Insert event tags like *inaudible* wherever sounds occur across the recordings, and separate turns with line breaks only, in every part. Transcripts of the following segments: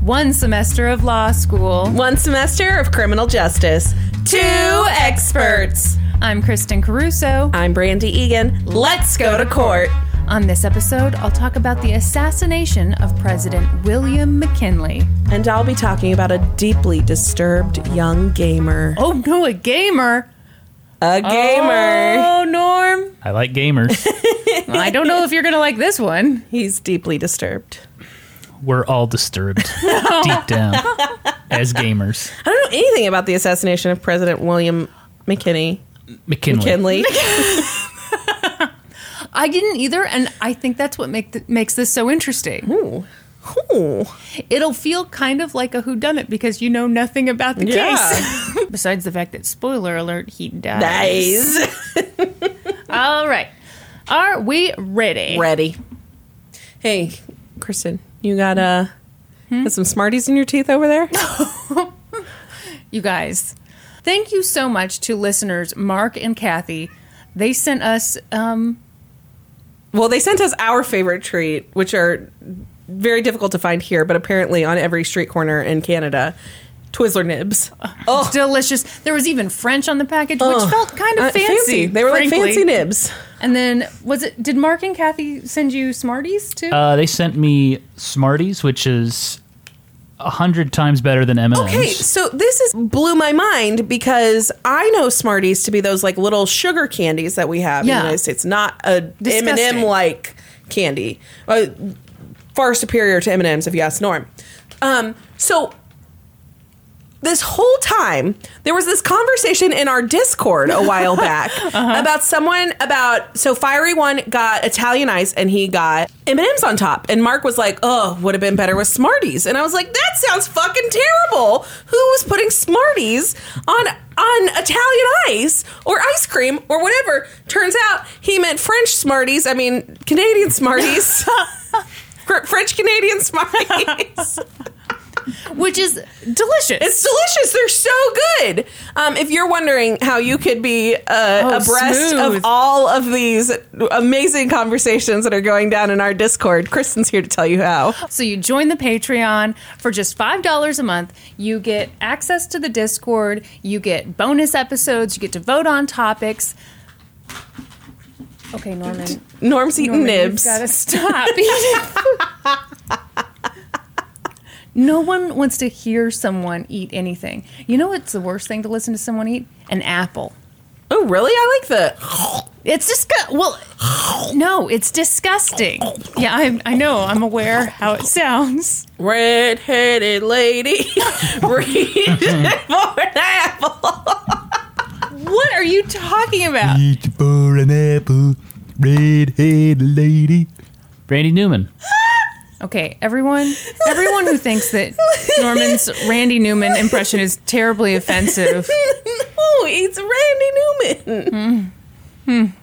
one semester of law school,
One semester of criminal justice. Two experts.
I'm Kristen Caruso.
I'm Brandy Egan. Let's go to court.
On this episode, I'll talk about the assassination of President William McKinley.
And I'll be talking about a deeply disturbed young gamer.
Oh no, a gamer!
A gamer.
Oh, Norm.
I
*laughs*
like gamers.
I don't know if you're gonna like this one.
He's deeply disturbed.
We're
*laughs*
all disturbed deep down as gamers.
I don't know anything about the assassination of President William McKinney.
McKinley.
McKinley.
I didn't either, and I think that's what make th- makes this so interesting.
Ooh. Ooh.
It'll feel kind of like a whodunit because you know nothing about the
Yeah. *laughs*
case, besides the fact that spoiler alert, he dies.
Nice.
All right, are we ready?
Ready. Hey, Kristen, you got uh got some Smarties in your teeth over there?
you guys. Thank you so much to listeners Mark and Kathy. They sent us um,
Well, they sent us our favorite treat, which are very difficult to find here, but apparently on every street corner in Canada. Twizzler nibs. Oh,
delicious. There was even French on the package, which felt kind of
*laughs* uh,
fancy.
They were
frankly.
like fancy nibs.
And then was it? Did Mark and Kathy send you Smarties too?
Uh, they sent me Smarties, which is a hundred times better than M&M's.
Okay, so this is blew my mind because I know Smarties to be those like little sugar candies that we have in
Yeah.
the United States, not a M and M
Disgusting.
like candy. Uh, far superior to M and M's, if you ask Norm. Um, so this whole time there was this conversation in our discord a while back about someone about so fiery one got italian ice and he got m&ms on top and mark was like oh would have been better with smarties and i was like that sounds fucking terrible who was putting smarties on on italian ice or ice cream or whatever turns out he meant french smarties i mean canadian smarties french canadian smarties
which is delicious.
It's delicious. They're so good. Um, if you're wondering how you could be uh, abreast
Oh, smooth.
of all of these amazing conversations that are going down in our Discord, Kristen's here to tell you how.
So you join the Patreon for just $5 a month. You get access to the Discord, you get bonus episodes, you get to vote on topics. Okay, Norman.
Norm's eating
Norman, you've
nibs.
Gotta stop. *laughs* no one wants to hear someone eat anything. You know what's the worst thing to listen to someone eat? An apple.
Oh, really? I like the.
It's disgust. Well, *sighs* no, it's disgusting. Yeah, I, I know. I'm aware how it sounds.
Red-headed lady, *laughs* reach *laughs* for an apple.
What are you talking about?
Eat for an apple, red-headed lady. Randy Newman.
Okay, everyone, everyone who thinks that Norman's Randy Newman impression is terribly
*laughs*
offensive. Hmm.
no, it's Randy Newman.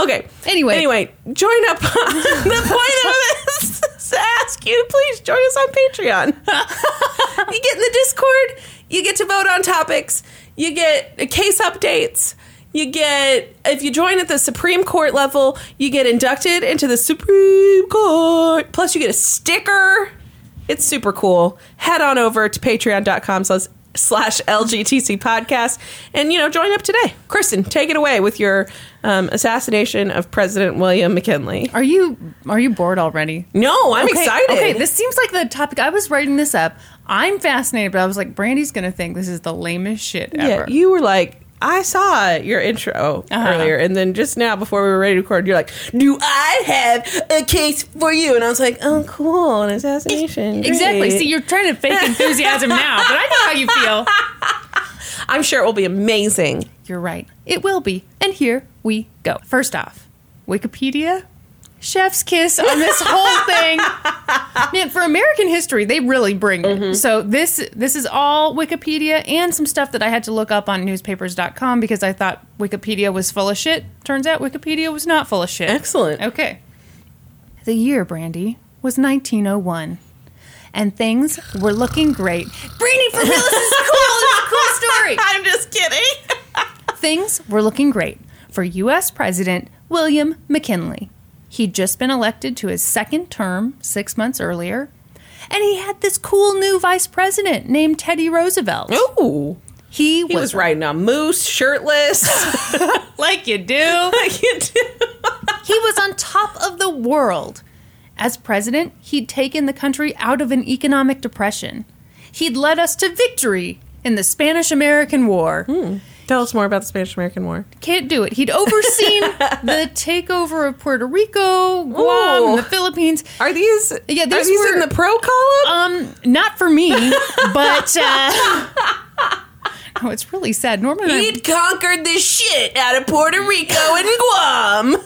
Okay.
Anyway.
Anyway, join up. on- *laughs* the point of this *laughs* is to ask you to please join us on Patreon. *laughs* you get in the Discord, you get to vote on topics, you get case updates. You get, if you join at the Supreme Court level, you get inducted into the Supreme Court. Plus, you get a sticker. It's super cool. Head on over to patreon.com slash slash LGTC podcast and, you know, join up today. Kristen, take it away with your um, assassination of President William McKinley.
Are you are you bored already?
No, I'm
Okay,
excited.
Okay, this seems like the topic. I was writing this up. I'm fascinated, but I was like, Brandy's gonna think this is the lamest shit
yeah,
ever.
you were like, I saw your intro earlier, and then just now before we were ready to record, you're like, "Do I have a case for you?" And I was like, "Oh, cool, an assassination."
exactly.
great."
See, you're trying to
*laughs*
fake enthusiasm now, but I know how you feel.
I'm sure it will be amazing.
You're right. It will be. And here we go. First off, Wikipedia, chef's kiss on this
*laughs*
whole thing. Man, for American history, they really bring it.
Mm-hmm.
So this this is all Wikipedia and some stuff that I had to look up on newspapers.com because I thought Wikipedia was full of shit. Turns out Wikipedia was not full of shit.
Excellent.
Okay. The year, Brandy, was 1901. And things were looking great. Brandy, for real, this is cool. This is a cool *laughs* story
I'm just kidding.
things were looking great for U.S. President William McKinley. He'd just been elected to his second term six months earlier, And he had this cool new vice president named Teddy Roosevelt.
Ooh.
He,
He was riding a moose, shirtless. *laughs*
like you do.
Like you do.
he was on top of the world. As president, he'd taken the country out of an economic depression. He'd led us to victory in the Spanish American War.
Tell us more about the Spanish American War.
Can't do it. He'd overseen the takeover of Puerto Rico, Guam, and the
Ooh.
Philippines.
Are these?
Yeah,
are
these
these
were-
in the pro column.
Um, not for me, but uh, *laughs* oh, it's really sad. Normally, I'm-
He'd conquered the shit out of Puerto Rico *laughs* and Guam.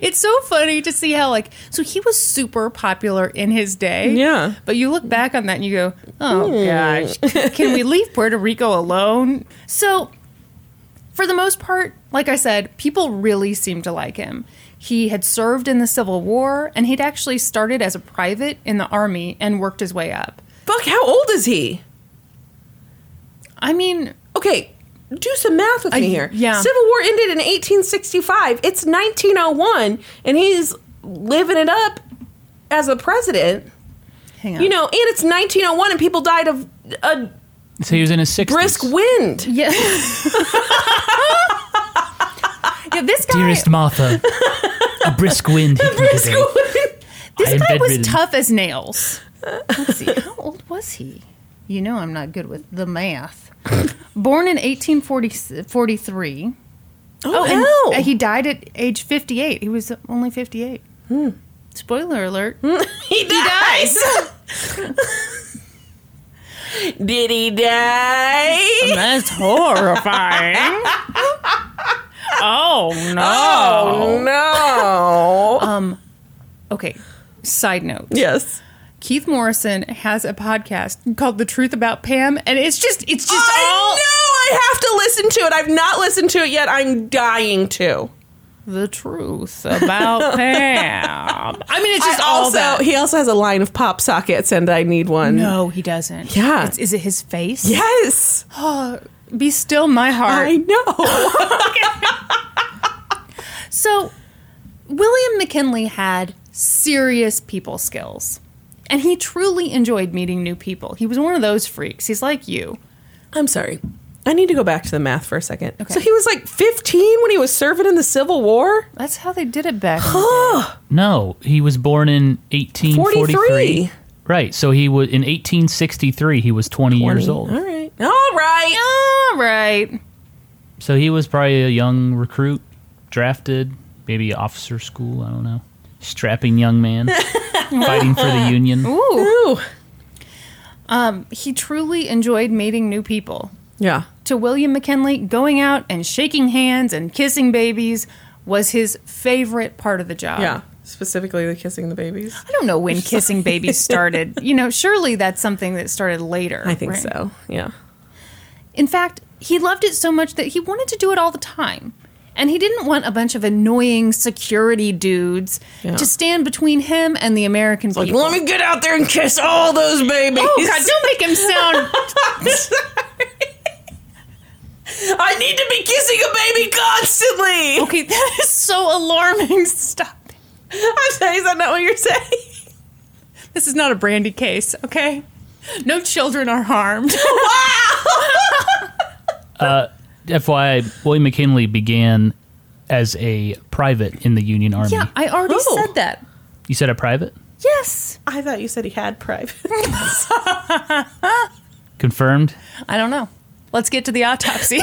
It's so funny to see how like so he was super popular in his day.
Yeah. Hmm.
But you look back on that and you go, "Oh gosh, can we leave Puerto Rico alone?" So for the most part, like I said, people really seemed to like him. He had served in the Civil War and he'd actually started as a private in the army and worked his way up.
Fuck, how old is he?
I mean,
Okay, do some math with
I-
me here.
yeah.
Civil War ended in 1865. It's 1901, and he's living it up as a president.
hang on.
You know, and it's 1901, and people died of a
So he was in his 60s.
brisk wind.
Yeah. *laughs* yeah, this guy
Dearest Martha, a
*laughs*
brisk wind hit me
*laughs* Brisk
today.
wind.
This
I am
guy was
bedridden.
tough as nails. Let's see, how old was he? You know I'm not good with the math. Born in 1843.
Oh,
and
no.
uh, he died at age 58. He was only 58. Spoiler alert.
he dies. Did he die?
That's horrifying. oh, no.
Oh no.
Okay, side note.
*laughs* yes.
Keith Morrison has a podcast called The Truth About Pam, and it's just, it's just all.
I know I have to listen to it. I've not listened to it yet. I'm dying to.
the truth *laughs* about Pam. I mean, it's just
I
all
also,
that.
he also has a line of pop sockets, and I need one.
no, he doesn't.
Yeah.
It's- is it his face? Ah,
Yes,
Be still, my heart.
I know.
So, William McKinley had serious people skills, and he truly enjoyed meeting new people. He was one of those freaks. He's like you.
*gasps* I'm sorry. I need to go back to the math for a second.
Okay.
So he was like 15 when he was serving in the Civil War.
That's how they did it back.
No, he was born in 1843.
43.
Right. So he was in 1863. He was 20, years
All
old.
right. All right.
all right.
So he was probably a young recruit, drafted, maybe officer school. I don't know. Strapping
*laughs*
young man, fighting for the Union.
Ooh.
Ooh.
Um, He truly enjoyed meeting new people.
Yeah.
to William McKinley, going out and shaking hands and kissing babies was his favorite part of the job.
Yeah. Specifically the kissing the babies.
I don't know
*laughs*
when kissing babies started. You know, surely that's something that started later.
I think
right?
so. Yeah.
In fact, he loved it so much that he wanted to do it all the time. And he didn't want a bunch of annoying security dudes
Yeah.
to stand between him and the American
Like,
people.
let me get out there and kiss all those babies.
oh God! Don't make him
*laughs*
sound.
I need to be kissing a baby constantly.
okay, that is so alarming. *laughs* Stop.
I'm sorry, is that not what you're saying?
This is not a brandy case. Okay, no children are harmed.
FYI, William McKinley began as a private in the Union Army.
*laughs* Yeah, I already
Oh.
said that.
You said a private?
Yes.
I thought you said he had *laughs* private.
Confirmed?
I don't know. Let's get to the autopsy.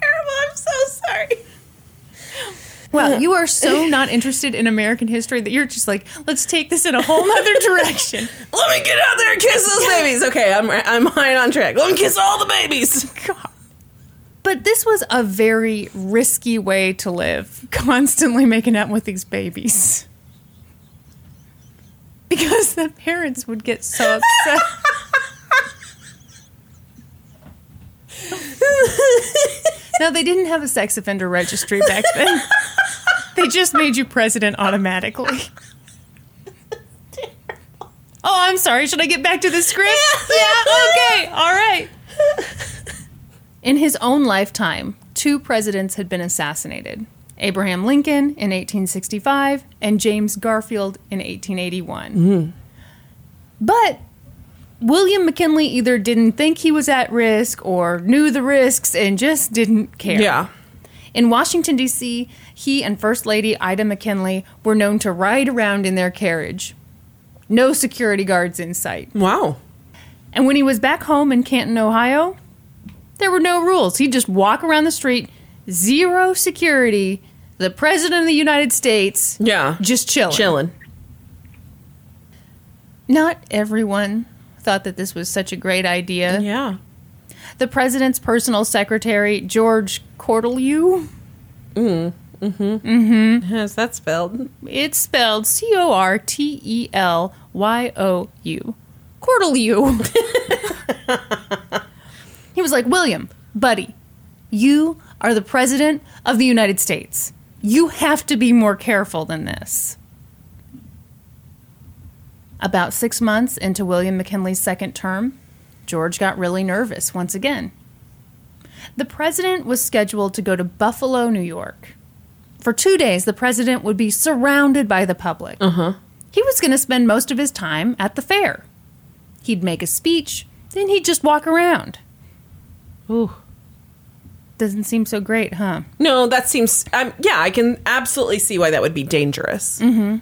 Terrible, I'm so sorry.
well, you are so not interested in American history that you're just like, let's take this in a whole other direction.
Let me get out there and kiss those babies. Okay, I'm I'm right on track. Let me kiss all the *laughs* babies.
God. But this was a very risky way to live, constantly making out with these babies. Because the parents would get so upset. now, they didn't have a sex offender registry back then, they just made you president automatically. Oh, I'm sorry. Should I get back to the script? yeah, okay. All right. In his own lifetime, two presidents had been assassinated Abraham Lincoln in 1865, and James Garfield in 1881. But William McKinley either didn't think he was at risk or knew the risks and just didn't care.
Yeah.
In Washington, D.C., he and First Lady Ida McKinley were known to ride around in their carriage. No security guards in sight.
Wow.
And when he was back home in Canton, Ohio, there were no rules. He'd just walk around the street, zero security, the President of the United States,
Yeah.
just chilling.
Chilling.
Not everyone thought that this was such a great idea.
Yeah.
The President's personal secretary, George Cortelyou,
How's that spelled?
It's spelled C O R T E L Y O U. Cortelyou. *laughs* he was like, William, buddy, you are the president of the United States. You have to be more careful than this. About six months into William McKinley's second term, George got really nervous once again. The president was scheduled to go to Buffalo, New York. For two days, the president would be surrounded by the public.
Uh-huh.
He was going to spend most of his time at the fair. He'd make a speech, then he'd just walk around.
Ooh.
Doesn't seem so great, huh?
No, that seems. Um, yeah, I can absolutely see why that would be dangerous. Mm-hmm.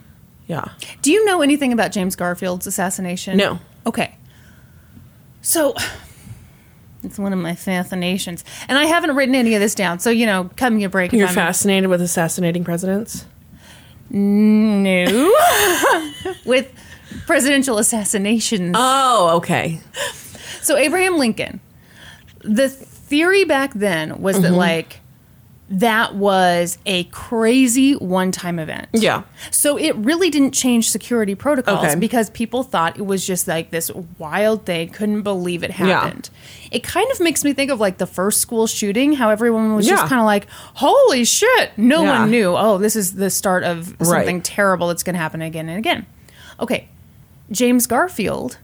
Yeah.
Do you know anything about James Garfield's assassination?
No.
Okay. So, it's one of my fascinations. And I haven't written any of this down, so, you know, cut me a break. if
You're
I'm-
fascinated with assassinating presidents? *laughs*
No. With presidential assassinations.
Oh, okay.
So Abraham Lincoln, the theory back then was that
Mm-hmm.
like that was a crazy one-time event.
Yeah.
So it really didn't change security protocols
Okay.
because people thought it was just like this wild thing, couldn't believe it happened. It kind of makes me think of like the first school shooting, how everyone was
Yeah.
just kind of like, "Holy shit, no
Yeah.
one knew. Oh, this is the start of
Right.
something terrible that's going to happen again and again." Okay. James Garfield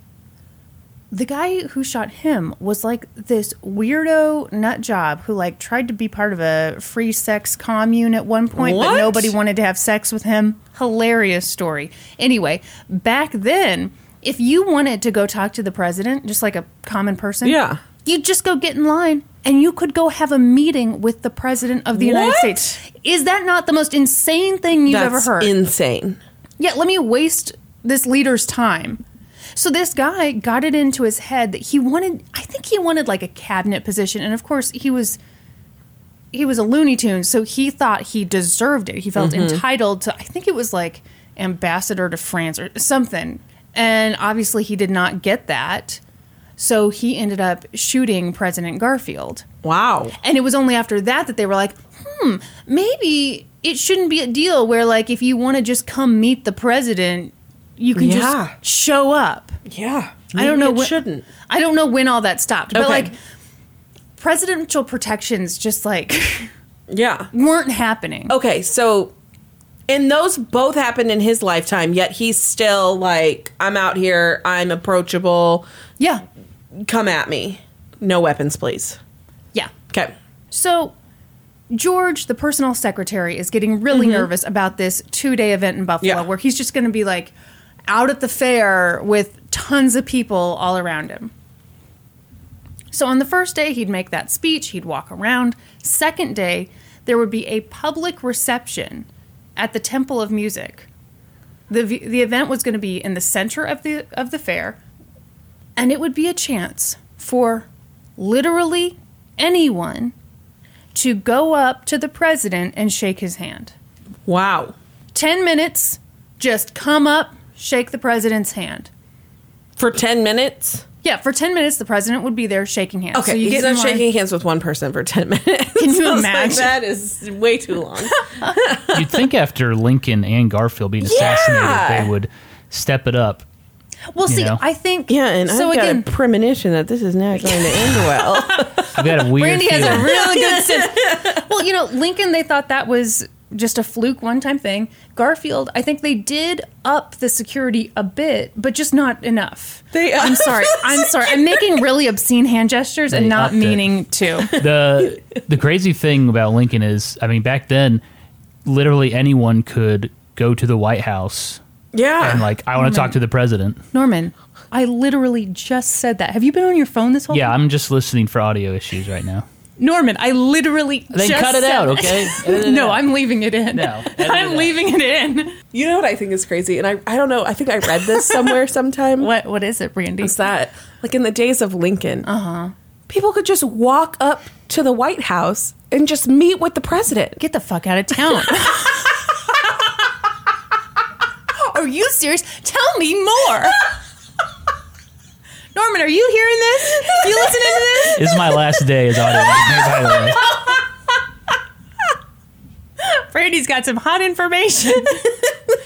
the guy who shot him was like this weirdo nut job who like tried to be part of a free sex commune at one point
What?
but nobody wanted to have sex with him hilarious story anyway back then if you wanted to go talk to the president just like a common person
Yeah.
you'd just go get in line and you could go have a meeting with the president of the united
What?
states is that not the most insane thing you've ever
That's
heard
insane.
yeah, let me waste this leader's time. So this guy got it into his head that he wanted I think he wanted like a cabinet position and of course he was he was a looney tune so he thought he deserved it. He felt entitled to I think it was like ambassador to France or something. And obviously he did not get that. So he ended up shooting President Garfield.
Wow.
And it was only after that that they were like, hmm, maybe it shouldn't be a deal where, like, if you want to just come meet the president, you can
Yeah.
just show up.
Yeah.
I don't know.
Maybe it
when-
shouldn't.
I don't know when all that stopped, but
Okay.
like, presidential protections just like *laughs*
Yeah.
weren't happening.
Okay, so and those both happened in his lifetime, yet he's still like, I'm out here, I'm approachable,
Yeah,
come at me. No weapons, please.
yeah.
Okay.
So. George, the personal secretary, is getting really nervous about this two day event in Buffalo
Yeah.
where he's just going to be like out at the fair with tons of people all around him. So on the first day, he'd make that speech, he'd walk around. Second day, there would be a public reception at the Temple of Music. The, v- the event was going to be in the center of the, of the fair, and it would be a chance for literally anyone to go up to the president and shake his hand.
Wow.
10 minutes, just come up, shake the president's hand.
For ten minutes?
Yeah, for 10 minutes, the president would be there shaking hands.
Okay,
so you
he's
get
not
in line.
shaking hands with one person for ten *laughs* minutes.
Can you
I was
imagine?
that is way too long.
*laughs*
You'd think after Lincoln and Garfield being assassinated, they would step it up.
Well,
you
see,
know?
I think.
*laughs* yeah, and
so
I've got
again,
a premonition that this is not going to end *laughs* well.
I've got a weird
Randy has
feeling.
a really
*laughs*
good sense. Well, you know, Lincoln, they thought that was just a fluke one time thing. Garfield, I think they did up the security a bit, but just not enough.
They-
I'm
*laughs*
sorry. I'm sorry. I'm making really obscene hand gestures and
They
not
upped it.
meaning to.
the the crazy thing about Lincoln is, I mean, back then literally anyone could go to the White House
Yeah.
and like, I want to talk to the president.
Norman, I literally just said that. Have you been on your phone this whole
Yeah,
time?
I'm just listening for audio issues right now.
Norman, I literally
Then
just
cut it
said
out,
that.
okay?
*laughs* no, I'm leaving it in. *laughs*
No, edit it
I'm
out.
leaving it in.
*laughs*
you know what I think is crazy? And I, I don't know. I think I read
*laughs*
this somewhere sometime.
What what is it, Brandy?
was that? Like in the days of Lincoln,
Uh-huh.
people could just walk up to the White House and just meet with the president.
Get the fuck out of town. *laughs* are you serious? Tell me more. *laughs* Norman, are you hearing this? You listening to this?
This is my last day as audio engineer, by the way.
Brady's got some hot *laughs* information. beep,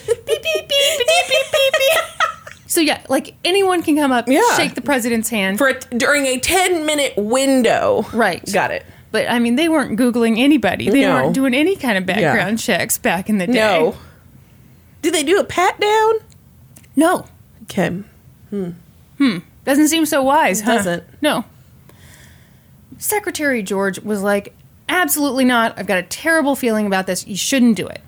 beep, beep, beep, beep, beep, beep, beep. So yeah, like anyone can come up,
Yeah.
shake the president's hand.
For a, during a 10 minute window.
Right.
Got it.
but I mean, they weren't Googling anybody. They
No.
weren't doing any kind of background checks back in the day.
No. Did they do a pat down?
No.
Okay.
Doesn't seem so wise, huh?
Doesn't.
No. Secretary George was like, absolutely not. I've got a terrible feeling about this. You shouldn't do it.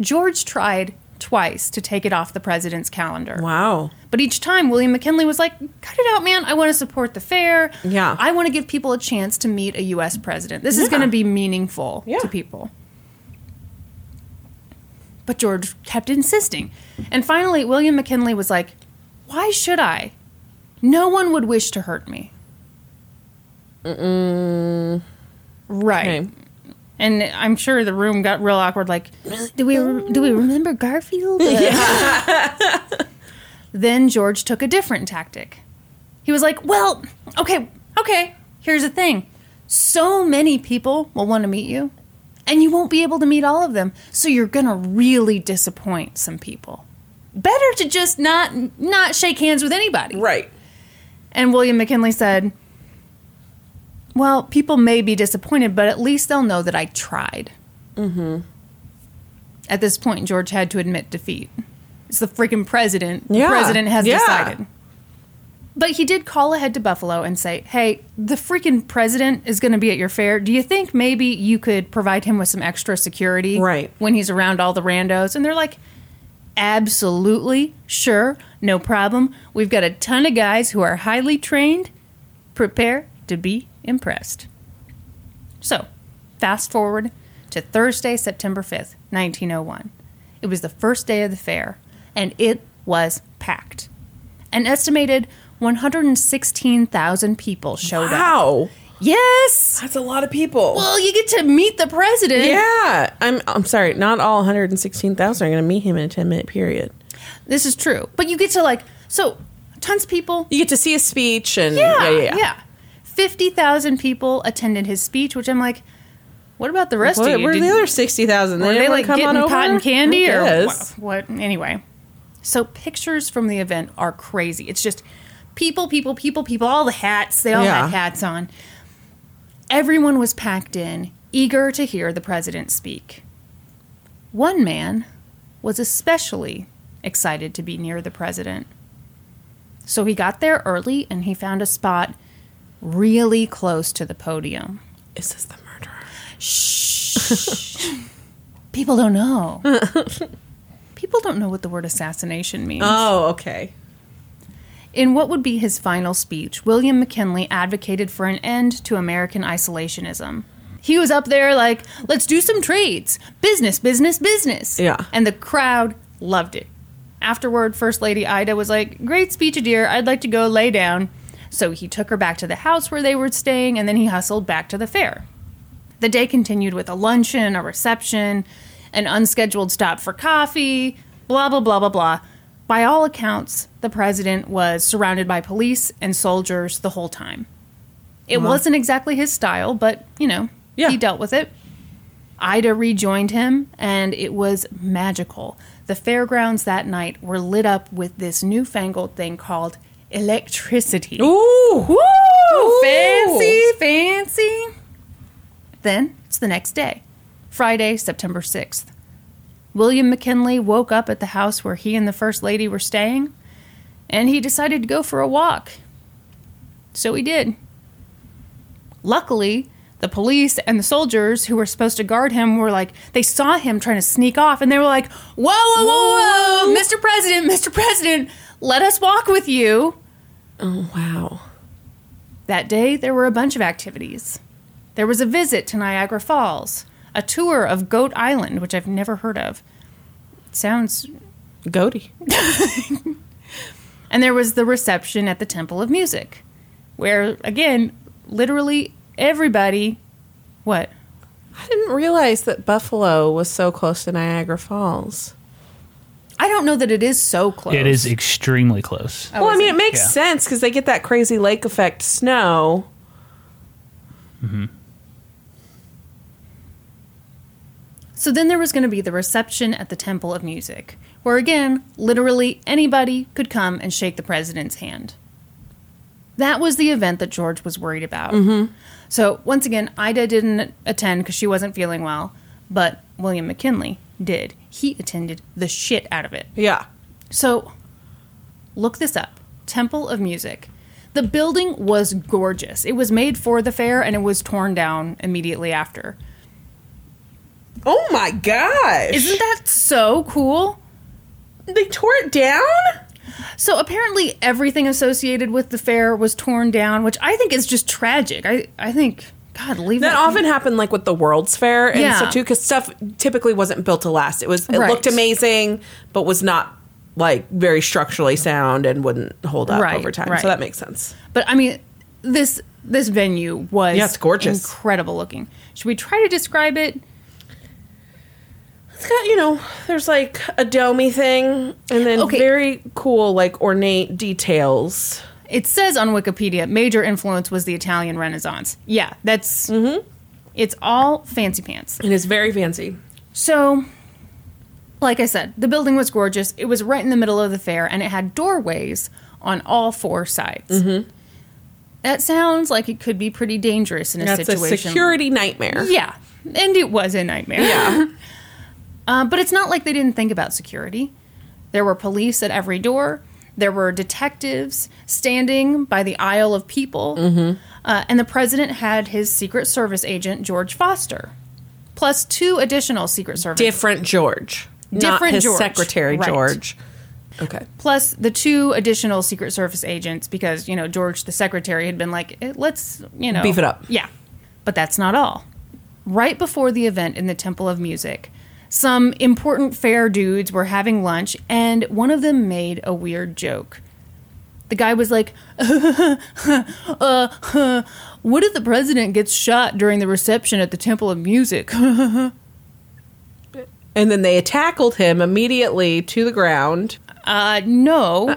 George tried twice to take it off the president's calendar.
Wow.
But each time, William McKinley was like, cut it out, man. I want to support the fair.
Yeah.
I want to give people a chance to meet a U.S. president. This is
Yeah.
going to be meaningful
Yeah.
to people. But George kept insisting. And finally, William McKinley was like, why should I? No one would wish to hurt me. Right.
Okay.
And I'm sure the room got real awkward. Like, do we do we remember Garfield? *laughs* then George took a different tactic. He was like, "Well, okay, okay. Here's the thing: so many people will want to meet you, and you won't be able to meet all of them. So you're gonna really disappoint some people. Better to just not not shake hands with anybody."
Right.
And William McKinley said, Well, people may be disappointed, but at least they'll know that I tried. Mm-hmm. At this point, George had to admit defeat. It's the freaking president.
Yeah.
The president has
Yeah.
decided. But he did call ahead to Buffalo and say, Hey, the freaking president is going to be at your fair. Do you think maybe you could provide him with some extra security
Right.
when he's around all the randos? And they're like, Absolutely, sure, no problem. We've got a ton of guys who are highly trained. Prepare to be impressed. So, fast forward to Thursday, September 5th, 1901. It was the first day of the fair, and it was packed. An estimated 116,000 people showed up.
Wow.
Yes!
That's a lot of people.
Well, you get to meet the president.
yeah. I'm I'm sorry. Not all 116,000 are going to meet him in a 10 minute period.
This is true. But you get to, like, so tons of people,
You get to see a speech and
Yeah,
yeah, yeah.
yeah. Fifty thousand people attended his speech, which I'm like, what about the rest
What,
of you?
where are
Did-
the other 60,000?
were they
didn't
like
come
getting
on over?
cotton candy
I
or
guess.
wha- what? Anyway, so pictures from the event are crazy. It's just people, people, people, people. All the hats. They all
Yeah.
had hats on. Everyone was packed in, eager to hear the president speak. One man was especially excited to be near the president. So he got there early and he found a spot really close to the podium.
Is this the murderer?
Shh. People don't
*laughs*
know. People don't know what the word assassination means.
Oh, okay.
In what would be his final speech, William McKinley advocated for an end to American isolationism. He was up there like, let's do some trades. Business, business, business.
Yeah.
And the crowd loved it. Afterward, First Lady Ida was like, great speech, dear. I'd like to go lay down. So he took her back to the house where they were staying, and then he hustled back to the fair. The day continued with a luncheon, a reception, an unscheduled stop for coffee, blah, blah, blah, blah, blah. By all accounts, the president was surrounded by police and soldiers the whole time. It wasn't exactly his style, but, you know,
Yeah.
he dealt with it. Ida rejoined him, and it was magical. The fairgrounds that night were lit up with this newfangled thing called electricity.
Ooh,
Ooh, fancy, fancy. Then it's the next day, Friday, September 6th. William McKinley woke up at the house where he and the First Lady were staying, and he decided to go for a walk. So he did. Luckily, the police and the soldiers who were supposed to guard him were like, they saw him trying to sneak off and they were like, whoa, whoa, whoa, whoa, Mr. President, Mr. President, let us walk with you.
Oh, wow.
That day, there were a bunch of activities. There was a visit to Niagara Falls, a tour of Goat Island, which I've never heard of. It sounds.
Goaty.
And there was the reception at the Temple of Music, where, again, literally everybody. What?
I didn't realize that Buffalo was so close to Niagara Falls.
I don't know that it is so close.
It is extremely close.
well, I mean, Oh, it makes
Yeah.
sense because they get that crazy lake effect snow.
So then there was going to be the reception at the Temple of Music, where again, literally anybody could come and shake the president's hand. That was the event that George was worried about. So once again, Ida didn't attend because she wasn't feeling well, but William McKinley did. He attended the shit out of it.
Yeah.
So look this up Temple of Music. The building was gorgeous. It was made for the fair and it was torn down immediately after.
Oh my gosh.
Isn't that so cool?
they tore it down?
So apparently, everything associated with the fair was torn down, which I think is just tragic. I, I think, God, leave
That often happened like with the World's Fair and
Yeah.
stuff too, because stuff typically wasn't built to last. It was it
Right.
looked amazing, but was not like very structurally sound and wouldn't hold up
Right,
over time.
right.
So that makes sense.
But I mean, this this venue was
Yeah, it's gorgeous.
incredible looking. Should we try to describe it?
It's got you know, there's like a domey thing, and then
Okay.
very cool like ornate details.
It says on Wikipedia, major influence was the Italian Renaissance. Yeah, that's
Mm-hmm.
it's all fancy pants.
It is very fancy.
So, like I said, the building was gorgeous. It was right in the middle of the fair and it had doorways on all four sides. That sounds like it could be pretty dangerous in a
That's
situation.
a security nightmare.
Yeah. And it was a nightmare. Yeah. *laughs* uh, but it's not like they didn't think about security. There were police at every door, there were detectives standing by the aisle of people. Uh, and the president had his Secret Service agent, George Foster, plus two additional Secret Service
Different George. Different
Different
his
George.
secretary
Right.
George. Okay.
plus the two additional Secret Service agents because, you know, George, the secretary, had been like, "Eh, let's, you know.
Beef it up.
Yeah. But that's not all. Right before the event in the Temple of Music, some important fair dudes were having lunch, and one of them made a weird joke. The guy was like, *laughs* uh, huh, What if the president gets shot during the reception at the Temple of Music? *laughs*
And then they tackled him immediately to the ground.
Uh,
*laughs*
no.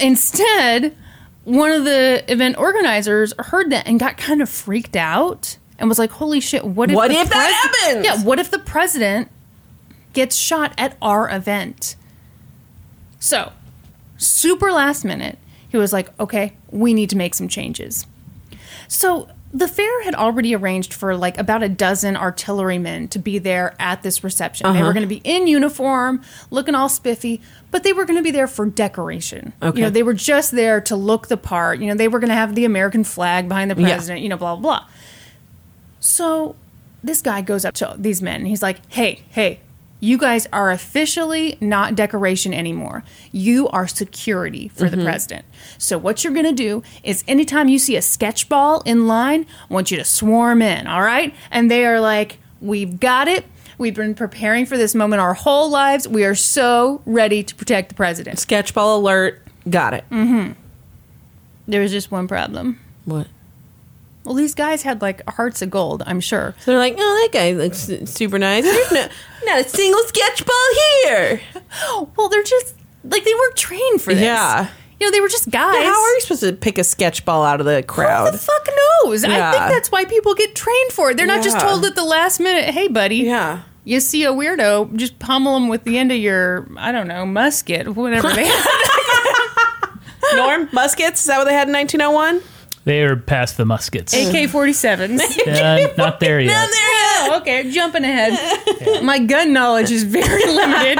Instead, one of the event organizers heard that and got kind of freaked out and was like, "Holy shit! What if
What
the
if that
pres-
happens?
Yeah, what if the president gets shot at our event?" So, super last minute, he was like, "Okay, we need to make some changes." So. The fair had already arranged for like about a dozen artillerymen to be there at this reception. They were going to be in uniform, looking all spiffy, but they were going to be there for decoration.
Okay.
You know, they were just there to look the part. You know, they were going to have the American flag behind the president, you know, blah, blah, blah. So this guy goes up to these men and he's like, hey, hey, you guys are officially not decoration anymore. You are security for the president. So what you're going to do is anytime you see a sketch ball in line, I want you to swarm in, all right? And they are like, we've got it. We've been preparing for this moment our whole lives. We are so ready to protect the president.
Sketchball alert. Got it.
There was just one problem.
What?
Well, these guys had like hearts of gold, I'm sure.
So they're like, oh, that guy looks su- super nice. There's no, *laughs* not a single sketchball here.
*gasps* Well, they're just like they weren't trained for this.
Yeah.
You know, they were just guys.
How are you supposed to pick a sketchball out of the
Who
crowd?
the fuck knows? I
Yeah.
think that's why people get trained for it. They're not just
Yeah.
told at the last minute, hey, buddy.
Yeah.
You see a weirdo, just pummel him with the end of your, I don't know, musket, whatever they
*laughs* Norm muskets. Is that what they had in 1901?
They are past the muskets.
AK 47s.
Uh, not there yet.
There.
okay, jumping ahead. My gun knowledge is
*laughs*
very limited.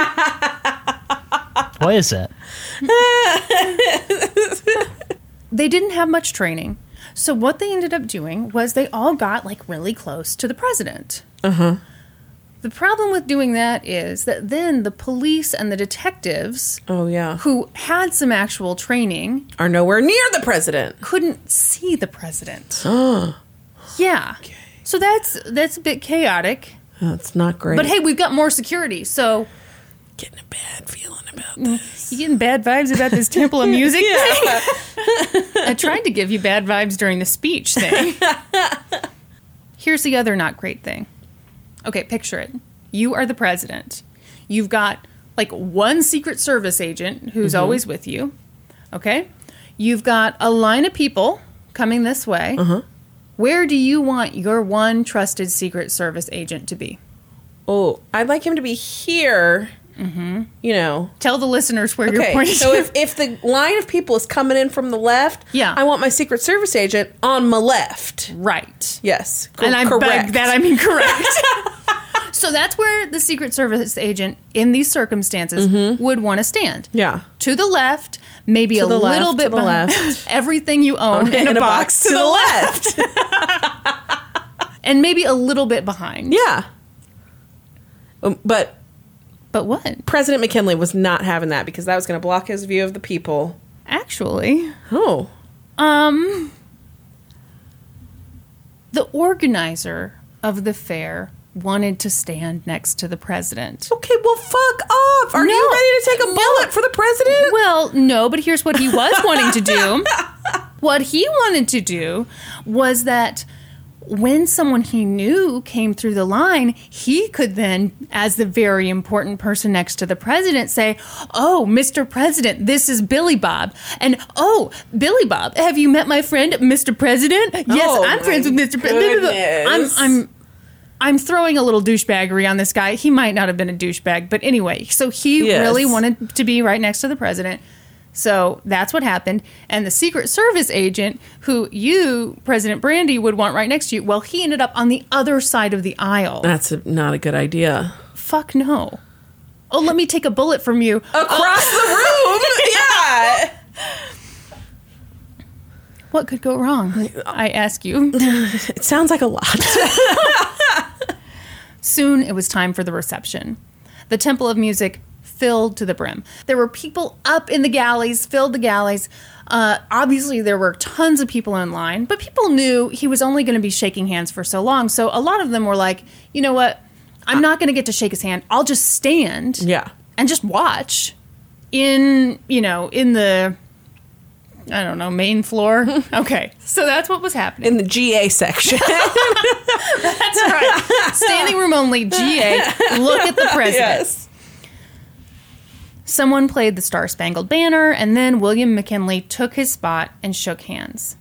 Why is that?
they didn't have much training. So what they ended up doing was they all got like really close to the president. Uh-huh. The problem with doing that is that then the police and the detectives
Oh yeah.
who had some actual training
Are nowhere near the *gasps* president.
couldn't see the president. yeah. So that's that's a bit chaotic.
*gasps* That's not great.
But hey, we've got more security, so
getting a bad feeling about this.
you getting bad vibes about this temple of
*laughs*
music thing? I tried to give you bad vibes during the speech
*laughs*
thing. Here's the other not great thing. Okay, picture it. You are the president. You've got like one Secret Service agent who's
Mm-hmm.
always with you. Okay? You've got a line of people coming this way.
Uh-huh.
Where do you want your one trusted Secret Service agent to be?
Oh, I'd like him to be here. You know.
Tell the listeners where you're
Okay.
pointing.
*laughs* So if, if the line of people is coming in from the left,
Yeah.
I want my Secret Service agent on my left.
*laughs* right.
Yes. cor-
and I'm by that I'm incorrect. so that's where the Secret Service agent in these circumstances would want to stand.
yeah.
To the left, maybe a
the left,
little
to
bit
the
behind-
left.
*laughs* everything you own in, a, box,
*laughs*
to the left.
left.
and maybe a little bit behind.
yeah. Um, but
But what?
President McKinley was not having that because that was going to block his view of the people.
Actually,
Oh.
um the organizer of the fair wanted to stand next to the president.
Okay, well, fuck off. Are
No.
you ready to take a bullet for the president?
Well, no, but here's what he was wanting to
*laughs*
do. What he wanted to do was that when someone he knew came through the line, he could then, as the very important person next to the president, say, Oh, Mr. President, this is Billy Bob. And, Oh, Billy Bob, have you met my friend, Mr. President? Yes,
Oh,
I'm
my
friends with Mr. President. I'm,
goodness.
I'm, I'm throwing a little douchebaggery on this guy. He might not have been a douchebag, but anyway, so he
Yes.
really wanted to be right next to the president. So that's what happened. And the Secret Service agent, who you, President Brandy, would want right next to you, well, he ended up on the other side of the aisle.
That's a, not a good idea.
Fuck no. Oh, let me take a bullet from you.
Across the room? *laughs* Yeah.
What could go wrong? I ask you.
It sounds like a lot.
Soon it was time for the reception. The Temple of Music filled to the brim. There were people up in the galleys, filled the galleys. Uh, obviously, there were tons of people in line, but people knew he was only going to be shaking hands for so long. So a lot of them were like, you know what? I'm not going to get to shake his hand. I'll just stand
*laughs* Yeah.
and just watch in, you know, in the, I don't know, main floor. *laughs* okay. So that's what was happening.
In the GA section.
That's right. Standing room only, GA. Look at the president. Someone played the Star Spangled Banner, and then William McKinley took his spot and shook hands.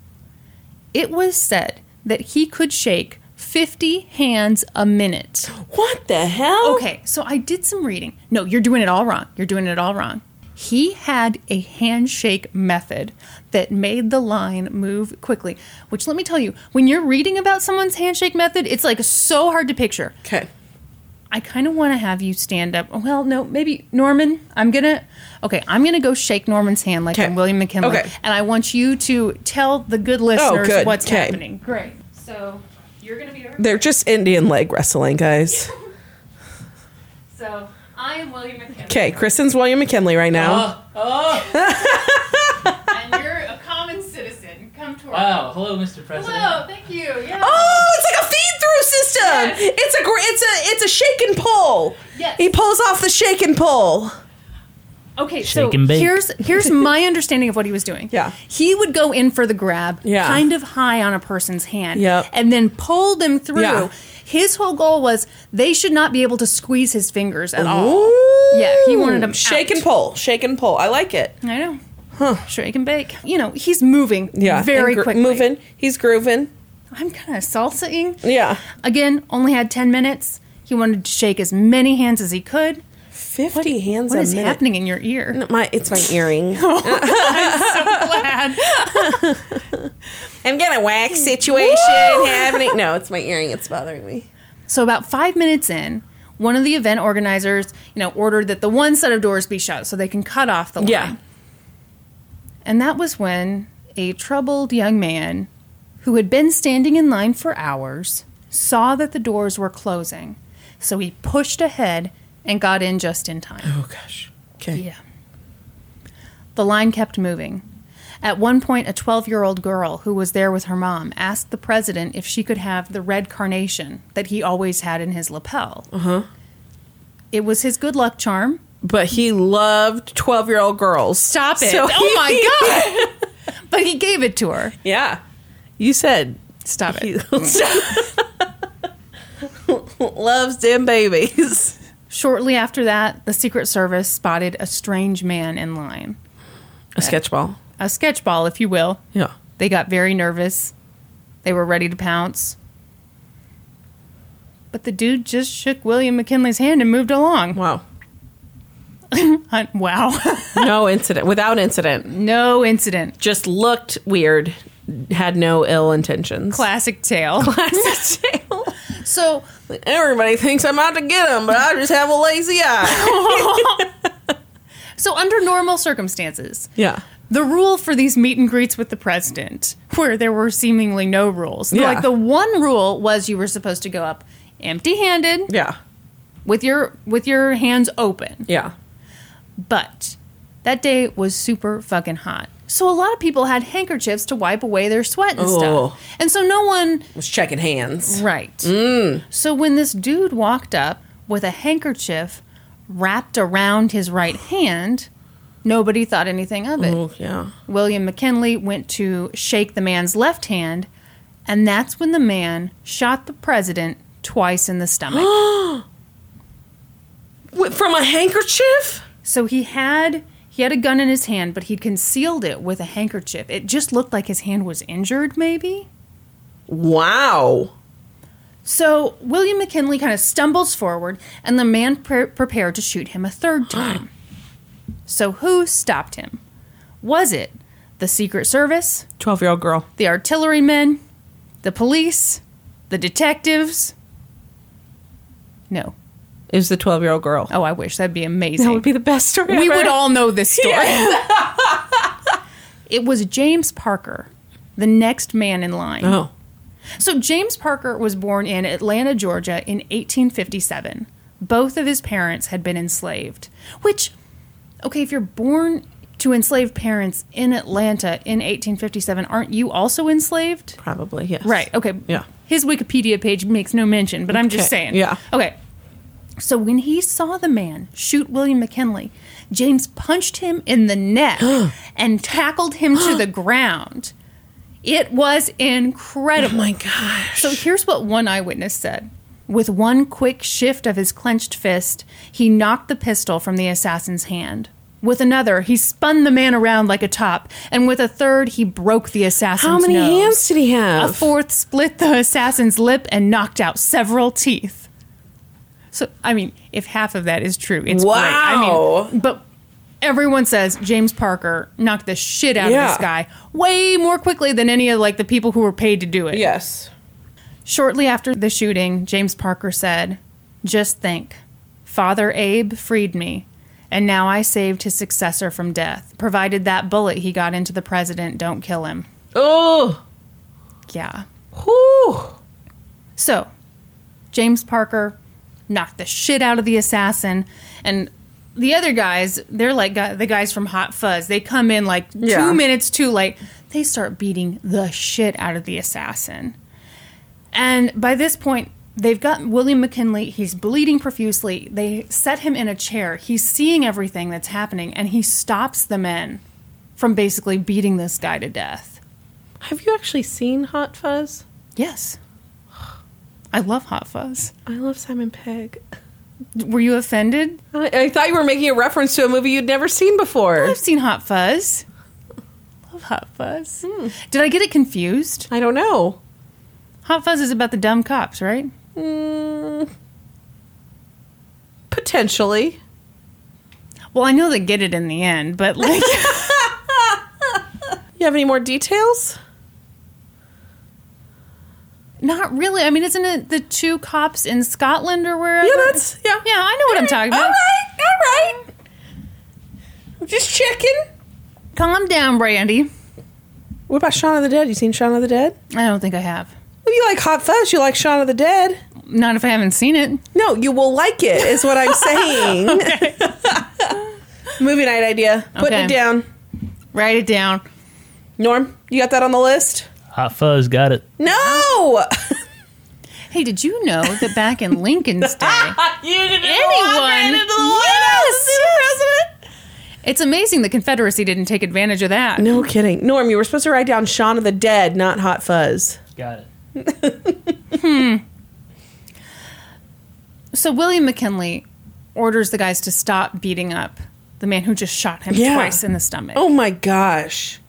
It was said that he could shake 50 hands a minute.
*laughs* What the hell?
Okay, so I did some reading. No, you're doing it all wrong. You're doing it all wrong. He had a handshake method that made the line move quickly, which let me tell you, when you're reading about someone's handshake method, it's like so hard to picture.
Okay.
I kind of want to have you stand up. Oh, Well, no, maybe Norman. I'm gonna. Okay, I'm gonna go shake Norman's hand like
Okay.
I'm William McKinley,
Okay. Oh,
and I want you to tell the good listeners
good.
what's
Okay.
happening. Great. So you're gonna be. Over.
They're just Indian leg wrestling, guys.
*laughs* So I am William McKinley.
Okay, Kristen's William McKinley right now.
Oh,
and you're a common citizen. Come to our.
Wow. Hello, Mr. President.
thank you. Yeah.
Oh, it's like a feed-through system.
Yes.
It's a gr- it's a it's a shake and pull.
Yes.
He pulls off the shake and pull.
Okay,
Shake
so
and bake.
here's
*laughs*
here's my understanding of what he was doing.
Yeah.
he would go in for the grab,
Yeah.
kind of high on a person's hand,
Yep.
and then pull them through.
Yeah.
His whole goal was they should not be able to squeeze his fingers at all.
Ooh.
Yeah, he wanted him
shake
out.
and pull, shake and pull. I like it.
I know. Shake and bake. You know, he's moving
Yeah,
very
and gro-
quickly.
Moving, he's grooving.
I'm kind of salsaing.
Yeah,
Again, only had 10 minutes. He wanted to shake as many hands as he could.
fifty hands
What
a
is
minute.
happening Oh. in your ear?
My, it's my
*laughs*
earring.
Glad.
I'm getting a wax situation
*laughs*
happening. No, it's my earring. It's bothering me.
So about five minutes in, one of the event organizers, you know, ordered that the one set of doors be shut so they can cut off the line.
Yeah.
And that was when a troubled young man who had been standing in line for hours, saw that the doors were closing. So he pushed ahead and got in just in time.
Oh gosh. Okay.
Yeah. The line kept moving. At one point, a 12 year old girl who was there with her mom asked the president if she could have the red carnation that he always had in his lapel. Uh huh. It was his good luck charm.
But he loved twelve-year-old girls.
Stop it.
So
oh my God. *laughs* but he gave it to her.
Yeah. You said
Stop it.
he *laughs* loves them babies.
Shortly after that, the Secret Service spotted a strange man in line.
A sketchball.
A sketchball, if you will.
Yeah.
They got very nervous. They were ready to pounce. But the dude just shook William McKinley's hand and moved along.
Wow.
Uh, Wow. *laughs*
*laughs* No incident. Without incident.
no incident.
Just looked weird. Had no ill intentions.
Classic tale. So,
Everybody thinks I'm out to get him, but I just have a lazy eye. *laughs*
so under normal circumstances,
Yeah.
the rule for these meet and greets with the president, where there were seemingly no rules,
Yeah.
like the one rule was you were supposed to go up empty-handed
Yeah.
with your with your hands open.
Yeah.
But that day was super fucking hot. So a lot of people had handkerchiefs to wipe away their sweat and
Oh.
stuff. And so no one
Was checking hands.
right. So when this dude walked up with a handkerchief wrapped around his right hand, nobody thought anything of it.
Oh, yeah.
William McKinley went to shake the man's left hand, and that's when the man shot the president twice in the stomach.
Wh- From a handkerchief?
So he had he had a gun in his hand, but he concealed it with a handkerchief. It just looked like his hand was injured, maybe.
Wow.
So William McKinley kind of stumbles forward, and the man pre- prepared to shoot him a third time. so who stopped him? Was it the Secret Service,
12 year old girl.
the artillerymen, the police, the detectives? No.
It was the 12 year old girl.
Oh, I wish that'd be amazing.
the best story
we would all know this story. *laughs* it was James Parker, the next man in line.
Oh.
So, James Parker was born in Atlanta, Georgia in 1857. Both of his parents had been enslaved, which, okay, if you're born to enslaved parents in Atlanta in 1857, aren't you also enslaved?
Probably, yes.
Right. Okay.
Yeah.
His Wikipedia page makes no mention, but I'm just
Okay,
saying.
yeah.
Okay. So when he saw the man shoot William McKinley, James punched him in the
*gasps*
neck and tackled him to the ground. It was incredible.
Oh My gosh.
So here's what one eyewitness said. With one quick shift of his clenched fist, he knocked the pistol from the assassin's hand. With another, he spun the man around like a top, and with a third, he broke the assassin's
How many
nose.
hands did he have?
A fourth split the assassin's lip and knocked out several teeth. So, I mean, if half of that is true, it's great. I
Wow.
mean, but everyone says James Parker knocked the shit out
Yeah.
of this guy way more quickly than any of like the people who were paid to do it.
Yes.
Shortly after the shooting, James Parker said, "Just think, Father Abe freed me." And now I saved his successor from death, provided that bullet he got into the president don't kill him.
Oh.
Yeah.
Whew.
So, James Parker knocked the shit out of the assassin, and the other guys, they're like gu- the guys from Hot Fuzz. They come in like
Yeah.
two minutes too late. They start beating the shit out of the assassin. And by this point, they've got William McKinley. He's bleeding profusely. They set him in a chair. He's seeing everything that's happening, and he stops the men from basically beating this guy to death.
Have you actually seen Hot Fuzz?
Yes. I love Hot Fuzz.
I love Simon Pegg.
Were you offended?
I, I thought you were making a reference to a movie you'd never seen before.
I've seen Hot Fuzz. Love Hot Fuzz. Did I get it confused?
I don't know.
Hot Fuzz is about the dumb cops, right?
Mm, potentially.
Well, I know they get it in the end, but
*laughs*
like,
You have any more details?
not really. I mean, isn't it the two cops in Scotland or wherever?
Yeah, that's yeah.
Yeah, I know what I'm talking
All
about.
right, all right. I'm just checking.
Calm down, Brandy.
What about Shaun of the Dead? You seen Shaun of the Dead?
I don't think I have.
If you like Hot Fuzz, you like Shaun of the Dead.
Not if I haven't seen it.
No, you will like it, is
*laughs*
what I'm saying. Movie night idea. Putting
Okay.
it down.
Write it down.
Norm, you got that on the list?
Hot Fuzz got it.
No!
Hey, did you know that back in Lincoln's
*laughs*
day,
*laughs* you didn't
anyone?
Yes!
It's amazing the Confederacy didn't take advantage of that.
No kidding. Norm, you were supposed to write down Shaun of the Dead, not Hot Fuzz.
Got it.
So William McKinley orders the guys to stop beating up the man who just shot him
Yeah.
twice in the stomach.
Oh my gosh.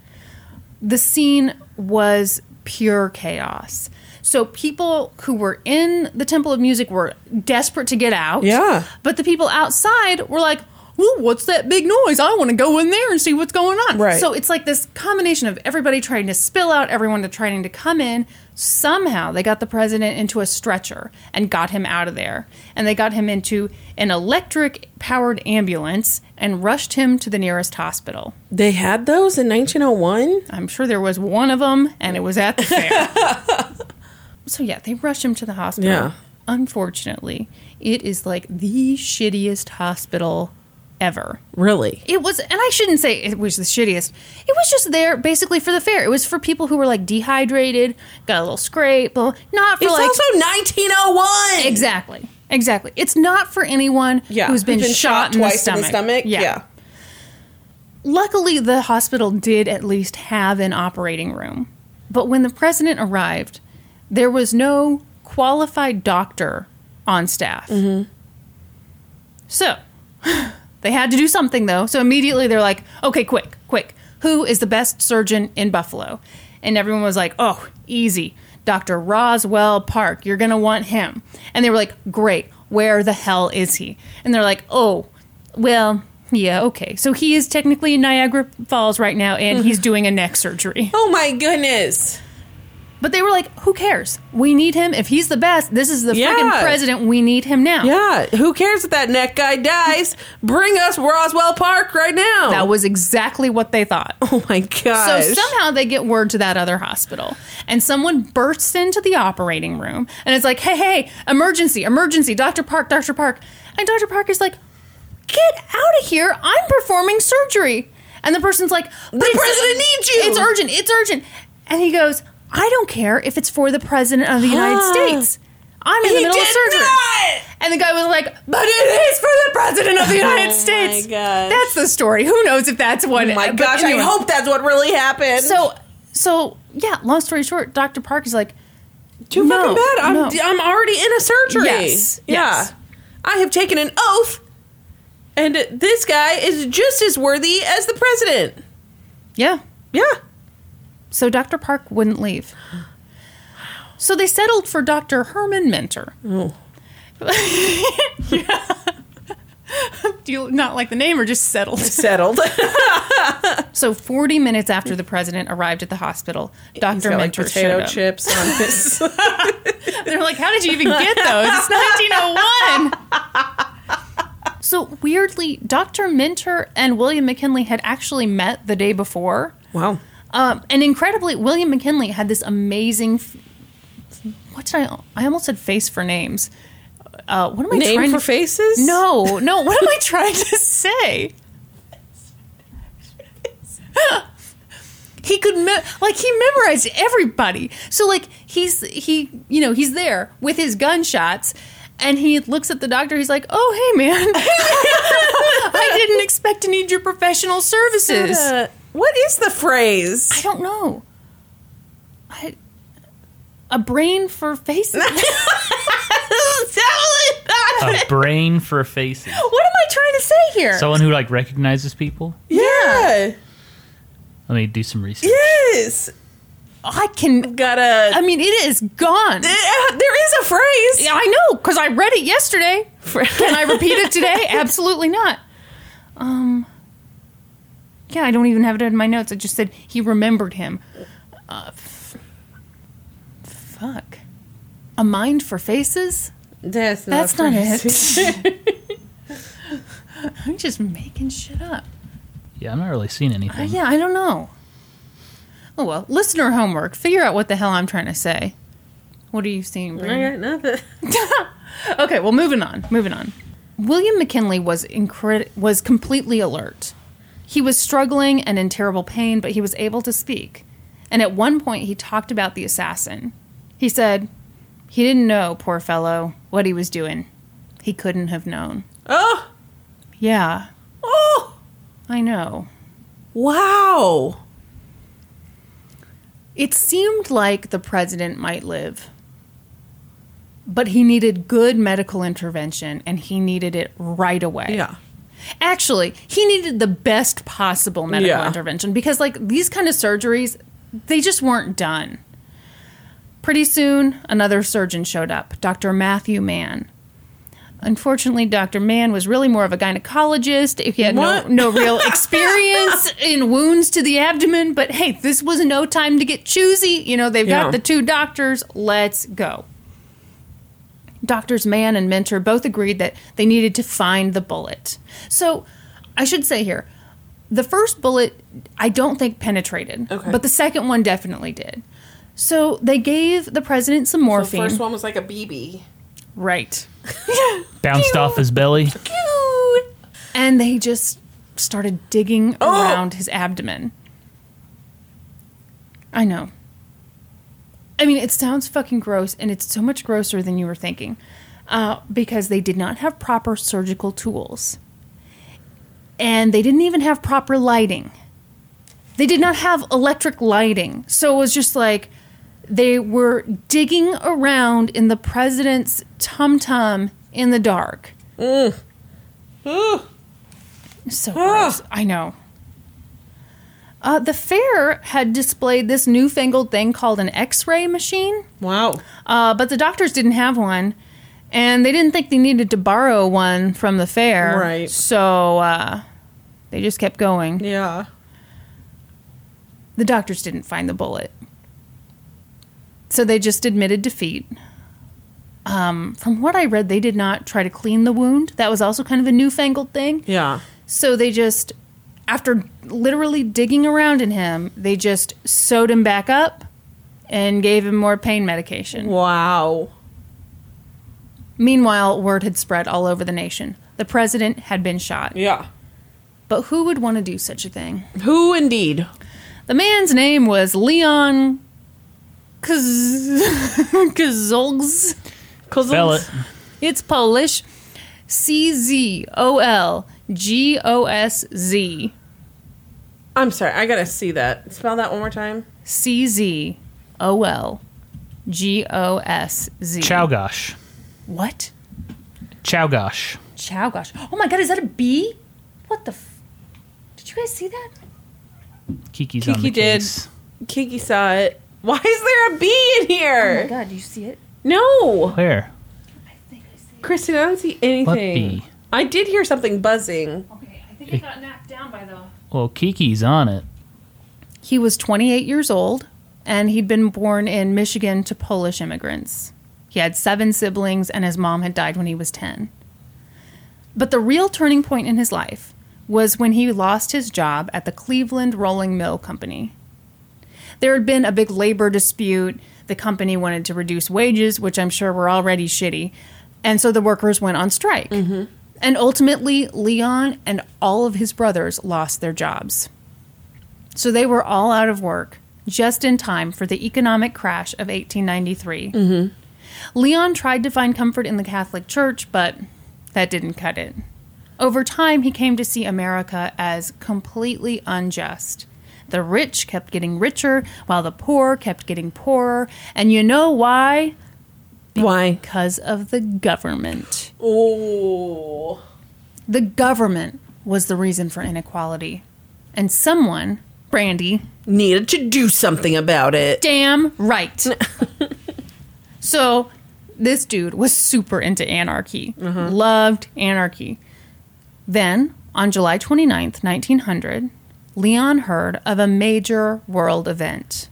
the scene was pure chaos. So people who were in the Temple of Music were desperate to get out.
Yeah.
But the people outside were like, "Ooh, what's that big noise? I want to go in there and see what's going on."
Right.
So it's like this combination of everybody trying to spill out, everyone to trying to come in. Somehow they got the president into a stretcher and got him out of there. And they got him into an electric powered ambulance and rushed him to the nearest hospital.
They had those in 1901?
I'm sure there was one of them, and it was at the *laughs* fair. so yeah, they rushed him to the hospital.
Yeah.
Unfortunately, it is like the shittiest hospital ever.
Really?
It was, and I shouldn't say it was the shittiest. It was just there basically for the fair. It was for people who were like dehydrated, got a little scrape, blah, not for
It's
like
also 1901!
exactly, exactly. It's not for anyone
Yeah.
who's been, shot, in,
twice
the
in the stomach? yeah.
Luckily, the hospital did at least have an operating room. But when the president arrived, there was no qualified doctor on staff. So they had to do something, though. So immediately they're like, okay, quick, quick. Who is the best surgeon in Buffalo? And everyone was like, oh, easy. Dr. Roswell Park, you're going to want him. And they were like, great. Where the hell is he? And they're like, oh, well, yeah, okay. So he is technically in Niagara Falls right now and
*laughs*
he's doing a neck surgery.
Oh my goodness.
But they were like, who cares? We need him. If he's the best, this is the
Yeah.
freaking president. We need him now.
Yeah, who cares if that neck guy dies? Bring us Roswell Park right now.
That was exactly what they thought.
*laughs* oh my gosh.
So somehow they get word to that other hospital, and someone bursts into the operating room and it's like, "Hey, hey, emergency, emergency, Doctor Park, Doctor Park," and Doctor Park is like, "Get out of here! I'm performing surgery," and the person's like, "The
president needs you!"
It's urgent. It's urgent," and he goes, "I don't care if it's for the president of the
*gasps*
United
Huh.
States. I'm in
He
the middle of
did
surgery."
not! Oh
And the guy was like, "But it is for the president of the
*laughs*
United
my
States."
gosh.
That's the story. Who knows if that's what?
Oh my
but
gosh,
anyway.
I hope that's what really happened.
So, so yeah. Long story short, Doctor Park is like,
too
no,
fucking bad. I'm,
no.
I'm already in a surgery.
Yes,
Yeah.
yes.
I have taken an oath, and this guy is just as worthy as the president.
yeah.
Yeah.
So Doctor Park wouldn't leave. So they settled for Doctor Herman Mentor.
Oh.
*laughs* Do you not like the name or just settled? *laughs*
Settled.
So forty minutes after the president arrived at the hospital,
He's
Doctor
got, like
Mentor showed
potato
up.
chips on
*laughs*
his.
They're like, how did you even get those? It's 1901. so weirdly, Dr. Minter and William McKinley had actually met the day before.
wow.
Um, and incredibly, William McKinley had this amazing. f- What did I? I almost said face for names. Uh, what am I
Name
trying
for
to?
faces?
No, no. What am I trying to say? *laughs* he could me- like he memorized everybody. So like he's he you know he's there with his gunshots. And he looks at the doctor. He's like, "Oh, hey, man! *laughs* I didn't expect to need your professional services."
Uh, what is the phrase?
I don't know. I a brain for faces.
A brain for faces.
what am I trying to say here?
Someone who like recognizes people.
yeah.
Let me do some research.
Yes.
I can.
Gotta.
I mean, it is gone.
Uh, there is a phrase.
Yeah, I know because I read it yesterday. *laughs* Can I repeat it today? Absolutely not. Um. Yeah, I don't even have it in my notes. I just said he remembered him. Uh, f- fuck. A mind for faces.
That's not
That's not it. *laughs* I'm just making shit up.
Yeah, I'm not really seeing
Uh,
anything.
yeah, I don't know. Oh well, listener homework. Figure out what the hell I'm trying to say. What are you seeing, Brandon?
I got nothing.
*laughs* Okay, well, moving on. Moving on. William McKinley was incre- was completely alert. He was struggling and in terrible pain, but he was able to speak. And at one point, he talked about the assassin. He said, "He didn't know, poor fellow, what he was doing. He couldn't have known."
Oh,
Yeah,
oh,
I know.
wow.
It seemed like the president might live, but he needed good medical intervention, and he needed it right away.
Yeah.
Actually, he needed the best possible medical
Yeah.
intervention because, like, these kind of surgeries, they just weren't done. Pretty soon, another surgeon showed up, Dr. Matthew Mann. Unfortunately, Dr. Mann was really more of a gynecologist. He had no,
What?
no
*laughs*
real experience in wounds to the abdomen, but hey, this was no time to get choosy. You know, they've
Yeah.
got the two doctors. Let's go. Doctors Mann and Mentor both agreed that they needed to find the bullet. So I should say here the first bullet, I don't think penetrated,
Okay.
but the second one definitely did. So they gave the president some morphine.
one was like
*laughs*
a BB.
Right.
Bounced off his belly.
And they just started digging
Oh!
around his abdomen. I know. I mean, it sounds fucking gross, and it's so much grosser than you were thinking uh, because they did not have proper surgical tools. And they didn't even have proper lighting. They did not have electric lighting. So it was just like they were digging around in the president's tum tum in the dark.
Ah.
So gross. I know. Uh, the fair had displayed this newfangled thing called an x ray machine,
Wow.
uh, but the doctors didn't have one, and they didn't think they needed to borrow one from the fair.
Right.
So uh, they just kept going.
Yeah.
The doctors didn't find the bullet. So they just admitted defeat. Um, from what I read, they did not try to clean the wound. That was also kind of a newfangled thing.
Yeah.
So they just, after literally digging around in him, they just sewed him back up and gave him more pain medication.
Wow.
Meanwhile, word had spread all over the nation. The president had been shot.
Yeah.
But who would want to do such a thing?
Who indeed?
The man's name was Leon Kaz- *laughs* Kazolgs.
Spell it.
It's Polish. C Z O L G O S Z.
I'm sorry. I gotta see that. Spell that one more time.
C Z O L G O S Z.
Chowgosh.
What?
Chowgosh.
Chow gosh. Oh my god, is that a bee? What the f- Did you guys see that?
Kiki's on
Kiki
the
did.
case.
Kiki saw it. Why is there a bee in
Oh my
here?
god, do you see it?
no.
Where?
I think I see
Kristen, I don't see anything.
What bee?
I did hear something buzzing.
it. Okay, I think I got knocked down by the
Well, Kiki's on it.
He was 28 years old and he'd been born in Michigan to Polish immigrants. He had seven siblings and his mom had died when he was 10. But the real turning point in his life was when he lost his job at the Cleveland Rolling Mill Company. There had been a big labor dispute. The company wanted to reduce wages, which I'm sure were already shitty. And so the workers went on strike. And ultimately, Leon and all of his brothers lost their jobs. So they were all out of work just in time for the economic crash of 1893. Leon tried to find comfort in the Catholic Church, but that didn't cut it. Over time, he came to see America as completely unjust. The rich kept getting richer, while the poor kept getting poorer. And you know why?
Why?
Because of the government.
Oh.
The government was the reason for inequality. And someone, Brandy,
Needed to do something about it.
damn right. so this dude was super into anarchy, loved anarchy. Then, on July 29th, 1900, Leon heard of a major world event.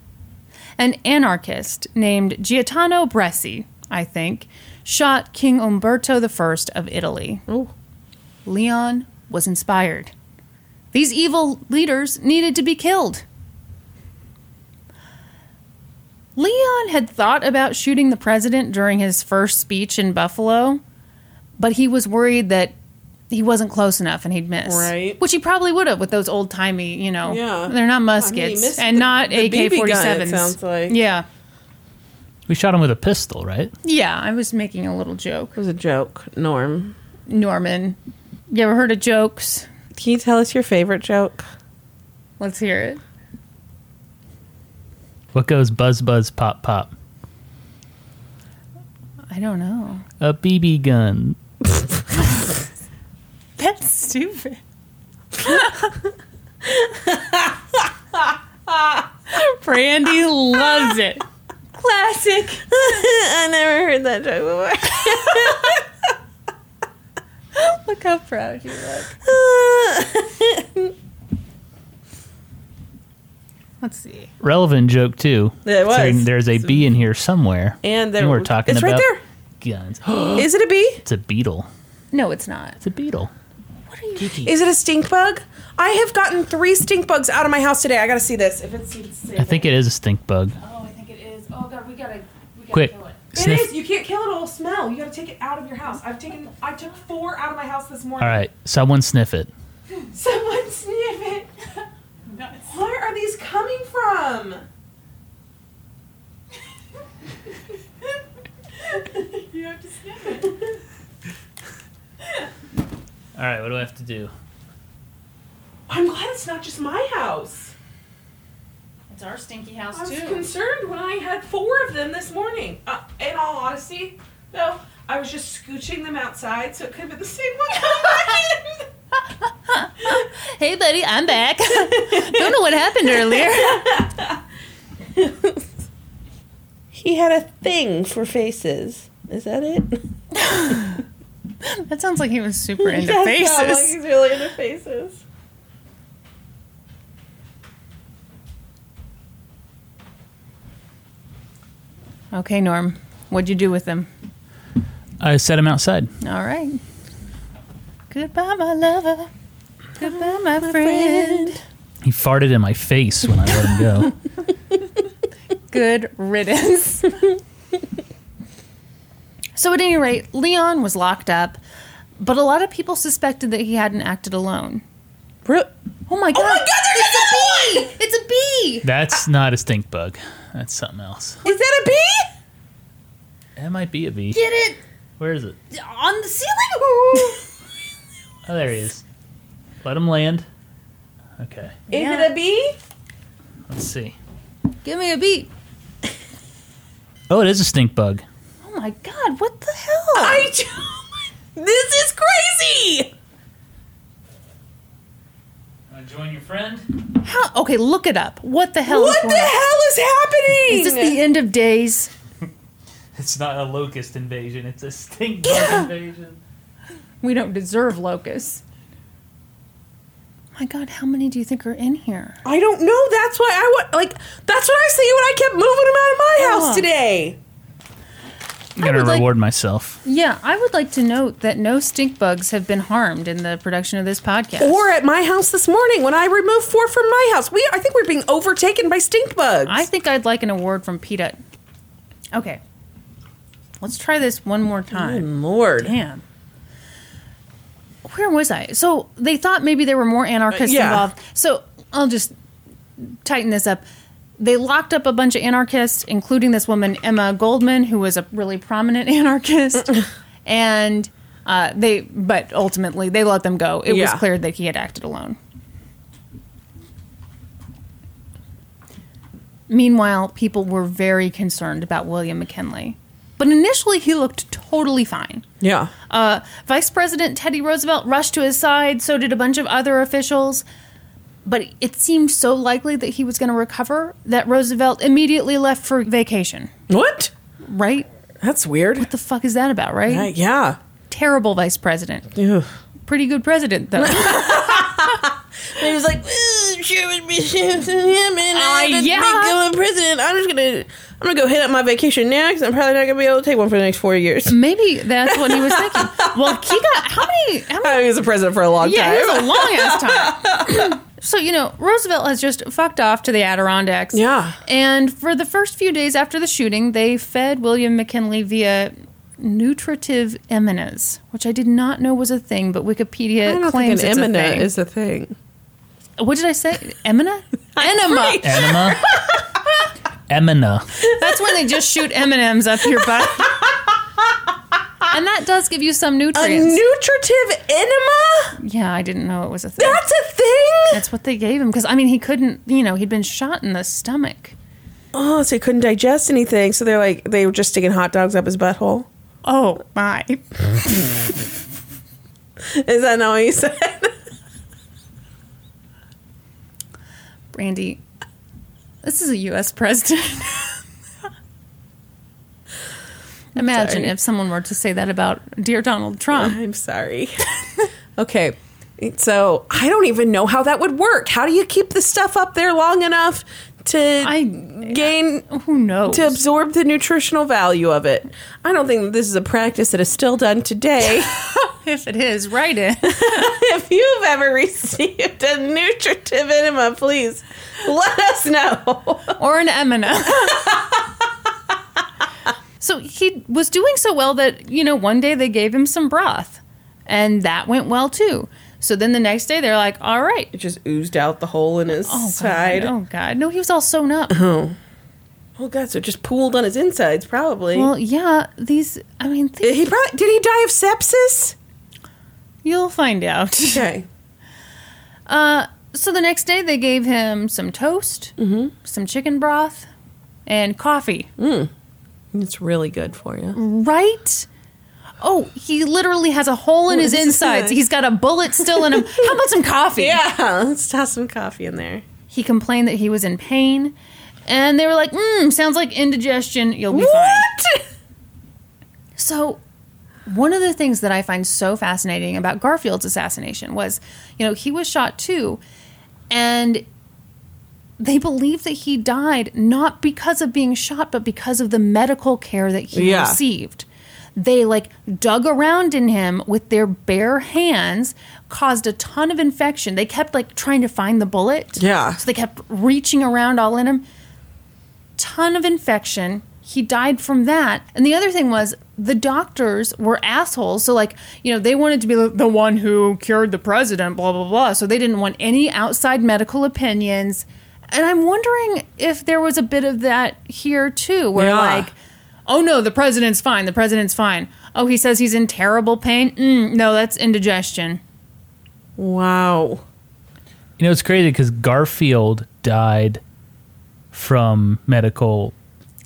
An anarchist named Giordano Bresci, I think, shot King Umberto I of Italy. Leon was inspired. These evil leaders needed to be killed. Lebanon had thought about shooting the president during his first speech in Buffalo, but he was worried that he wasn't close enough and he'd miss.
Right.
Which he probably would have with those old timey, you know.
Yeah.
They're not
I mean, he
muskets
missed
and
the-
not
the BB
AK
gun, it
47s.
sounds like.
Yeah.
We shot him with a pistol, right?
Yeah, I was making a little joke.
was a joke, Norm.
Norman, you ever heard of jokes?
Can you tell us your favorite joke?
Let's hear it.
What goes buzz buzz pop pop?
I don't
*laughs*
know.
A BB gun.
That's stupid. *laughs* Brandy loves it. Classic.
*laughs* I never heard that joke before. *laughs*
Look how proud you look. Let's see.
Relevant joke too.
It was.
Saying There's a bee in here somewhere.
And there-
we're talking
it's right
about
there.
guns. *gasps*
Is it a bee?
it's a beetle.
No, it's not.
It's a beetle.
What are you?
Is it a stink bug? I have gotten three stink bugs out of my house today. I gotta see this. If it's,
I think it is a stink bug.
Oh, I think it is. Oh God, we gotta. We gotta
Quick,
it is.
sniff.
You can't kill it. It'll smell. You gotta take it out of your house. I've taken. I took four out of my house this morning. *laughs*
All right, someone sniff it.
Someone sniff it. Where are these coming from?
You have to sniff it.
All right, what do I have to do?
*laughs* I'm glad it's not just my house.
It's our stinky
I
house
was concerned when I had four of them this morning. Uh, in all honesty, though, I was just scooching them outside, so it could have been the same one.
Hey, buddy, I'm back. *laughs* don't know what happened
*laughs*
earlier.
*laughs* He had a thing for faces. Is that it?
That sounds like he was super into faces.
he's really into faces.
Okay, Norm, what'd you do with him?
I set him outside.
All right. Goodbye, my lover. Goodbye, my, friend.
He farted in my face when I let him *laughs* go.
Good riddance. *laughs* so, at any rate, Leon was locked up, but a lot of people suspected that he hadn't acted alone. Oh my god!
my God,
there's a bee! It's a bee!
That's not a stink bug. That's something else.
Is that a bee?
That might be a bee.
Get it
Where is it?
on the ceiling! *laughs*
Oh, there he is. Let him land. Okay,
Is
Yeah.
it a bee?
let's see.
Give me a bee!
Oh, it is a stink bug.
Oh my god! What the hell?
I. *laughs* this is crazy.
Want to join your friend?
How? Okay, look it up. What the hell? is
What the
going on?
hell is happening?
Is this the end of days?
It's not a locust invasion. It's a *laughs* stink bug invasion.
We don't deserve locusts. My God, how many do you think are in here?
I don't know. That's why I want. Like that's what I say when I kept moving them out of my
Uh-huh.
house today.
I'm gonna
would like-
reward myself.
Yeah, I would like to note that no stink bugs have been harmed in the production of this podcast.
Or at my house this morning when I removed four from my house. We I think we're being overtaken by stink bugs.
I think I'd like an award from PETA. Okay. Let's try this one more time.
Lord.
Damn. Where was I? So they thought maybe there were more anarchists
Uh, yeah.
involved. So I'll just tighten this up. They locked up a bunch of anarchists, including this woman, Emma Goldman, who was a really prominent *laughs* anarchist. and uh, they, but ultimately, they let them go. It
Yeah.
was clear that he had acted alone. Meanwhile, people were very concerned about William McKinley. But initially, he looked totally fine.
Yeah.
Uh, Vice President Teddy Roosevelt rushed to his side, so did a bunch of other officials. But it seemed so likely that he was going to recover that Roosevelt immediately left for vacation,
What?
right?
That's weird.
The fuck is that about, right?
Right, yeah.
Terrible vice president.
Ugh.
Pretty good president, though. *laughs*
He was like, Sherman Bishop's in him, and I'm
Uh,
gonna
yeah.
become a president. I'm just gonna, I'm gonna go hit up my vacation now because I'm probably not gonna be able to take one for the next four years. *laughs*
Maybe that's what he was thinking. Well, he got how many? How many
I was a president for a long
yeah,
time. *laughs*
it was a long ass time. So, you know, Roosevelt has just fucked off to the Adirondacks.
Yeah.
And for the first few days after the shooting, they fed William McKinley via nutritive eminas, which I did not know was a thing, but Wikipedia
I don't
claims
think an
it's a
emina
thing.
is a thing.
what did I say? Emina? Enema. *laughs*
Enema. Emina.
That's when they just shoot M&Ms up your butt. and that does give you some
A
nutrients.
nutritive enema?
yeah, I didn't know it was a thing.
That's a thing?
That's what they gave him because I mean he couldn't, you know, he'd been shot in the stomach.
Oh, so he couldn't digest anything. So they're like, they were just sticking hot dogs up his butthole.
Oh my!
Is that not what you said?
Brandy, this is a U.S. president. *laughs* Imagine
sorry.
if someone were to say that about dear Donald Trump.
I'm sorry. *laughs* okay. So I don't even know how that would work. How do you keep the stuff up there long enough to
I-
gain
Who knows?
to absorb the nutritional value of it? I don't think that this is a practice that is still
*laughs*
done today. *laughs*
If it is, write it.
if you've ever received a nutritive enema, please let us know. *laughs*
or an Eminem. so he was doing so well that, you know, one day they gave him some broth and that went well too. So then the next day they're like, all right.
It just oozed out the hole in his
Oh,
side. Uh-huh.
God. Oh, God. No, he was all sewn up.
Oh god, so it just pooled on his insides, probably. Uh,
well, yeah, these, I mean, th-
he probably did he die
*laughs*
of sepsis?
you'll find out. *laughs*
Okay.
Uh, so the next day they gave him some toast, some chicken broth, and coffee.
It's really good for you.
Mm-hmm. Right? Oh, he literally has a hole in his insides. He's got a bullet still in him. How about some coffee?
Yeah, *laughs* let's toss some coffee in there.
He complained that he was in pain, and they were like, mm, sounds like indigestion. You'll be fine. *laughs* So, one of the things that I find so fascinating about Garfield's assassination was, you know, he was shot too, and they believe that he died not because of being shot, but because of the medical care that he
Yeah.
received. They like dug around in him with their bare hands, caused a ton of infection. They kept like trying to find the bullet.
Yeah.
So they kept reaching around all in him ton of infection. He died from that. And the other thing was the doctors were assholes. So, like, you know, they wanted to be the- the one who cured the president, blah, blah, blah. So they didn't want any outside medical opinions. And I'm wondering if there was a bit of that here too, where
Yeah.
like, oh no, the president's fine. The president's fine. Oh, he says he's in terrible pain. Mm, no, that's indigestion.
Wow.
You know, it's crazy because Garfield died from medical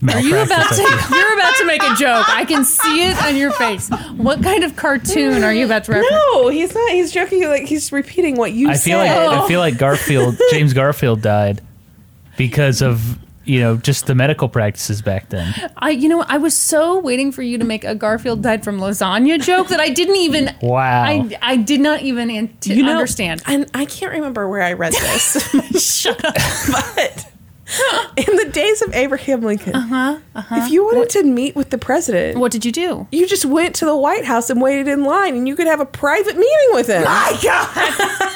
malpractice.
You're about
I
to *laughs*
think.
you're about to make a joke. I can see it on your face. What kind of cartoon are you about to reference?
*laughs* No, he's not. He's joking. Like he's repeating what you
I
said.
feel like I feel like Garfield, James Garfield, died because of you know just the medical practices back then.
I you know what? I was so waiting for you to make a Garfield died from lasagna joke that I didn't even
Wow.
I I did not even ant- understand.
And I can't remember where I read this. *laughs* Shut up. But in the days of Abraham Lincoln, uh-huh, if you wanted to meet with the president,
What did you do?
you just went to the White House and waited in line, and you could have a private meeting with him. *laughs* My God.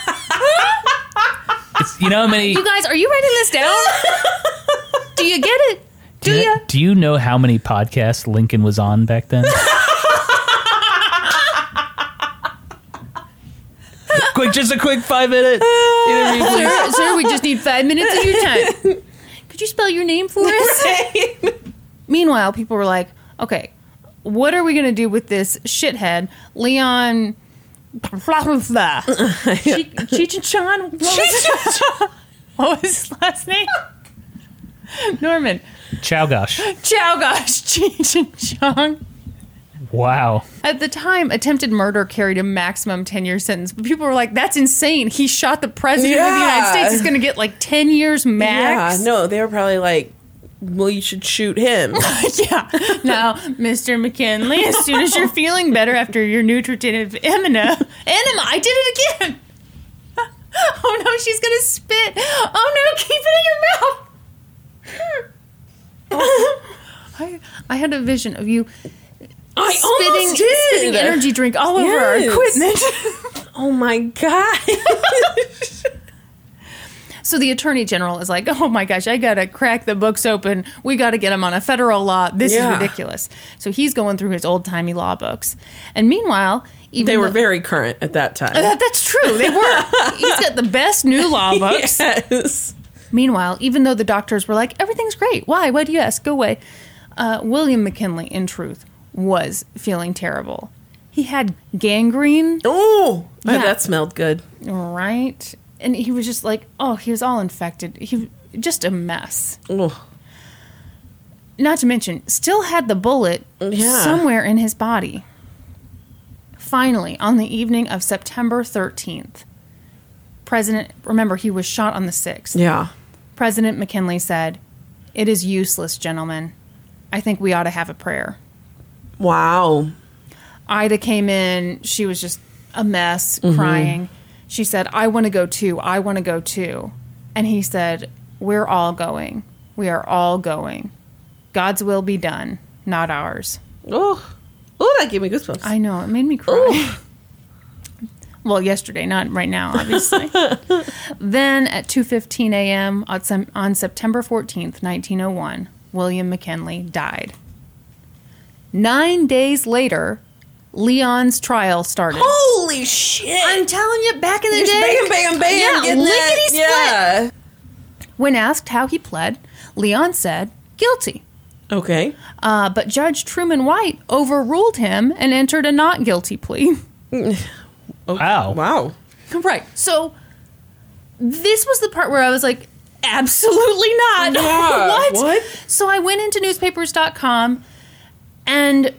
It's, you know how many
You guys, are you writing this down? *laughs* do you get it? Do
do
you?
you, do you know how many podcasts Lincoln was on back then? quick, just a quick five minute interview. please.
sir, sir, we just need five minutes of your *laughs* time. Could you spell your name for us? *laughs* Meanwhile, people were like, okay, what are we going to do with this shithead, Leon? Blah, blah,
*laughs*
blah. Cheech Cheech and Chong? What was his- *laughs* What was his last name? Norman.
Chow gosh.
Chow gosh, *laughs* Cheech and Chong.
Wow.
At the time, attempted murder carried a maximum 10 year sentence, but people were like, that's insane. He shot the president of the United
Yeah.
States. He's going to get like 10 years max.
Yeah, no, they were probably like, well, you should shoot *laughs* him.
*laughs* Yeah. Now, Mr. McKinley, as soon as you're feeling better after your nutritive enema, enema, I did it again. *laughs* Oh no, she's gonna spit. Oh no, keep it *laughs* in your mouth. Oh, I, I had a vision of you
I
spitting, spitting energy drink all over our *laughs*
Yes.
equipment.
Oh my God.
So the attorney general is like, oh my gosh, I gotta crack the books open. We gotta get him on a federal law. This
Yeah.
is ridiculous. So he's going through his old timey law books, and meanwhile, even
*laughs* They were
though-
very current at that
*laughs*
time.
That- that's true. They were. He's got the best new law books.
*laughs* Yes.
Meanwhile, even though the doctors were like, everything's great. Why? Why do you ask? Go away. Uh, William McKinley, in truth, was feeling terrible. He had gangrene,
Oh,
Yeah.
that smelled good.
right? And he was just like, oh, he was all infected. He just a mess.
Oh,
Not to mention, still had the bullet
Yeah.
somewhere in his body. Finally, on the evening of September 13th, President, remember, he was shot on the 6th.
yeah.
President McKinley said, It is useless, gentlemen. I think we ought to have a prayer.
Wow.
Ida came in. She was just a mess,
Mm-hmm.
crying. She said, I want to go too. I want to go too. And he said, We're all going. We are all going. God's will be done, not ours.
Oh, oh, that gave me goosebumps.
I know. It made me cry. *laughs* Well, yesterday, not right now, obviously. then at 2:15 a.m. on Sem- on September 14th, 1901, William McKinley died. 9 days later, Leon's trial started.
Holy shit!
I'm telling you, back in the
Just
day,
bam, bam, bam.
Yeah,
getting that-
lickety-split. When asked how he pled, Leon said, "Guilty."
Yeah. Okay.
Uh, but Judge Truman White overruled him and entered a not guilty plea. *laughs*
Wow.
Oh, Wow.
Right. So this was the part where I was like, absolutely not. *laughs*
Yeah,
what?
what?
So I went into newspapers.com and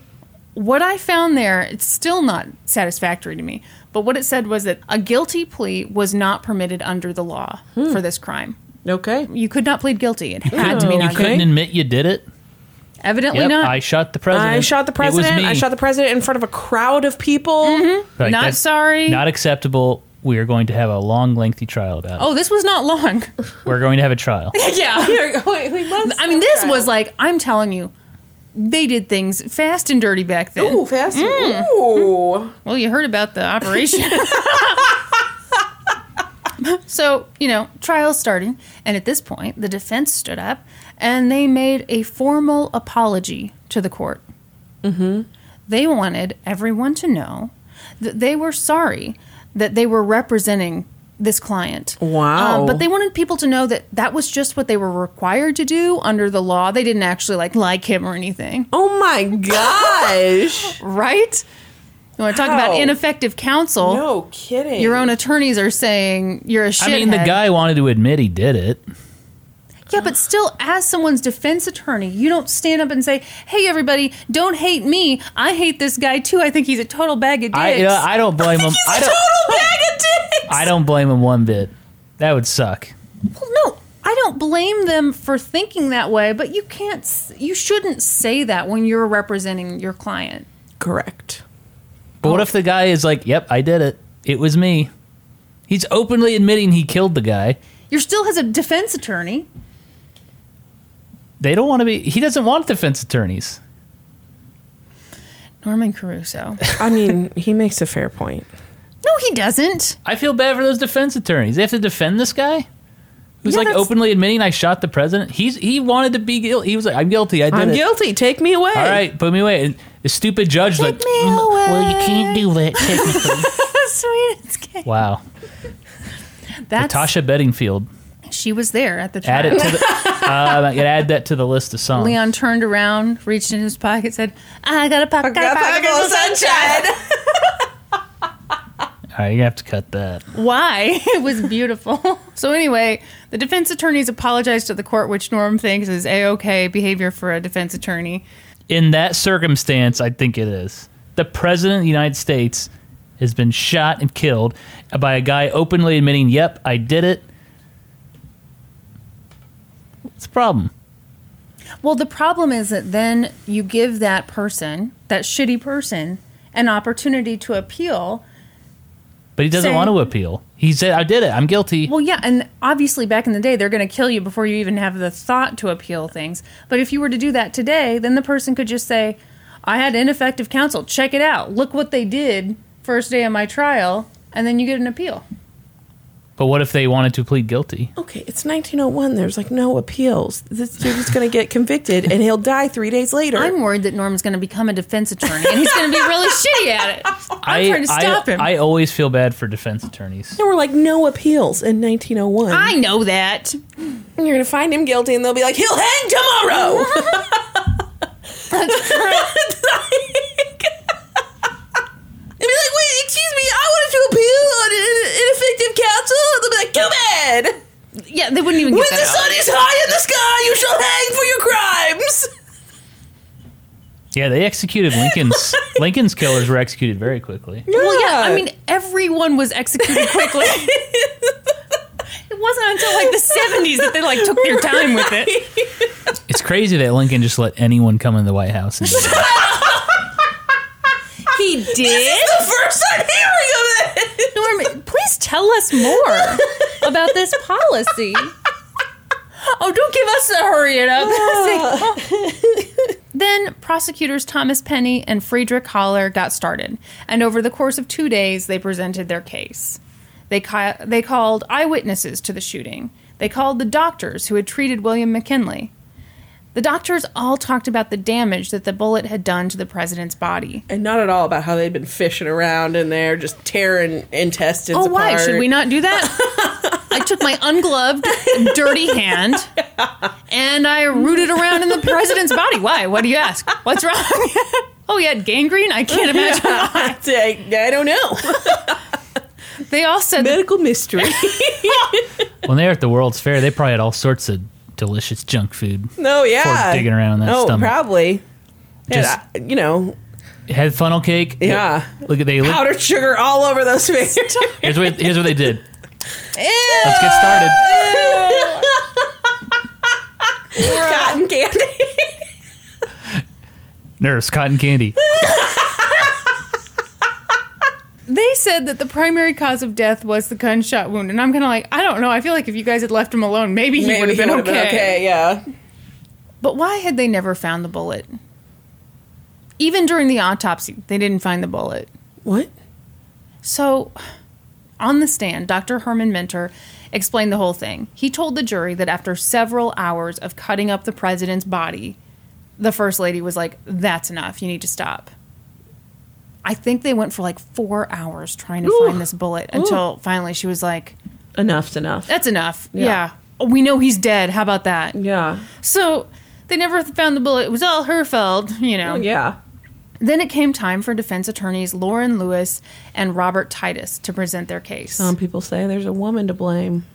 what I found there, it's still not satisfactory to me, but what it said was that a guilty plea was not permitted under the law for this crime.
Okay.
You could not plead guilty. It had to be
Oh,
not guilty.
okay.
Couldn't admit you did it.
Evidently
Yep,
not.
I shot the president.
I shot the
It was
president.
me.
I shot the president in front of a crowd of people.
Mm-hmm.
*laughs*
Like,
not
that's
sorry.
Not acceptable. We are going to have a long, lengthy trial about it.
oh, this was not long.
We're going to have a trial.
yeah. I mean, this was like, I'm telling you, they did things fast and dirty back then.
Ooh, fast.
Mm.
Ooh.
Well, you heard about the operation. *laughs* so, you know, trial's starting, and at this point, the defense stood up and they made a formal apology to the court. Mm-hmm. They wanted everyone to know that they were sorry that they were representing this client.
Wow.
Um, but they wanted people to know that that was just what they were required to do under the law. They didn't actually like like him or anything
Oh *laughs* my gosh.
right? You want to talk about
Wow.
ineffective counsel?
no kidding.
Your own attorneys are saying you're a shithead.
I mean, the guy wanted to admit he did it.
Yeah, but still, as someone's defense attorney, you don't stand up and say, "Hey, everybody, don't hate me. I hate this guy too. I think he's a total bag of dicks."
I, you know, I don't blame him. I don't, *laughs*
total bag of dicks.
I don't blame him one bit. That would suck.
Well, no, I don't blame them for thinking that way, but you can't. s- You shouldn't say that when you're representing your client.
Correct.
But
Oh.
what if the guy is like, "Yep, I did it. It was me." He's openly admitting he killed the guy.
You're still as a defense attorney.
They don't want to be. He doesn't want defense attorneys.
Norman
*laughs*
Caruso.
I mean, he makes a fair point.
no, he doesn't. *laughs*
I feel bad for those defense attorneys. They have to defend this guy who's
Yeah,
like
that's-
openly admitting I shot the president. He's he wanted to be guilty. He was like, "I'm guilty. I
*laughs*
did
I'm
it."
guilty. Take me away.
All right, put me away. And the stupid judge like, "Mm,
me away."
"Well, you can't do
*laughs*
that." technically."
Sweetest kid.
wow,
That's
Tasha Bedingfield.
She was there at the
Add it
trial. *laughs*
to the. um, I could add that to the list of songs.
Leon turned around, reached in his pocket, said, "I got a pop, got a pop, got a pop."
All right, you have to cut that.
Why? It was beautiful. so anyway, the defense attorneys apologized to the court, which Norm thinks is a okay behavior for a defense attorney.
in that circumstance, I think it is. The president of the United States has been shot and killed by a guy openly admitting, "Yep, I did it." It's a problem.
Well, the problem is that then you give that person, that shitty person, an opportunity to appeal.
But he doesn't
Same.
want to appeal. He said, "I did it. I'm guilty."
Well, yeah, and obviously back in the day, they're going to kill you before you even have the thought to appeal things. But if you were to do that today, then the person could just say, I had ineffective counsel. Check it out. Look what they did first day of my trial. And then you get an appeal.
But what if they wanted to plead guilty?
Okay, it's 1901. There's like no appeals. This dude is going to get convicted and he'll die three days later.
I'm worried that Norm's going to become a defense attorney and he's going to be *laughs* really shitty at it. I'm
I-
trying to stop
I,
him. I,
I always feel bad for defense attorneys.
there were like no appeals in 1901.
know that.
And you're going to find him guilty and they'll be like, he'll hang *laughs* tomorrow.
That's true.
It's like- It'd be like, wait, excuse me, I wanted to appeal on in- ineffective counsel. And they'll be like, too bad.
Yeah, they wouldn't even get
When the
that. out.
sun is high in the sky, you shall hang for your crimes.
Yeah,
*laughs*
they executed Lincoln's Lincoln's killers were executed very quickly.
Well, yeah, I mean, everyone was executed *laughs* quickly. it wasn't until like the 70s that they like took their time with it.
It's crazy that Lincoln just let anyone come in the White House. And
*laughs*
He did.
the first time hearing of
*laughs*
it.
Norm, please tell us more about this policy. Oh, don't give us a hurry it up. *laughs* then prosecutors Thomas Penny and Friedrich Haller got started, and over the course of two days, they presented their case. They, ca- they called eyewitnesses to the shooting. They called the doctors who had treated William McKinley. The doctors all talked about the damage that the bullet had done to the president's body.
And not at all about how they'd been fishing around in there, just tearing intestines
Oh, why should
*laughs*
we not do that? I took my ungloved, dirty hand and I rooted around in the president's body. Why? What do you ask? What's wrong? *laughs* oh, he had gangrene? I can't imagine.
I, I don't know.
They all said that
Medical mystery. *laughs*
when they were at the World's Fair, they probably had all sorts of delicious junk food.
No, Oh, yeah.
Or digging around in that
oh,
stomach.
probably.
Just-
Just, you know,
Had funnel cake.
Yeah.
Look at they. Look,
powdered sugar all over those fingers. *laughs*
here's what here's what they did.
Ew.
Let's get started.
Cotton candy.
Nurse cotton candy.
they said that the primary cause of death was the gunshot wound, and I'm kind of like, I don't know. I feel like if you guys had left him alone, maybe he would have been,
would've
okay.
yeah.
But why had they never found the bullet? Even during the autopsy, they didn't find the bullet.
What?
So, on the stand, Dr. Herman Minter explained the whole thing. He told the jury that after several hours of cutting up the president's body, the first lady was like, That's enough. You need to stop. I think they went for like four hours trying to find this bullet until finally she was like,
Enough's enough.
That's enough. Yeah. Oh, We know he's dead. How about that?
Yeah.
So, they never found the bullet. It was all her fault, you know.
Oh, Yeah.
Then it came time for defense attorneys Lauren Lewis and Robert Titus to present their case.
Some people say there's a woman to blame.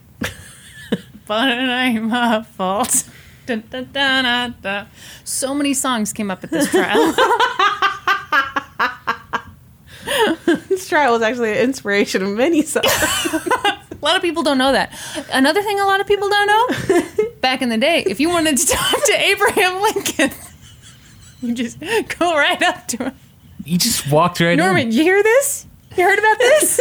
but it ain't my fault. Dun, dun, dun, dun, dun. So many songs came up at this trial.
This trial was actually an inspiration of many *laughs* songs.
a lot of people don't know that. Another thing a lot of people don't know back in the day, if you wanted to *laughs* talk to Abraham Lincoln, *laughs* you just go right up to him.
*laughs* You just walked right in.
Norman, you hear this? You heard about this?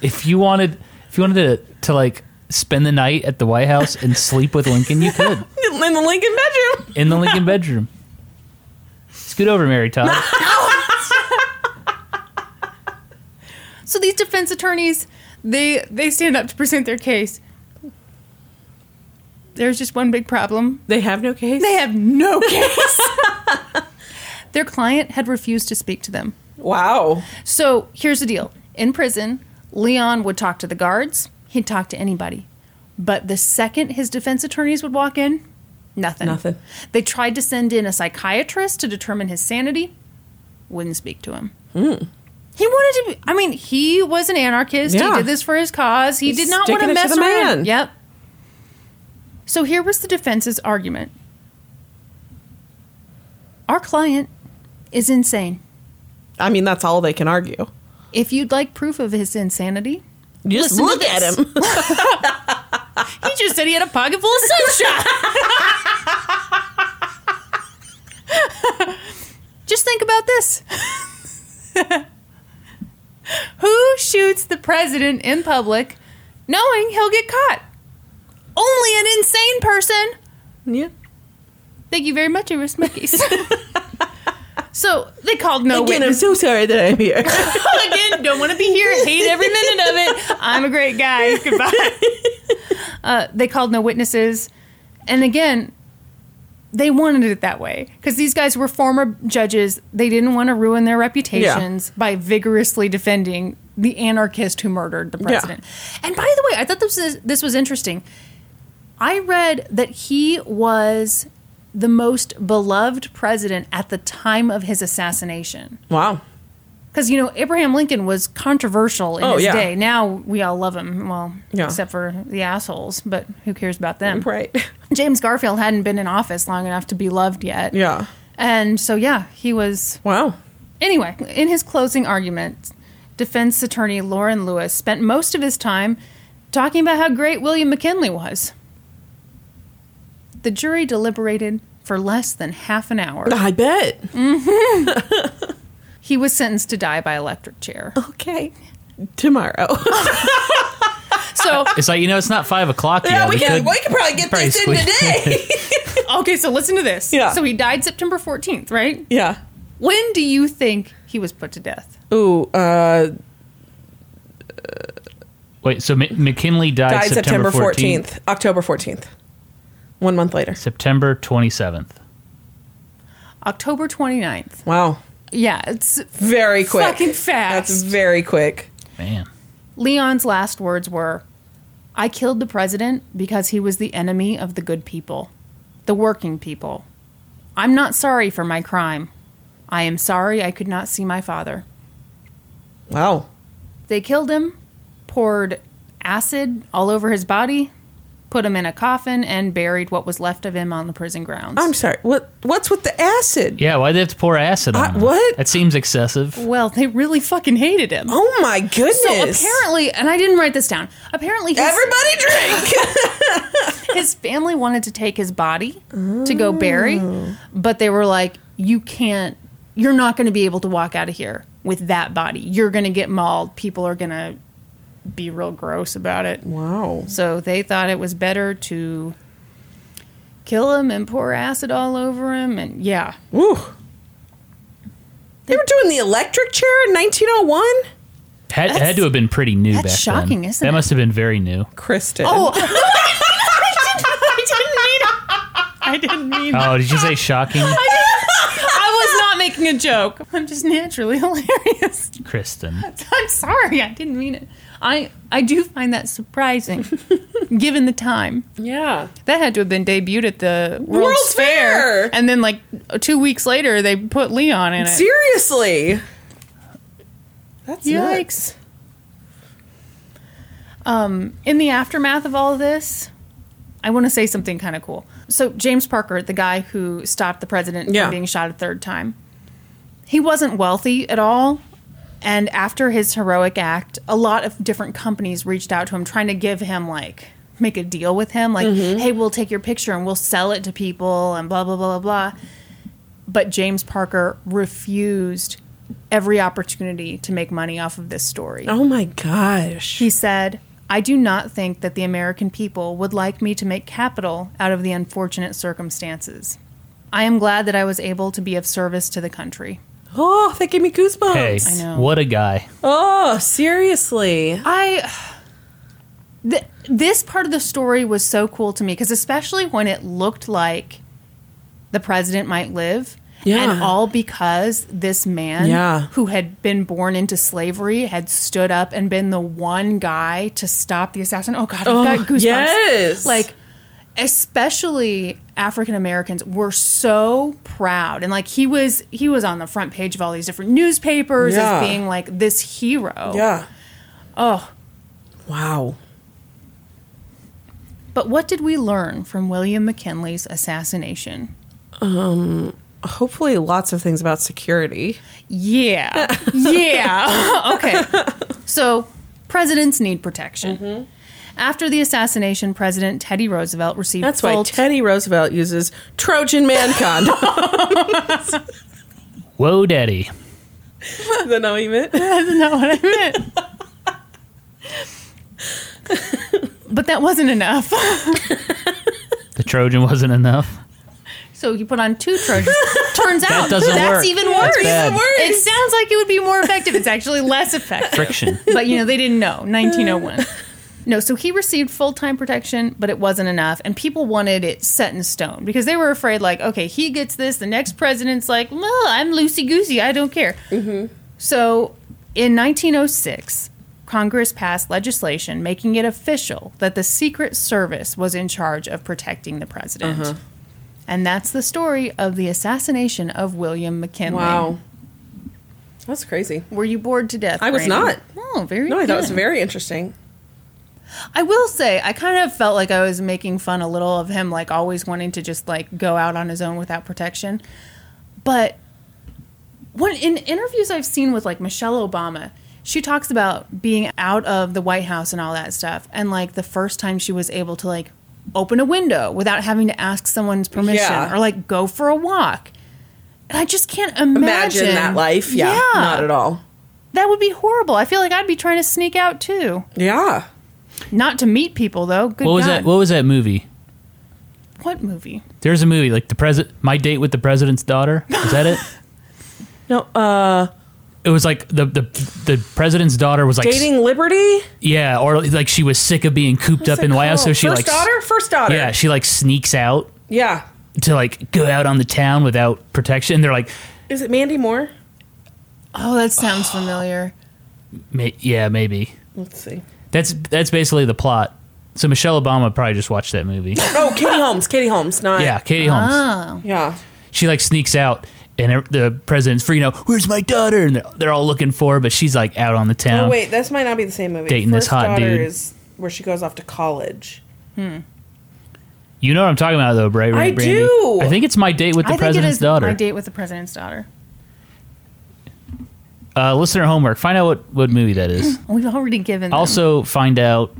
If you wanted, if you wanted to, to like spend the night at the White House and sleep with Lincoln, you could
*laughs* in the Lincoln bedroom.
in the Lincoln bedroom. Scoot over,
*laughs*
Mary Todd.
So these defense attorneys, they they stand up to present their case. There's just one big problem.
They have no case.
They have no case. *laughs* their client had refused to speak to them.
wow.
So here's the deal. In prison, Leon would talk to the guards, he'd talk to anybody. But the second his defense attorneys would walk in, nothing.
Nothing.
They tried to send in a psychiatrist to determine his sanity, wouldn't speak to him.
Hmm.
He wanted to be, I mean, he was an anarchist. He
Yeah.
did this for his cause. He did not want
sticking
to
it to
mess
the
around.
man.
Yep. So here was the defense's argument Our client is insane.
I mean, that's all they can argue.
If you'd like proof of his insanity,
Just
Listen to
look at
this.
him.
he just said he had a pocket full of sunshine. just think about this. Who shoots the president in public knowing he'll get caught? Only an insane person.
*laughs* Yeah.
*laughs* Thank you very much, Iris Monkeys. So they called no
Again, I'm
witness.
so sorry that I'm *laughs* here.
*laughs* Again, don't want to be here. *laughs* Hate every minute of it. I'm a great guy. Goodbye. Uh, they called no witnesses, and again, they wanted it that way because these guys were former judges. They didn't want to ruin their reputations by vigorously defending the anarchist who murdered the president. And by the way, I thought this was, this was interesting. I read that he was the most beloved president at the time of his assassination.
*laughs* wow.
Because you know Abraham Lincoln was controversial in
Oh,
his
yeah.
day. Now we all love him. Well,
Yeah.
except for the assholes, but who cares about them?
Right.
James Garfield hadn't been in office long enough to be loved yet.
Yeah.
And so yeah, he was
Wow.
Anyway, in his closing argument, defense attorney Lauren Lewis spent most of his time talking about how great William McKinley was. The jury deliberated for less than half an
*laughs*
hour.
I bet.
He was sentenced to die by electric chair.
Okay. Tomorrow. *laughs*
So,
It's like you know, it's not five o'clock yet.
can probably get
probably squeeze-
today. *laughs*
okay, so listen to this.
Yeah.
So he died September 14th, right?
yeah.
When do you think he was put to death?
Ooh, uh,
*laughs* Wait, so M- McKinley died,
died September
September fourteenth,
14th, October 14th. One month later.
September twenty seventh.
October 29th.
Wow.
Yeah, it's
Very quick.
Fucking fast.
That's very quick.
Man,
Leon's last words were I killed the president because he was the enemy of the good people, the working people. I'm not sorry for my crime. I am sorry I could not see my father.
Wow.
They killed him, poured acid all over his body, put him in a coffin, and buried what was left of him on the prison grounds.
I'm sorry. What? What's with the acid?
yeah, why would they have to pour acid on
Uh,
him?
what?
That seems excessive.
well, they really fucking hated him.
Oh my goodness.
So apparently, and I didn't write this down. Apparently, his,
Everybody
*laughs*
drink.
his family wanted to take his body to go bury, but they were like, "You can't. You're not going to be able to walk out of here with that body. You're going to get mauled. People are going to be real gross about it."
wow.
So they thought it was better to kill him and pour acid all over him, and yeah,
Ooh. They were doing the electric chair in 1901?
Had, had to have been pretty new
that's
back
shocking,
then.
isn't
that
it?
must have been very new.
Kristen.
Oh, I didn't mean.
Oh, did you
*laughs*
say shocking,
I was not making a joke. I'm just naturally *laughs* hilarious.
Kristen?
I'm sorry, I didn't mean it. I I do find that *laughs* surprising, given the time.
yeah.
That had to have been debuted at the World's,
World's
Fair.
Fair.
and then like two weeks later they put Leon in it.
Seriously. That's
Yikes!
nuts.
Um, in the aftermath of all this, I want to say something kind of cool. So James Parker, the guy who stopped the president
Yeah.
from being shot a third time, he wasn't wealthy at all. And after his heroic act, a lot of different companies reached out to him trying to give him like make a deal with him, like, hey, we'll take your picture and we'll sell it to people and blah blah blah blah blah. But James Parker refused every opportunity to make money off of this story.
Oh my gosh.
He said, I do not think that the American people would like me to make capital out of the unfortunate circumstances. I am glad that I was able to be of service to the country.
Oh, that gave me goosebumps.
Hey,
know.
what a guy!
Oh, seriously.
I. Th- this part of the story was so cool to me because, especially when it looked like the president might live.
Yeah.
And all because this man
Yeah.
who had been born into slavery had stood up and been the one guy to stop the assassin. Oh, God, I've got goosebumps.
yes.
Like, especially African Americans were so proud. And, like, he was he was on the front page of all these different newspapers
Yeah.
as being, like, this hero.
Yeah.
Oh,
Wow.
But what did we learn from William McKinley's assassination?
Hopefully, lots of things about security.
Yeah. *laughs* yeah. *laughs* okay. So, presidents need protection. After the assassination, President Teddy Roosevelt received
That's
full
why
*laughs*
Teddy Roosevelt uses Trojan man *laughs* condom.
Whoa, daddy!
Is that not what you meant?
That's not what I meant. but that wasn't enough. *laughs*
The Trojan wasn't enough.
So he put on two Trojans.
*laughs*
turns out
doesn't
that's
work.
even
That's
worse.
bad.
It sounds like it would be more effective. It's actually less effective. *laughs*
Friction.
But you know, they didn't know.
*laughs*
1901. No, so he received full time protection, but it wasn't enough. And people wanted it set in stone because they were afraid, like, okay, he gets this, the next president's like, well, I'm loosey goosey, I don't care.
Mm-hmm.
So in 1906, Congress passed legislation making it official that the Secret Service was in charge of protecting the president.
Uh-huh.
And that's the story of the assassination of William McKinley.
Wow. That's crazy.
Were you bored to death?
I was
Brandon?
not.
Oh, very
No, I thought it was
good.
very interesting.
I will say, I kind of felt like I was making fun a little of him, like always wanting to just like go out on his own without protection. But when in interviews I've seen with like Michelle Obama, she talks about being out of the White House and all that stuff, and like the first time she was able to like open a window without having to ask someone's permission
Yeah.
or like go for a walk. And I just can't imagine,
Imagine, that life. Yeah, Not at all.
That would be horrible. I feel like I'd be trying to sneak out too.
Yeah.
Not to meet people though. Good
What was
God.
that? What was that movie?
What movie?
There's a movie like the president. My date with the president's daughter.
*laughs*
Is that it?
No, uh
It was like the the the president's daughter was like s-
dating liberty?
yeah, or like she was sick of being cooped up in the White House, so she
First
like s-
daughter? First daughter.
yeah, she like sneaks out
Yeah.
to like go out on the town without protection. They're like,
Is it Mandy Moore?
Oh, that sounds
*gasps*
familiar.
Ma- yeah, maybe.
Let's see.
That's that's basically the plot. So Michelle Obama probably just watched that movie.
Oh, Katie Holmes. Katie Holmes. Not.
yeah, Katie Holmes.
Oh,
Yeah.
She like sneaks out, and er- the president's freaking out. Where's my daughter? And they're, they're all looking for her, but she's like out on the town.
Oh wait, this might not be the same movie.
Dating this
First
hot
daughter
dude.
is where she goes off to college.
You know what I'm talking about, though, right?
I
Brandy?
do.
I think it's my date with the
I think it
president's
is
daughter.
my date with the president's daughter.
uh, listener homework. Find out what, what movie
*clears throat*
that is.
We've already given. them.
also, find out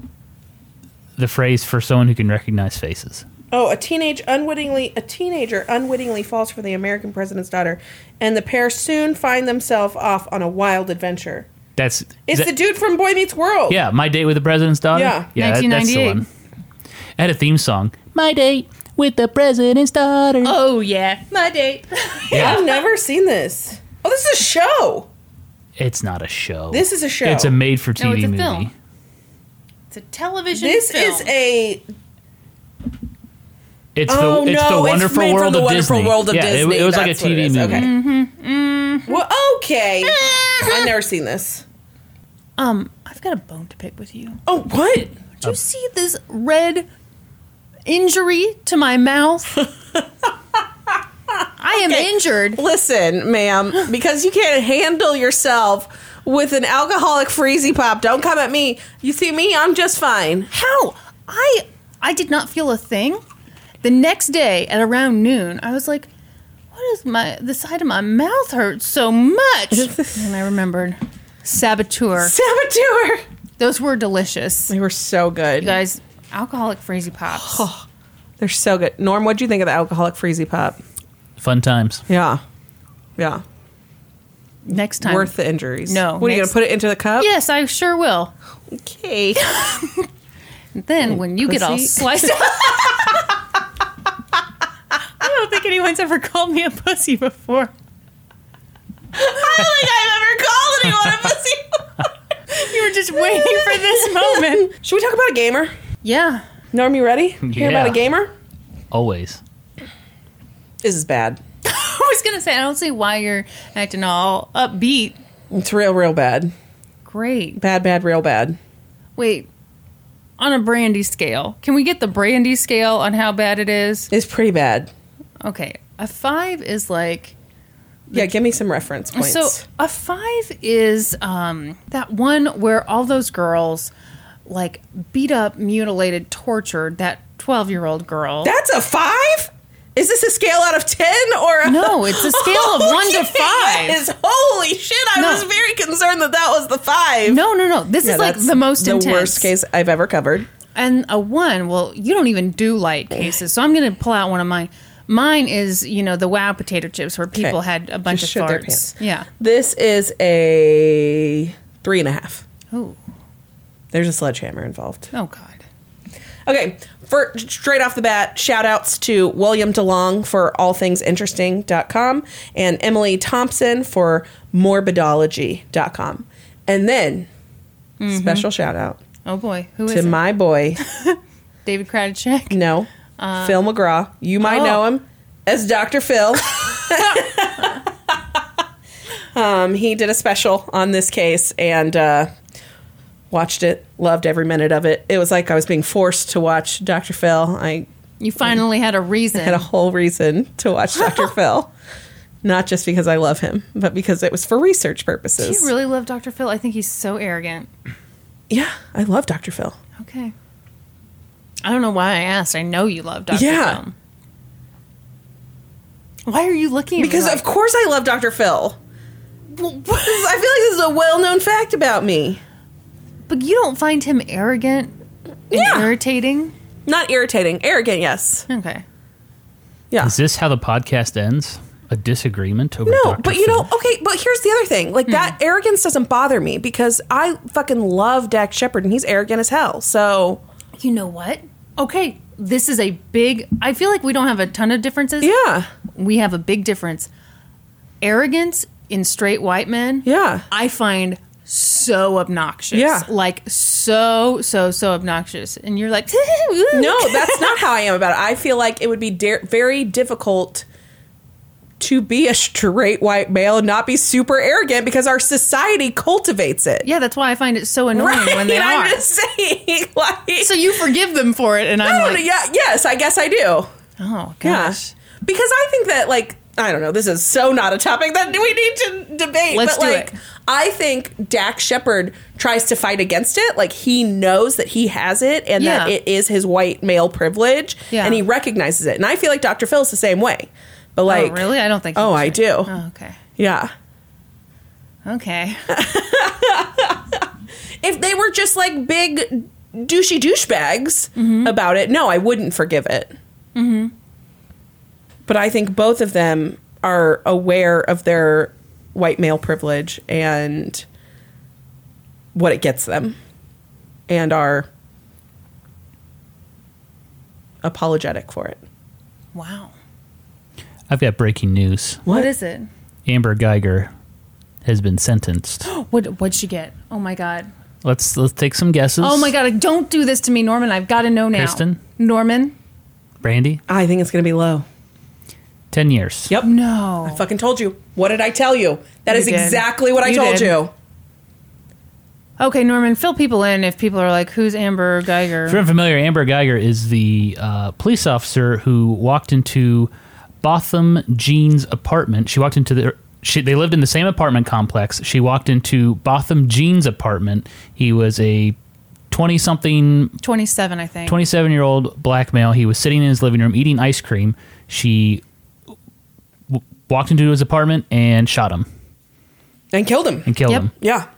the phrase for someone who can recognize faces.
Oh, a teenage unwittingly a teenager unwittingly falls for the American president's daughter, and the pair soon find themselves off on a wild adventure.
That's
It's
that-
the dude from Boy Meets World.
yeah, my date with the president's daughter.
Yeah.
yeah, that- that's the
1998.
one. I had a theme song. My date with the president's daughter.
Oh yeah, my date.
yeah,
I've never seen this. Oh, this is a show.
it's not a show.
This is a show.
It's a made-for-TV
No, it's a
movie.
film. It's a television.
This
film.
is
*laughs*
a
It's
Oh,
the it's
no, it's
the wonderful
made from
world
The
of
Wonderful
Disney.
World of
yeah, it-
Disney,
It, was like a
that's what it
TV
is,
movie.
okay.
Mm-hmm.
well, okay. I've never seen this.
Um, I've got a bone to pick with you.
Oh, what?
Do you see this red injury to my
*laughs*
mouth? I am injured.
Listen, ma'am, because you can't handle yourself with an alcoholic freezy pop, don't come at me. You see me, I'm just fine. *laughs*
How? I I did not feel a thing. The next day at around noon, I was like, "What is my the side of my mouth hurts so much?" and I remembered saboteur.
Saboteur.
Those were delicious,
They were so good.
you guys. Alcoholic freezy pops.
They're so good. Norm, what'd you think of the alcoholic freezy pop?
Fun times.
Yeah. Yeah.
next time,
Worth the injuries.
No,
What are you going
next-
to put it into the cup?
Yes, I sure will.
Okay. *laughs*
And then when you get all
pussy.
sliced up. I don't think anyone's ever called me a pussy before.
I don't think I've ever called anyone a pussy.
You were just waiting for *laughs* this moment.
Should we talk about a gamer?
Yeah.
Norm, you ready? Hear about a
Yeah.
gamer?
Always.
This is bad.
I was gonna say I don't see why you're acting all upbeat.
It's real, real bad.
Great.
Bad, bad, real bad.
Wait, on a brandy scale, can we get the brandy scale on how bad it is?
It's pretty bad.
Okay, a five is like
Yeah, give me some reference points.
so. A five is um, that one where all those girls like beat up, mutilated, tortured that twelve-year-old girl.
That's a five? Is this a scale out of ten or a
no, it's a scale
*laughs*
of one to
Okay,
five.
that is- holy shit! I
No.
was very concerned that that was the five.
no, no, no. This
Yeah,
is like
that's
the most
the
intense.
worst case I've ever covered.
And a one, well, you don't even do light cases, so I'm going to pull out one of mine. Mine is, you know, the wow potato chips where people
Okay.
had a bunch
Just
of
shit their
farts.
pants.
Yeah.
This is a three and a half.
Oh.
There's a sledgehammer involved.
Oh God.
Okay, for straight off the bat, shout outs to William DeLong for allthingsinteresting.com and Emily Thompson for morbidology.com. And then, special shout out
Oh boy, who Mm-hmm. is
to
it?
my boy,
David Kratichek? *laughs*
no, Phil McGraw. You might
Uh, oh.
know him as
*laughs*
Dr. Phil. *laughs* um, he did a special on this case and uh, watched it, loved every minute of it. It was like I was being forced to watch Dr. Phil. I
You finally had a reason.
*laughs* had a whole reason to watch Dr. Phil. Not just because I love him, but because it was for research
Do
purposes.
you really love Dr. Phil? I think he's so arrogant.
yeah, I love Dr. Phil.
Okay. I don't know why I asked. I know you love Dr.
Yeah.
Phil. Why are you looking at
Because
me
of course I love Dr. Phil. *laughs*
like,
I feel like this is a well-known fact about me.
But you don't find him arrogant and
Yeah.
irritating?
Not irritating, arrogant, yes.
Okay.
Yeah.
Is this how the podcast ends? A disagreement over
No,
Dr.
but you
Phil?
know, okay, but here's the other thing. Like that arrogance doesn't bother me because I fucking love Dak Shepard and he's arrogant as hell. So,
You know what? Okay. This is a big I feel like we don't have a ton of differences.
yeah.
We have a big difference. Arrogance in straight white men.
Yeah.
I find so obnoxious.
Yeah.
Like so, so, so obnoxious. And you're like, *laughs*
No, that's not how I am about it. I feel like it would be dar very difficult to be a straight white male and not be super arrogant because our society cultivates it.
Yeah, that's why I find it so annoying when
*laughs*
they
I'm
are.
just saying, *laughs* like,
so you forgive them for it, and
I
I'm
don't know.
like,
Yeah, yes, I guess I do.
oh
Yeah,
gosh,
because I think that like I don't know. This is so not a topic that we need to debate.
Let's
but
do
like
it.
I think Dak Shepard tries to fight against it. Like he knows that he has it and that
Yeah.
it is his white male privilege,
Yeah.
and he recognizes it. And I feel like Dr. Phil is the same way. But like,
oh really? I don't think.
Oh,
you
I
should.
do.
Oh, okay,
Yeah.
okay. *laughs*
If they were just like big douchey douchebags about it, no, I wouldn't forgive it. Mm-hmm. But I think both of them are aware of their white male privilege and what it gets them and are apologetic for it.
wow,
I've got breaking news.
what is it?
Amber Geiger has
*gasps*
been sentenced.
What what'd she get? Oh my god.
let's let's take some guesses.
Oh my god. Don't do this to me, Norman. I've got to know now.
Kristen?
Norman.
Brandy,
I think it's going to be low.
ten years.
Yep.
No.
I fucking told you. What did I tell you? That
You
is
did.
exactly what I
You
told
did.
you.
Okay, Norman. Fill people in if people are like, who's Amber Geiger?
If you're unfamiliar, Amber Geiger is the uh, police officer who walked into Botham Jean's apartment. She walked into the. She, they lived in the same apartment complex. She walked into Botham Jean's apartment. He was a 20 something,
Twenty-seven, I think.
27 year old black male. He was sitting in his living room eating ice cream. She w- walked into his apartment and shot him
And killed him.
and killed
Yep.
him.
Yeah.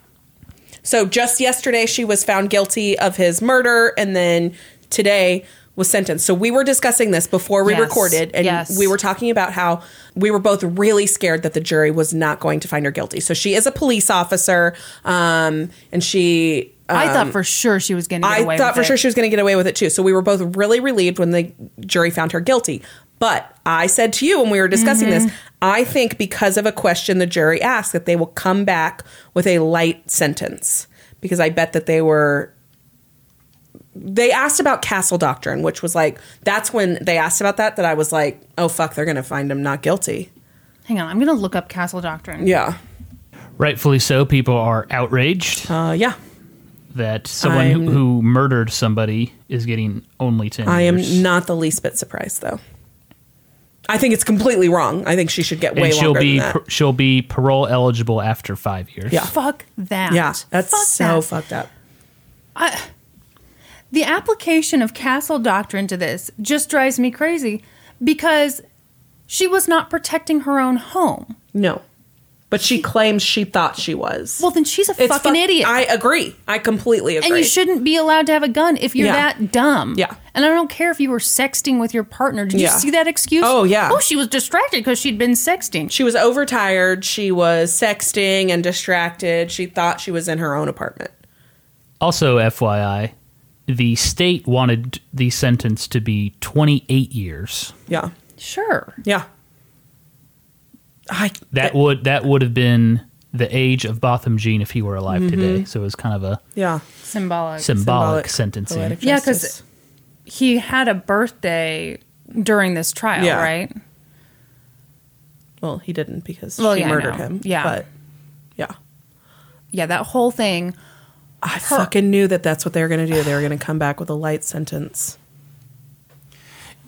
So just yesterday, she was found guilty of his murder, and then today was sentenced. So we were discussing this before we
Yes.
recorded, and
Yes.
we were talking about how we were both really scared that the jury was not going to find her guilty. So she is a police officer, um, and she. Um,
I thought for sure she was going to get away
I thought
with
for
it.
sure she was going to get away with it too. So we were both really relieved when the jury found her guilty. But I said to you when we were discussing this, I think because of a question the jury asked that they will come back with a light sentence because I bet that they were they asked about castle doctrine, which was like that's when they asked about that that I was like, "Oh fuck, they're going to find him not guilty."
Hang on, I'm going to look up Castle Doctrine.
Yeah.
Rightfully so, people are outraged.
Uh yeah.
that someone who,
I'm-
who murdered somebody is getting only 10
I
years.
am not the least bit surprised though. I think it's completely wrong. I think she should get way
and she'll
longer
be
than that.
par- she'll be parole eligible after 5 years.
Yeah.
Fuck that.
Yeah, that's
Fuck
so
that.
fucked up.
the application of castle doctrine to this just drives me crazy because she was not protecting her own home.
No, but she claims she thought she was.
Well, then she's a
It's
fucking
fuck-
idiot.
I agree. I completely agree.
and you shouldn't be allowed to have a gun if you're
Yeah.
that dumb.
Yeah.
And I don't care if you were sexting with your partner. Did
Yeah.
you see that excuse?
Oh, yeah.
Oh, she was distracted because she'd been sexting.
She was overtired. She was sexting and distracted. She thought she was in her own apartment.
Also FYI, the state wanted the sentence to be 28 years.
Yeah.
Sure.
Yeah. I
That would that would have been the age of Botham Jean if he were alive
Mm-hmm.
today. So it was kind of a
yeah.
Symbolic.
symbolic,
Symbolic.
sentencing.
Poetic
Yeah, 'cause-
justice.
he had a birthday during this trial,
Yeah.
right?
well, he didn't because
Well,
she
yeah, I
murdered
know.
him.
Yeah.
But yeah.
Yeah, that whole thing.
I fucking knew that that's what they were going to do. They were going to come back with a light sentence.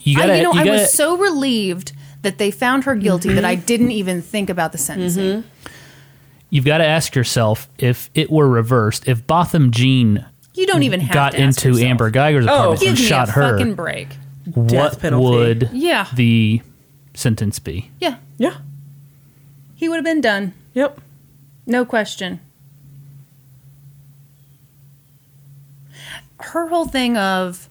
You
I,
gotta,
you know,
you
I
gotta,
was so relieved that they found her guilty that I
Mm-hmm.
didn't even think about the sentencing.
you've got to ask yourself if it were reversed, if Botham Jean
You don't even have
got
to ask
into
yourself. Oh,
Amber Geiger's apartment
Give
and
me
shot
a
her,
fucking break.
what
penalty.
would
Yeah.
the sentence be?
Yeah,
Yeah.
he would have been done,
Yep.
no question. Her whole thing of,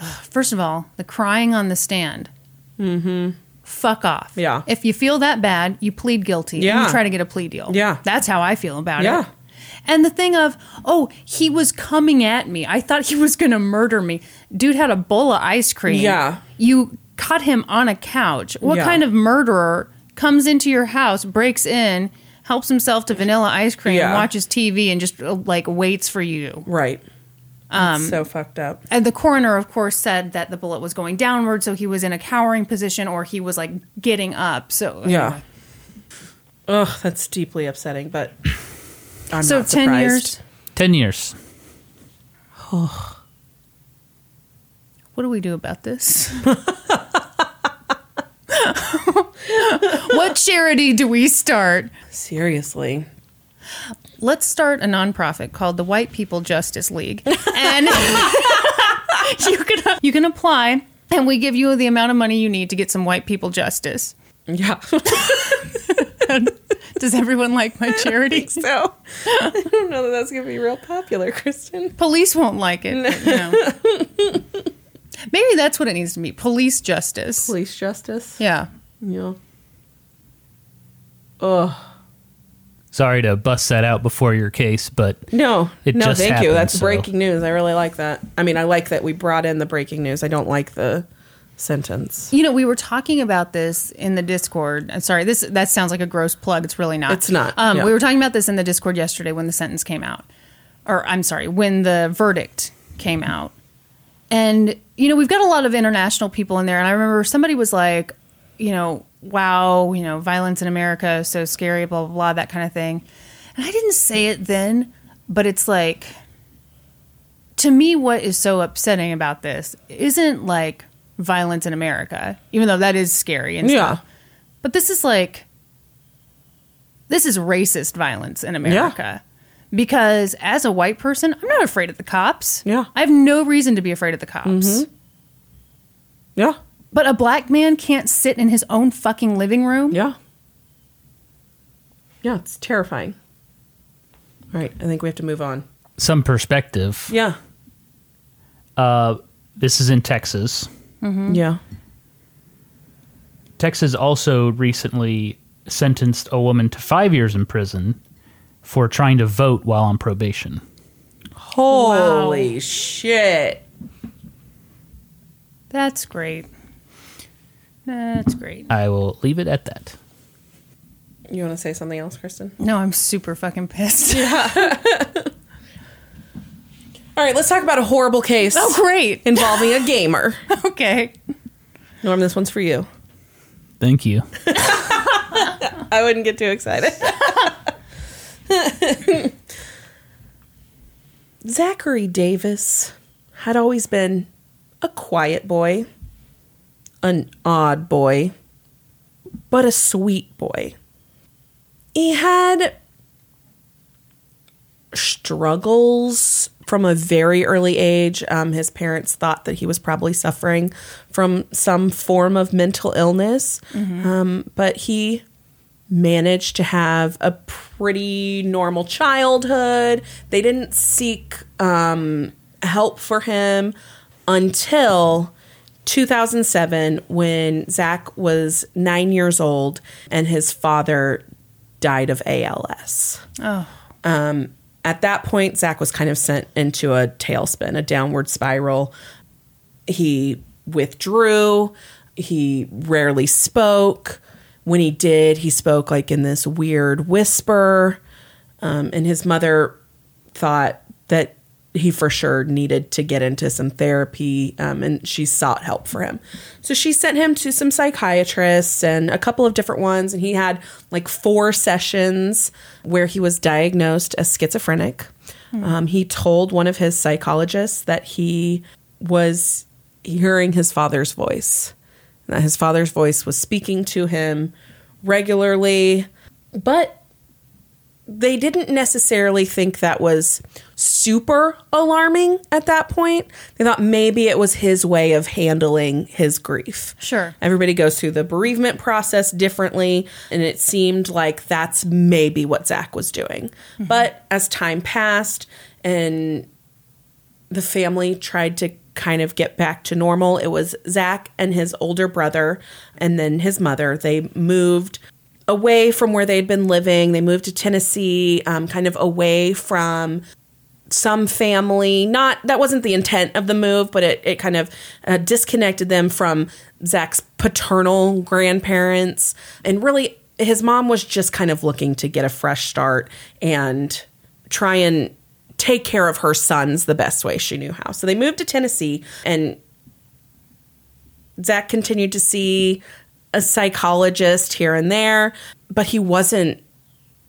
*sighs* first of all, the crying on the stand. Mm-hmm. Fuck off.
Yeah.
If you feel that bad, you plead guilty.
Yeah.
You try to get a plea deal.
Yeah.
That's how I feel about
Yeah.
it. And the thing of, oh, he was coming at me. I thought he was going to murder me. Dude had a bowl of ice cream.
Yeah.
You caught him on a couch. What
Yeah.
kind of murderer comes into your house, breaks in, helps himself to vanilla ice cream,
Yeah.
watches TV, and just uh, like waits for you?
Right. Um, so fucked up.
And the coroner, of course, said that the bullet was going downward, so he was in a cowering position or he was like getting up. So,
Yeah. Ugh, that's deeply upsetting, but I'm
So
not
10
surprised.
years.
Ten years.
what do we do about this?
*laughs*
*laughs* what charity do we start?
Seriously. *laughs*
Let's start a nonprofit called the White People Justice *laughs* League. And you can you can apply and we give you the amount of money you need to get some white people justice.
Yeah. *laughs*
Does everyone like my *laughs* charity?
so I don't know that that's going to be real popular, *laughs* Kristen.
Police won't like it. but, you *laughs* know. Maybe that's what it needs to be. Police justice.
Police justice.
Yeah.
Yeah. Ugh.
Sorry to bust that out before your case, but
No,
It
no,
just
thank you.
happened,
That's
so-
breaking news. I really like that. I mean, I like that we brought in the breaking news. I don't like the sentence.
You know, we were talking about this in the Discord. I'm sorry, this that sounds like a gross plug. It's really not.
It's not,
Um,
yeah.
We were talking about this in the Discord yesterday when the sentence came out, or I'm sorry, when the verdict came out. And you know, we've got a lot of international people in there, and I remember somebody was like, you know, wow, you know, violence in America is so scary, blah blah blah, that kind of thing. And I didn't say it then, but it's like to me, what is so upsetting about this isn't like violence in America, even though that is scary and
Yeah.
stuff. But this is like this is racist violence in America. Because as a white person, I'm not afraid of the cops.
Yeah. Mm-hmm.
I have no reason to be afraid of the cops.
Yeah.
But a black man can't sit in his own fucking living room.
Yeah. Yeah, it's terrifying. All right, I think we have to move on.
some perspective.
Yeah.
Uh, this is in Texas.
Yeah.
Texas also recently sentenced a woman to five years in prison for trying to vote while on probation.
Holy shit.
That's great. That's great.
I will leave it at that.
You want to say something else, Kristen?
No, I'm super fucking pissed. *laughs*
All right, let's talk about a horrible case
Oh, great.
involving a gamer.
Okay.
Norm, this one's for you.
Thank you.
I wouldn't get too excited. *laughs* Zachary Davis had always been a quiet boy, an odd boy, but a sweet boy. He had struggles from a very early age. Um, his parents thought that he was probably suffering from some form of mental illness, um, but he managed to have a pretty normal childhood. They didn't seek um, help for him until 2007 when Zach was nine years old and his father died of ALS.
Oh.
Um, At that point, Zach was kind of sent into a tailspin, a downward spiral. He withdrew. He rarely spoke. When he did, he spoke like in this weird whisper. Um, and his mother thought that he for sure needed to get into some therapy um, and she sought help for him. So she sent him to some psychiatrists and a couple of different ones. And he had like four sessions where he was diagnosed as schizophrenic. Um, he told one of his psychologists that he was hearing his father's voice, and that his father's voice was speaking to him regularly. But they didn't necessarily think that was super alarming at that point. They thought maybe it was his way of handling his grief.
Sure.
Everybody goes through the bereavement process differently, and it seemed like that's maybe what Zach was doing. But as time passed and the family tried to kind of get back to normal, it was Zach and his older brother and then his mother. They moved away from where they'd been living, they moved to Tennessee, um, kind of away from some family not that wasn't the intent of the move but it, it kind of uh, disconnected them from zach's paternal grandparents and really his mom was just kind of looking to get a fresh start and try and take care of her sons the best way she knew how so they moved to tennessee and zach continued to see a psychologist here and there but he wasn't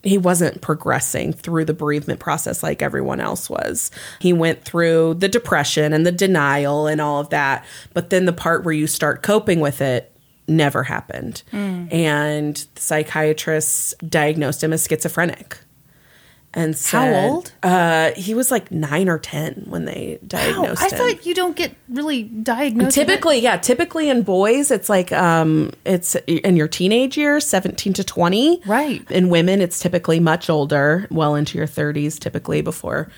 he wasn't progressing through the bereavement process like everyone else was. He went through the depression and the denial and all of that, but then the part where you start coping with it never happened.
Hmm.
And the psychiatrist diagnosed him as schizophrenic. And said,
old?
Uh, he was like nine or ten when they diagnosed
I
him.
thought you don't get really diagnosed. with it.
Typically, yeah. Typically in boys, it's like um, it's in your teenage years, seventeen to twenty.
Right.
In women, it's typically much older, well into your thirties, typically before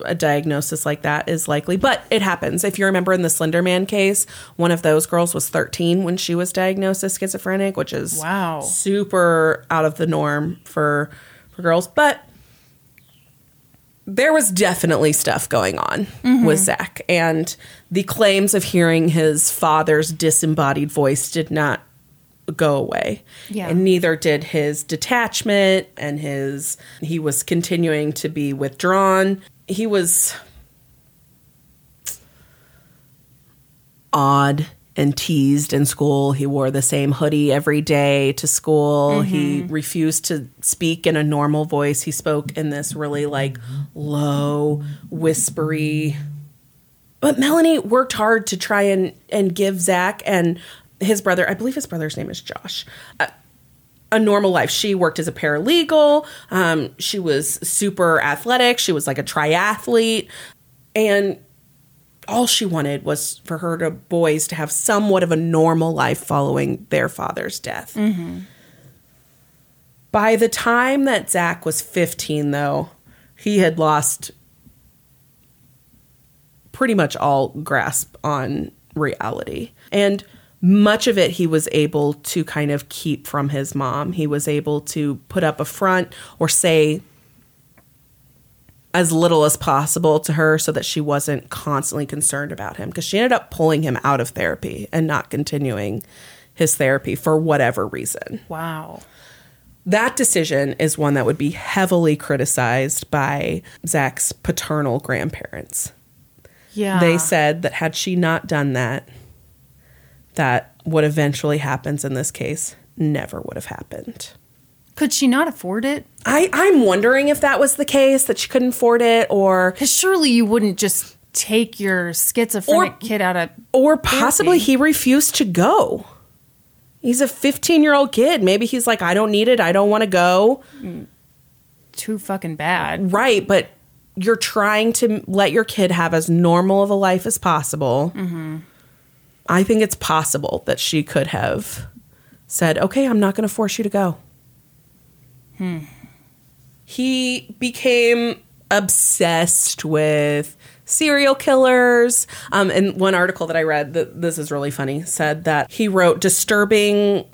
a diagnosis like that is likely. But it happens. If you remember in the Slender Man case, one of those girls was thirteen when she was diagnosed as schizophrenic, which is
Wow.
super out of the norm for for girls. But there was definitely stuff going on with Zach, and the claims of hearing his father's disembodied voice did not go away.
Yeah.
And neither did his detachment and his he was continuing to be withdrawn. He was odd and teased in school. He wore the same hoodie every day to school. He refused to speak in a normal voice. He spoke in this really like low, whispery. But Melanie worked hard to try and and give Zach and his brother, I believe his brother's name is Josh, a, a normal life. She worked as a paralegal. Um, she was super athletic. She was like a triathlete, and all she wanted was for her to boys to have somewhat of a normal life following their father's death. By the time that Zach was 15, though, he had lost pretty much all grasp on reality. And much of it he was able to kind of keep from his mom. He was able to put up a front or say as little as possible to her so that she wasn't constantly concerned about him because she ended up pulling him out of therapy and not continuing his therapy for whatever reason
Wow.
that decision is one that would be heavily criticized by Zach's paternal grandparents.
Yeah.
They said that had she not done that, that what eventually happens in this case never would have happened.
could she not afford it?
I, I'm wondering if that was the case, that she couldn't afford it, or
Because surely you wouldn't just take your schizophrenic
Or-
kid out of.
or possibly he refused to go. He's a 15 year old kid. Maybe he's like, I don't need it. I don't want to go.
Too fucking bad.
Right, but you're trying to let your kid have as normal of a life as possible. I think it's possible that she could have said, "Okay, I'm not going to force you to go." Hmm. He became obsessed with serial killers. Um, and one article that I read that this is really funny said that he wrote disturbing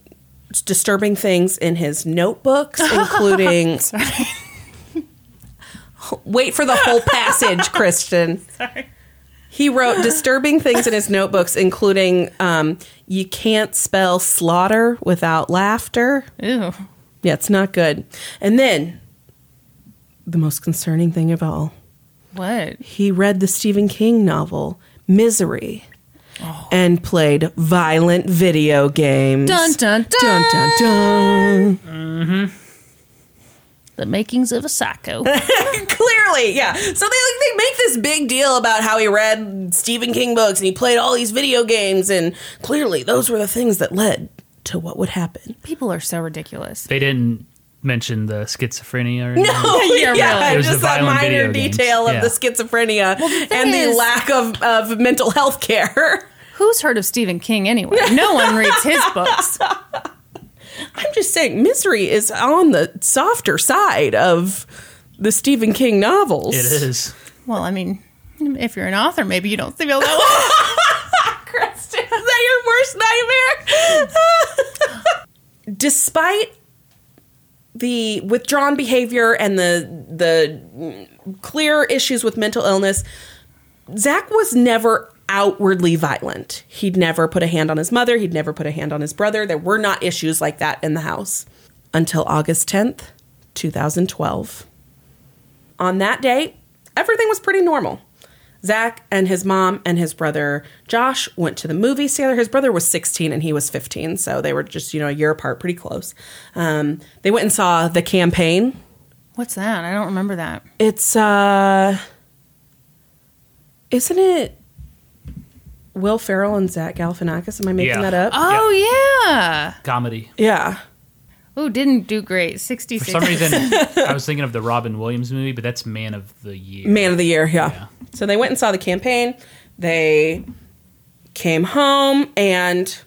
disturbing things in his notebooks, including Wait for the whole passage, Kristen.
*laughs* Sorry.
He wrote disturbing things in his notebooks, including um, you can't spell slaughter without laughter.
Ew.
Yeah, it's not good. And then the most concerning thing of all
What?
he read the Stephen King novel Misery
Oh.
and played violent video games.
Dun dun dun.
dun dun dun.
The makings of a psycho.
Clearly, yeah. So they like they make this big deal about how he read Stephen King books and he played all these video games and clearly those were the things that led to what would happen.
*laughs*
*laughs*
People are so ridiculous.
They didn't mention the schizophrenia or anything.
Yeah, really.
It was
just
the
that
violent
minor
video games.
detail of
Yeah.
the schizophrenia
thing
and the
is-
lack of, of mental health care. *laughs*
Who's heard of Stephen King anyway? No one reads his books.
I'm just saying, misery is on the softer side of the Stephen King novels.
It is.
Well, I mean, if you're an author, maybe you don't feel that way.
Kristen, is that your worst nightmare? *laughs* Despite the withdrawn behavior and the the clear issues with mental illness, Zach was never outwardly violent. He'd never put a hand on his mother. He'd never put a hand on his brother. There were not issues like that in the house until August 10th, 2012. On that day, everything was pretty normal. Zach and his mom and his brother Josh went to the movies together. His brother was 16 and he was 15, so they were just, you know, a year apart, pretty close. Um, they went and saw The Campaign.
What's that? I don't remember that.
It's, uh, isn't it Will Ferrell and Zach Galifianakis? Am I making
Yeah.
that up?
Oh yeah.
Comedy.
yeah.
Oh, didn't do great.
For
Sixty-six.
some reason, I was thinking of the Robin Williams movie, but that's Man of the Year.
Man of the Year, yeah. So they went and saw the campaign. They came home, and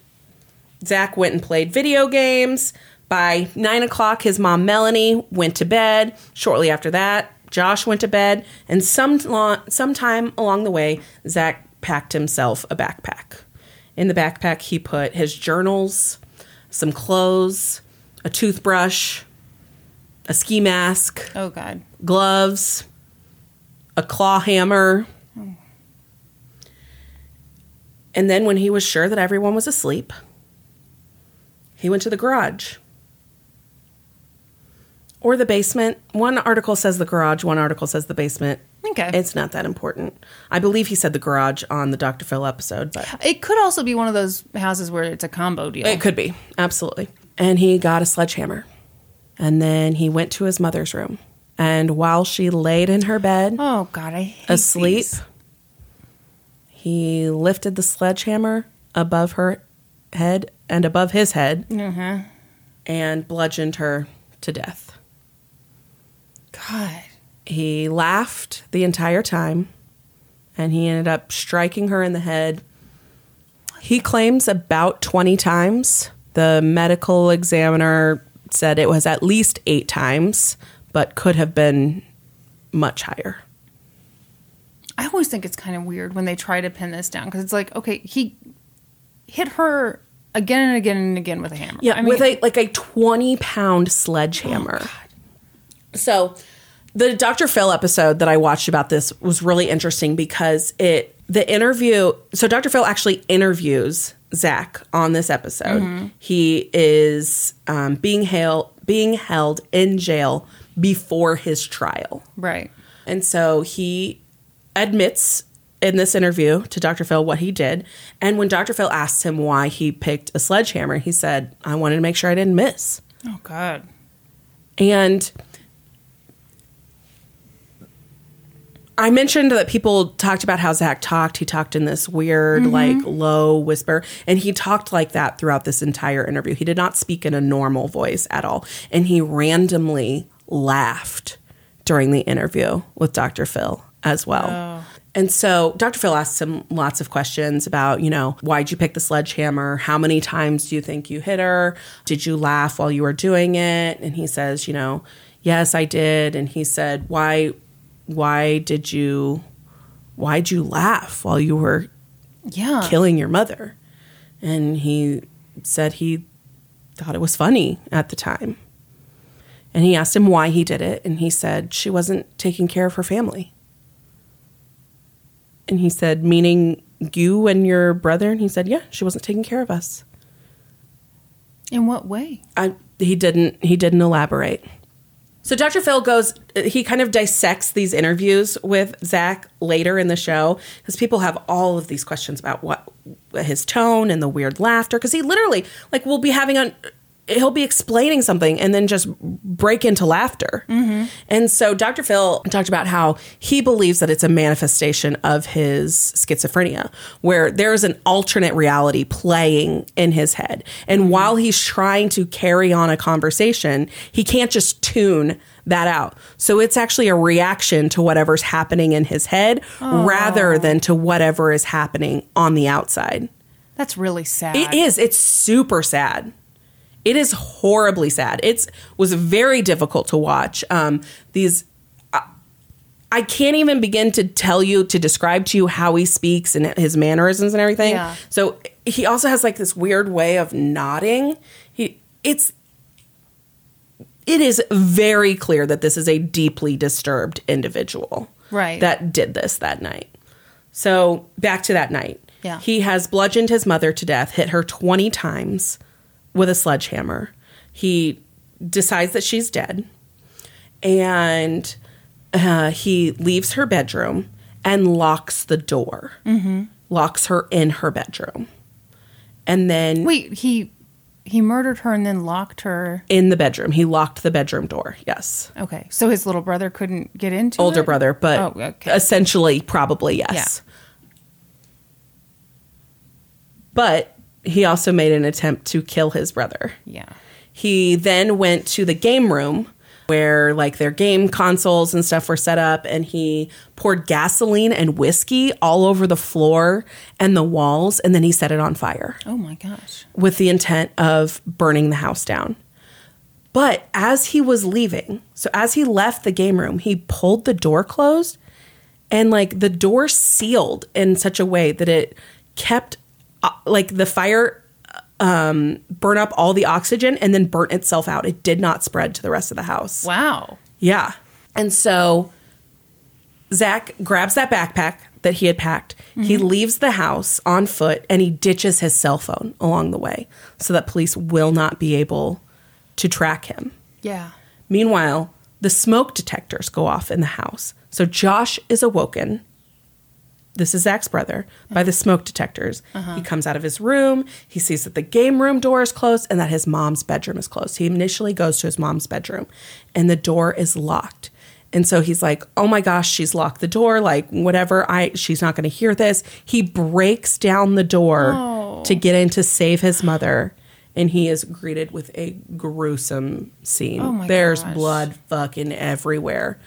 Zach went and played video games. By nine o'clock, his mom Melanie went to bed. Shortly after that, Josh went to bed, and some sometime along the way, Zach packed himself a backpack. In the backpack, he put his journals, some clothes, a toothbrush, a ski mask
oh God.
gloves, a claw hammer. And then, when he was sure that everyone was asleep, he went to the garage or the basement. One article says the garage, one article says the basement.
Okay.
It's not that important. I believe he said the garage on the Dr. Phil episode, but
It could also be one of those houses where it's a combo deal.
it could be. Absolutely. And he got a sledgehammer. And then he went to his mother's room. And while she laid in her bed,
oh God, I hate
asleep.
these.
He lifted the sledgehammer above her head and above his head and bludgeoned her to death.
God.
He laughed the entire time and he ended up striking her in the head. He claims about 20 times. The medical examiner said it was at least eight times, but could have been much higher.
I always think it's kind of weird when they try to pin this down because it's like, okay, he hit her again and again and again with a hammer.
Yeah,
I mean, Oh,
with a like a twenty pound sledgehammer. so, the Dr. Phil episode that I watched about this was really interesting because it the interview. So Dr. Phil actually interviews Zach on this episode.
Mm-hmm.
He is um, being hail, being held in jail before his trial.
right.
And so he admits in this interview to Dr. Phil what he did. And when Dr. Phil asked him why he picked a sledgehammer, he said, I wanted to make sure I didn't miss.
Oh God.
And I mentioned that people talked about how Zach talked. He talked in this weird, like low whisper, and he talked like that throughout this entire interview. He did not speak in a normal voice at all. And he randomly laughed during the interview with Dr. Phil as well. And so Dr. Phil asked him lots of questions about, you know, why'd you pick the sledgehammer? How many times do you think you hit her? Did you laugh while you were doing it? And he says, you know, yes, I did. And he said, why, why did you, why'd you laugh while you were
Yeah.
killing your mother? And he said he thought it was funny at the time. And he asked him why he did it. And he said, she wasn't taking care of her family. And he said, meaning you and your brother? And he said, yeah, she wasn't taking care of us.
In what way?
I he didn't he didn't elaborate. So Dr. Phil goes he kind of dissects these interviews with Zach later in the show because people have all of these questions about what his tone and the weird laughter because he literally like will be having a he'll be explaining something and then just break into laughter. And so Dr. Phil talked about how he believes that it's a manifestation of his schizophrenia, where there's an alternate reality playing in his head. And while he's trying to carry on a conversation, he can't just tune that out. So it's actually a reaction to whatever's happening in his head rather than to whatever is happening on the outside.
That's really sad.
It is. It's super sad. It is horribly sad. It's was very difficult to watch. Um, these. I- I can't even begin to tell you to describe to you how he speaks and his mannerisms and everything.
Yeah.
So he also has like this weird way of nodding. He it's it is very clear that this is a deeply disturbed individual.
Right.
That did this that night. So back to that night.
Yeah.
He has bludgeoned his mother to death, hit her 20 times with a sledgehammer. He decides that she's dead and uh, he leaves her bedroom and locks the door,
Mm-hmm.
locks her in her bedroom. And then
Wait, he he murdered her and then locked her.
in the bedroom, he locked the bedroom door. Yes.
Okay, so his little brother couldn't get into
older
it?
brother, but
Oh, okay.
essentially, probably yes. But he also made an attempt to kill his brother.
Yeah.
He then went to the game room where like their game consoles and stuff were set up and he poured gasoline and whiskey all over the floor and the walls and then he set it on fire
Oh my gosh.
with the intent of burning the house down. But as he was leaving, so as he left the game room, he pulled the door closed and like the door sealed in such a way that it kept uh, like the fire um burn up all the oxygen and then burnt itself out. It did not spread to the rest of the house.
Wow.
Yeah. And so Zach grabs that backpack that he had packed. He leaves the house on foot and he ditches his cell phone along the way so that police will not be able to track him.
Yeah.
Meanwhile, the smoke detectors go off in the house. So Josh is awoken. This is Zach's brother by the smoke detectors.
Uh-huh.
He comes out of his room. He sees that the game room door is closed and that his mom's bedroom is closed. He initially goes to his mom's bedroom and the door is locked. And so he's like, "Oh my gosh, she's locked the door. Like whatever, I she's not going to hear this." He breaks down the door to
Oh.
get in to save his mother, and he is greeted with a gruesome scene.
Oh my
There's
gosh. Oh,
blood fucking everywhere.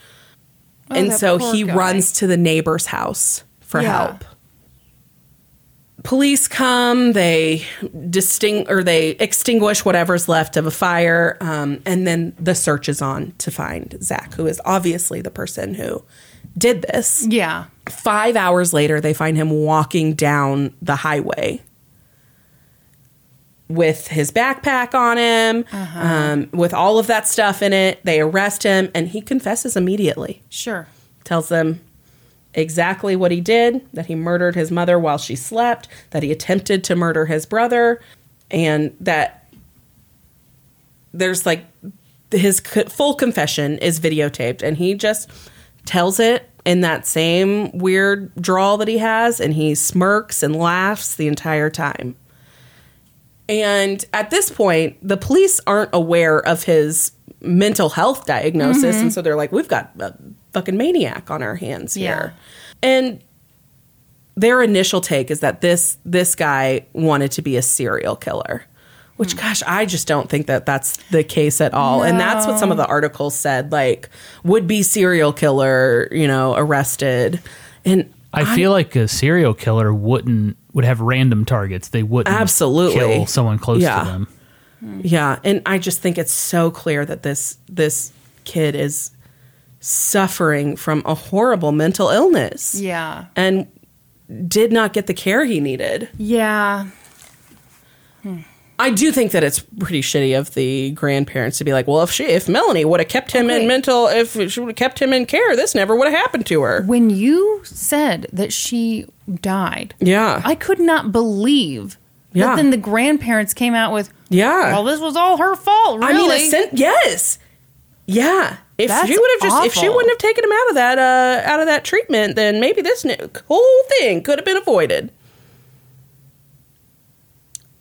and
that
so
poor
he
guy.
runs to the neighbor's house for
Yeah.
help. Police come, they distinct or they extinguish whatever's left of a fire, um, and then the search is on to find Zach, who is obviously the person who did this.
Yeah.
Five hours later, they find him walking down the highway with his backpack on him, um, with all of that stuff in it. They arrest him, and he confesses immediately.
Sure.
Tells them exactly what he did that he murdered his mother while she slept, that he attempted to murder his brother, and that there's like his co- full confession is videotaped and he just tells it in that same weird drawl that he has and he smirks and laughs the entire time and at this point the police aren't aware of his mental health diagnosis and so they're like we've got a fucking maniac on our hands here and their initial take is that this this guy wanted to be a serial killer which gosh i just don't think that that's the case at all and that's what some of the articles said like would be serial killer you know arrested and
I feel like a serial killer wouldn't would have random targets. They wouldn't
Absolutely.
kill someone close
Yeah.
to them.
yeah and i just think it's so clear that this this kid is suffering from a horrible mental illness
Yeah.
and did not get the care he needed
Yeah.
I do think that it's pretty shitty of the grandparents to be like, well, if she, if Melanie would have kept him
Okay.
in mental, if she would have kept him in care, this never would have happened to her.
When you said that she died,
Yeah.
I could not believe
Yeah.
that then the grandparents came out with,
Yeah.
well, this was all her fault,
I
really.
mean, a sen- yes, yeah. If
That's
she would have just, if she
awful.
wouldn't have taken him out of that, uh, out of that treatment, then maybe this n- whole thing could have been avoided.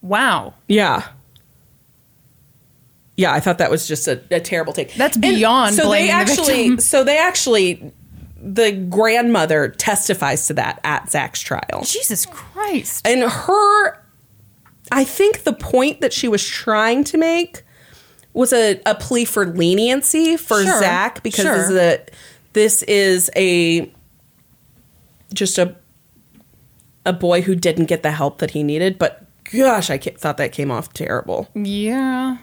wow.
Yeah. Yeah, I thought that was just a, a terrible take.
That's beyond
so they
blaming the
actually,
victim.
*laughs* so they actually, the grandmother testifies to that at Zach's trial,
Jesus Christ.
and her, I think the point that she was trying to make was a, a plea for leniency for
Sure,
Zach because
sure.
this is a, this is a just a a boy who didn't get the help that he needed, but. Gosh, I ca- thought that came off terrible.
Yeah.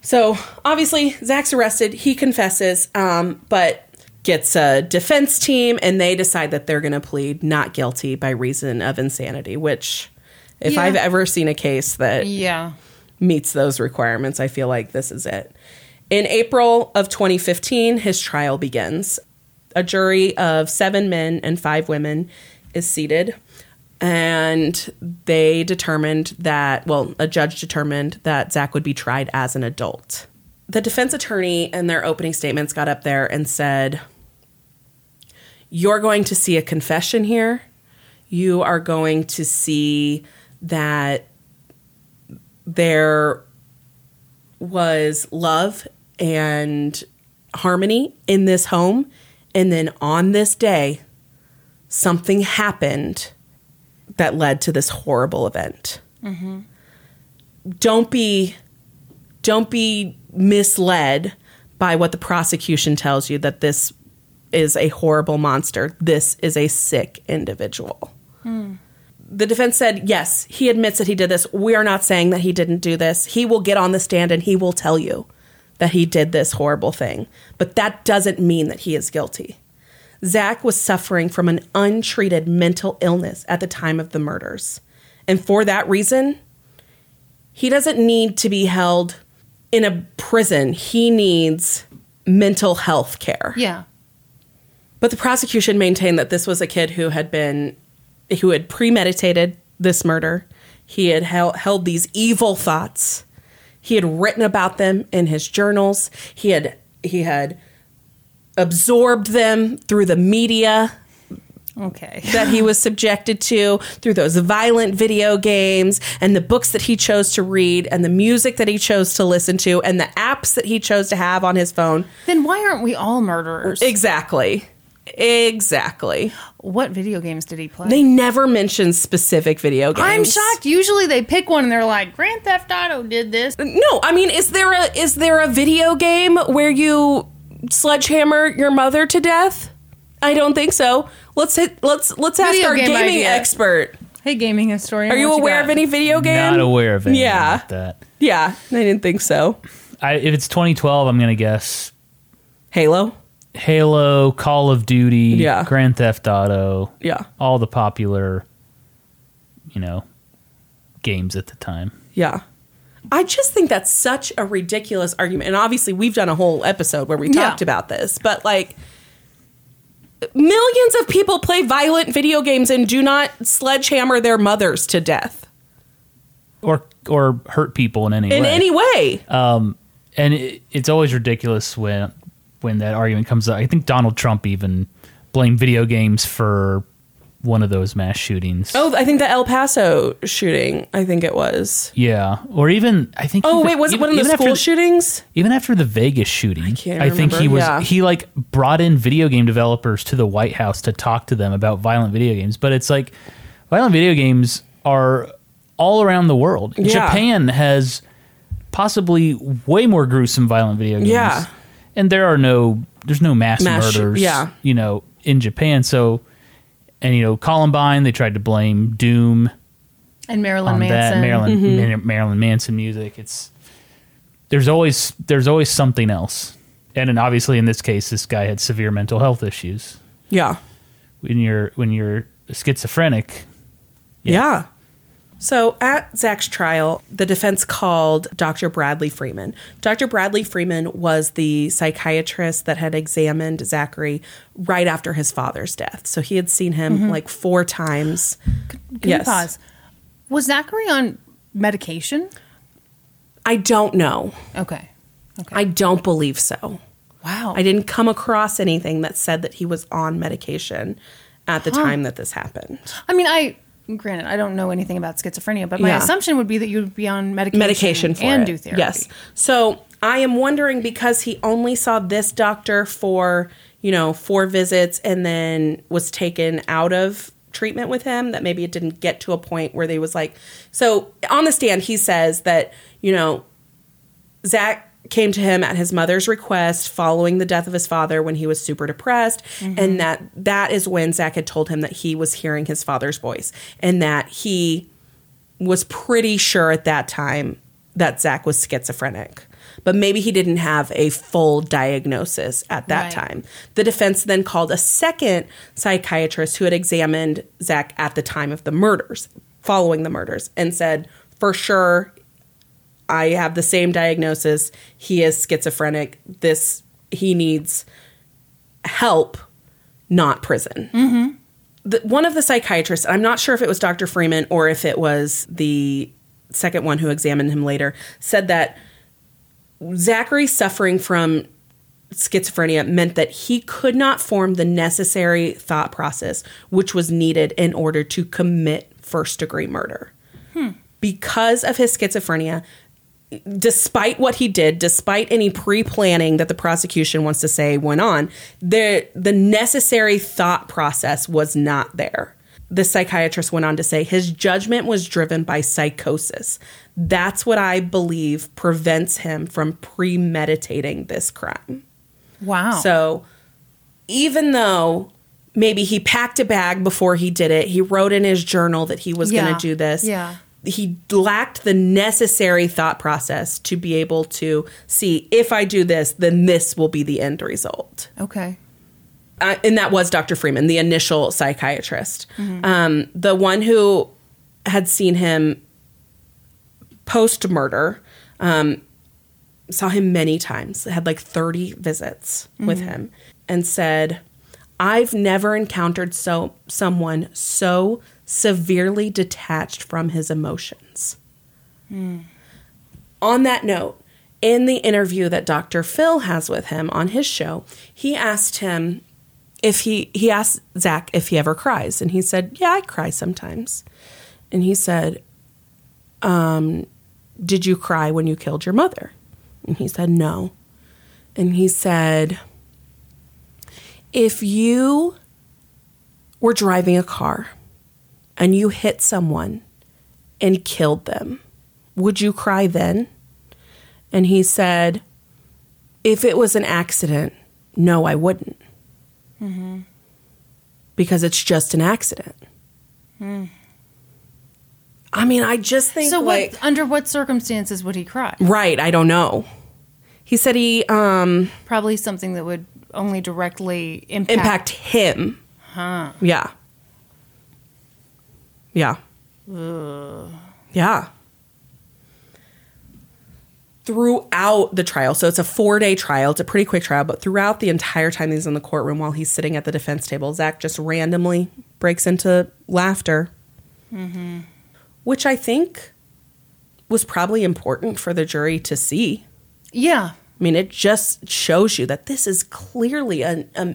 So obviously, Zach's arrested. He confesses, um, but gets a defense team, and they decide that they're going to plead not guilty by reason of insanity. Which, if
Yeah.
I've ever seen a case that
Yeah.
meets those requirements, I feel like this is it. In April of 2015, his trial begins. A jury of seven men and five women is seated, and they determined that, well, a judge determined that Zach would be tried as an adult. The defense attorney, in their opening statements, got up there and said, you're going to see a confession here. You are going to see that there was love and harmony in this home. And then on this day, something happened that led to this horrible event. Don't be don't be misled by what the prosecution tells you that this is a horrible monster. This is a sick individual. The defense said, yes, he admits that he did this. We are not saying that he didn't do this. He will get on the stand and he will tell you that he did this horrible thing. But that doesn't mean that he is guilty. Zach was suffering from an untreated mental illness at the time of the murders. And for that reason, he doesn't need to be held in a prison. He needs mental health care.
Yeah.
But the prosecution maintained that this was a kid who had been, who had premeditated this murder. He had held, held these evil thoughts. He had written about them in his journals. He had he had absorbed them through the media
Okay.
that he was subjected to through those violent video games and the books that he chose to read and the music that he chose to listen to and the apps that he chose to have on his phone.
Then why aren't we all murderers?
Exactly. Exactly.
what video games did he play?
They never mention specific video games.
I'm shocked. Usually they pick one and they're like, Grand Theft Auto did this.
No, I mean, is there a is there a video game where you sledgehammer your mother to death? I don't think so. Let's hit, let's let's ask
Video
our
game
gaming
idea.
expert.
Hey, gaming historian.
Are you
what
aware
got?
of any video game?
Not aware of anything
Yeah.
like that.
Yeah, I didn't think so.
I, if it's 2012, I'm gonna guess
Halo.
Halo, Call of Duty,
Yeah.
Grand Theft Auto,
Yeah,
all the popular, you know, games at the time.
yeah. I just think that's such a ridiculous argument, and obviously we've done a whole episode where we
Yeah.
talked about this, but like. Millions of people play violent video games and do not sledgehammer their mothers to death.
or or hurt people in any
in
way.
any way.
Uh, and it, it's always ridiculous when when that argument comes up. I think Donald Trump even blamed video games for one of those mass shootings.
oh, I think the El Paso shooting. I think it was.
Yeah, or even I think.
Oh
even-
wait, was it
even-
one of the
even after
school
the-
shootings?
Even after the Vegas shooting, I,
can't
think he
remember,
was
yeah.
he like brought in video game developers to the White House to talk to them about violent video games. But it's like violent video games are all around the world.
Yeah.
Japan has possibly way more gruesome violent video games.
Yeah.
And there are no there's no mass,
Mass-
murders,
yeah.
you know, in Japan. So and you know, Columbine, they tried to blame Doom
And Marilyn
on
Manson.
that Marilyn Mar- Marilyn Manson music. It's there's always there's always something else, and then obviously in this case, this guy had severe mental health issues.
Yeah.
When you're when you're schizophrenic,
yeah, So at Zach's trial, the defense called Dr. Bradley Freeman. Dr. Bradley Freeman was the psychiatrist that had examined Zachary right after his father's death. So he had seen him like four times.
Can we pause? Was Zachary on medication?
I don't know.
Okay. Okay. Oh.
I don't believe so.
wow.
I didn't come across anything that said that he was on medication at the time that this happened.
I mean, I granted I don't know anything about schizophrenia, but my
Yeah.
assumption would be that you would be on medication,
Medication for
and
it.
do therapy.
Yes. So I am wondering because he only saw this doctor for you know four visits and then was taken out of treatment with him that maybe it didn't get to a point where they was like so on the stand he says that you know Zach came to him at his mother's request following the death of his father when he was super depressed
Mm-hmm.
and that that is when Zach had told him that he was hearing his father's voice and that he was pretty sure at that time that Zach was schizophrenic. But maybe he didn't have a full diagnosis at that
Right.
time. The defense then called a second psychiatrist who had examined Zach at the time of the murders, following the murders, and said, for sure, I have the same diagnosis. He is schizophrenic. This, he needs help, not prison the, one of the psychiatrists, I'm not sure if it was Dr. Freeman or if it was the second one who examined him later, said that Zachary suffering from schizophrenia meant that he could not form the necessary thought process which was needed in order to commit first degree murder. Because of his schizophrenia, despite what he did, despite any pre-planning that the prosecution wants to say went on, the the necessary thought process was not there. The psychiatrist went on to say his judgment was driven by psychosis. That's what I believe prevents him from premeditating this crime.
Wow.
So even though maybe he packed a bag before he did it, he wrote in his journal that he was going
Yeah.
to do this.
Yeah.
He lacked the necessary thought process to be able to see if I do this, then this will be the end result.
okay.
Uh, and that was Dr. Freeman, the initial psychiatrist. Um, the one who had seen him post murder um, saw him many times, had like 30 visits with him, and said, I've never encountered so someone so severely detached from his emotions. On that note, in the interview that Dr. Phil has with him on his show, he asked him if he he asked Zach if he ever cries, and he said, "Yeah, I cry sometimes." And he said, did you cry when you killed your mother? And he said, no. And he said, if you were driving a car and you hit someone and killed them, would you cry then? And he said, if it was an accident, no, I wouldn't. Because it's just an accident. I mean, I just think
So
like
what? Under what circumstances would he cry?
Right, I don't know. He said he um
Probably something that would only directly impact.
impact him. Huh. Yeah. Yeah. Yeah. Throughout the trial, so it's a four day trial, it's a pretty quick trial, but throughout the entire time he's in the courtroom while he's sitting at the defense table, Zach just randomly breaks into laughter, which I think was probably important for the jury to see.
Yeah.
I mean, it just shows you that this is clearly an, a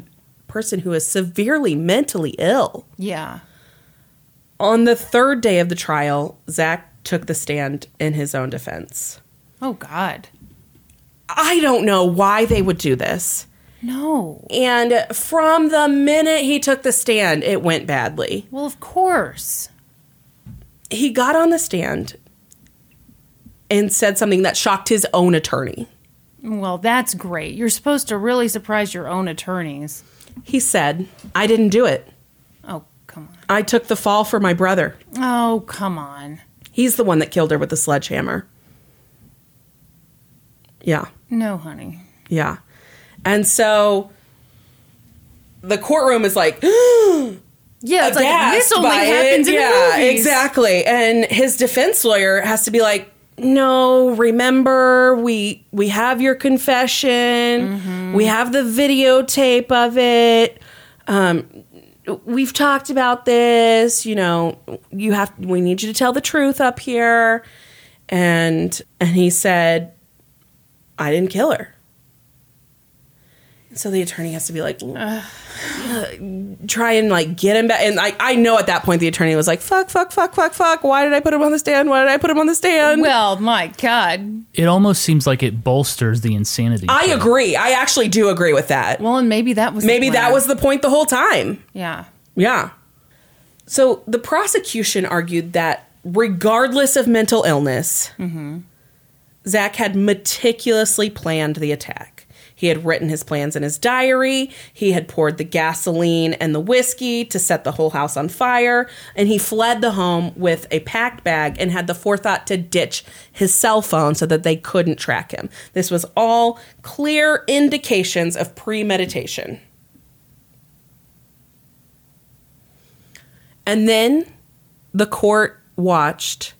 person who is severely mentally ill.
Yeah.
On the third day of the trial, Zach took the stand in his own defense.
Oh God.
I don't know why they would do this.
No.
And from the minute he took the stand, it went badly.
Well, of course.
he got on the stand and said something that shocked his own attorney.
Well, that's great. You're supposed to really surprise your own attorneys.
He said, I didn't do it.
Oh, come on.
I took the fall for my brother.
Oh, come on.
He's the one that killed her with the sledgehammer. Yeah,
No, honey.
yeah. *gasps* And so the courtroom is like,
Yeah, it's like this
aghast
only
by it.
happens in
yeah,
the movies.
exactly. And his defense lawyer has to be like, "No, remember we we have your confession.
Mm-hmm.
We have the videotape of it. Um, we've talked about this. You know, you have. We need you to tell the truth up here." And and he said, "I didn't kill her." So the attorney has to be like, *sighs* try and like get him back. And like, I know at that point the attorney was like, fuck, fuck, fuck, fuck, fuck. Why did I put him on the stand? Why did I put him on the stand?
Well, my God.
It almost seems like it bolsters the insanity.
I
thing.
agree. I actually do agree with that.
Well, and maybe that was the
Maybe that
plan.
was the point the whole time.
yeah.
Yeah. So the prosecution argued that regardless of mental illness, Zach had meticulously planned the attack. He had written his plans in his diary. He had poured the gasoline and the whiskey to set the whole house on fire. And he fled the home with a packed bag and had the forethought to ditch his cell phone so that they couldn't track him. This was all clear indications of premeditation. And then the court watched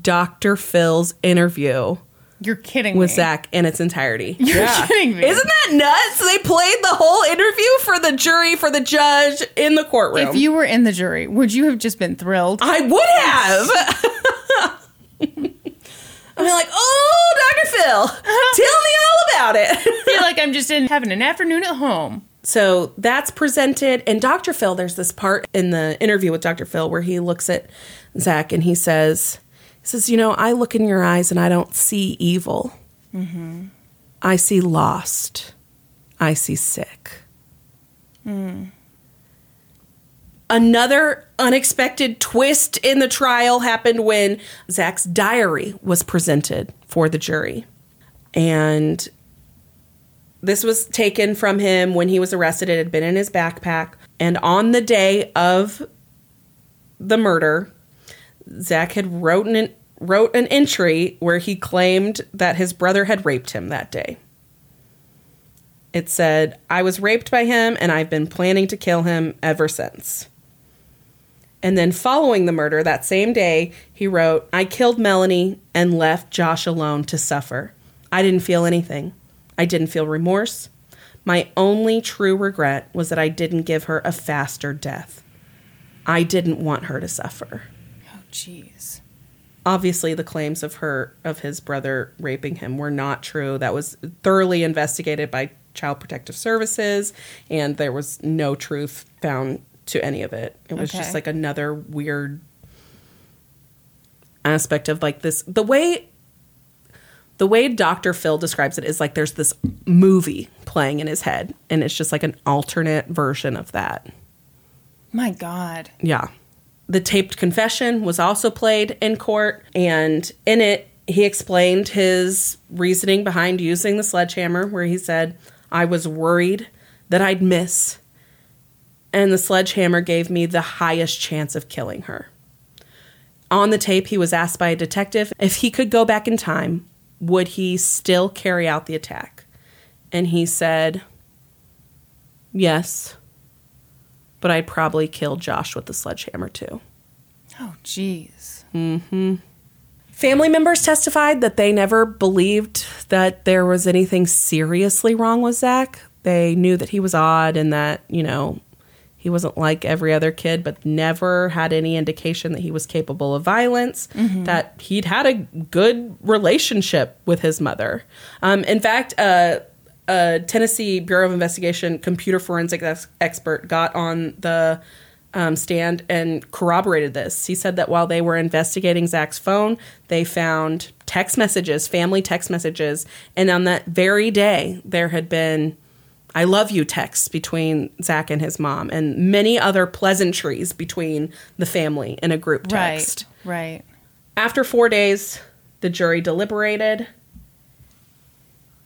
Dr. Phil's interview
You're kidding
with
me.
Zach in its entirety.
You're kidding me.
Isn't that nuts? They played the whole interview for the jury, for the judge in the courtroom.
If you were in the jury, would you have just been thrilled?
I would have. *laughs* I'm like, oh, Dr.
*laughs*
Phil, tell me all about it.
I feel like I'm just in having an afternoon at home.
So that's presented. And Dr. Phil, there's this part in the interview with Dr. Phil where he looks at Zach and he says, he says, you know, I look in your eyes and I don't see evil. I see lost. I see sick. Another unexpected twist in the trial happened when Zach's diary was presented for the jury. And this was taken from him when he was arrested. It had been in his backpack. And on the day of the murder, Zach had wrote an, wrote an entry where he claimed that his brother had raped him that day. It said, I was raped by him and I've been planning to kill him ever since. And then following the murder that same day, he wrote, I killed Melanie and left Josh alone to suffer. I didn't feel anything. I didn't feel remorse. My only true regret was that I didn't give her a faster death. I didn't want her to suffer.
Oh, jeez.
Obviously, the claims of her of his brother raping him were not true. That was thoroughly investigated by Child Protective Services, and there was no truth found to any of it. It was
Okay.
just like another weird aspect of like this the way the way Dr. Phil describes it is like there's this movie playing in his head and it's just like an alternate version of that.
My God.
Yeah. The taped confession was also played in court and in it he explained his reasoning behind using the sledgehammer where he said I was worried that I'd miss and the sledgehammer gave me the highest chance of killing her. On the tape, he was asked by a detective if he could go back in time, would he still carry out the attack? And he said, Yes, but I'd probably kill Josh with the sledgehammer too.
Oh, jeez.
Family members testified that they never believed that there was anything seriously wrong with Zach. They knew that he was odd and that, you know, he wasn't like every other kid, but never had any indication that he was capable of violence, that he'd had a good relationship with his mother. Um, in fact, uh, a Tennessee Bureau of Investigation computer forensic ex- expert got on the um, stand and corroborated this. He said that while they were investigating Zach's phone, they found text messages, family text messages, and on that very day, there had been "I love you" texts between Zach and his mom, and many other pleasantries between the family in a group text.
Right. Right.
After four days, the jury deliberated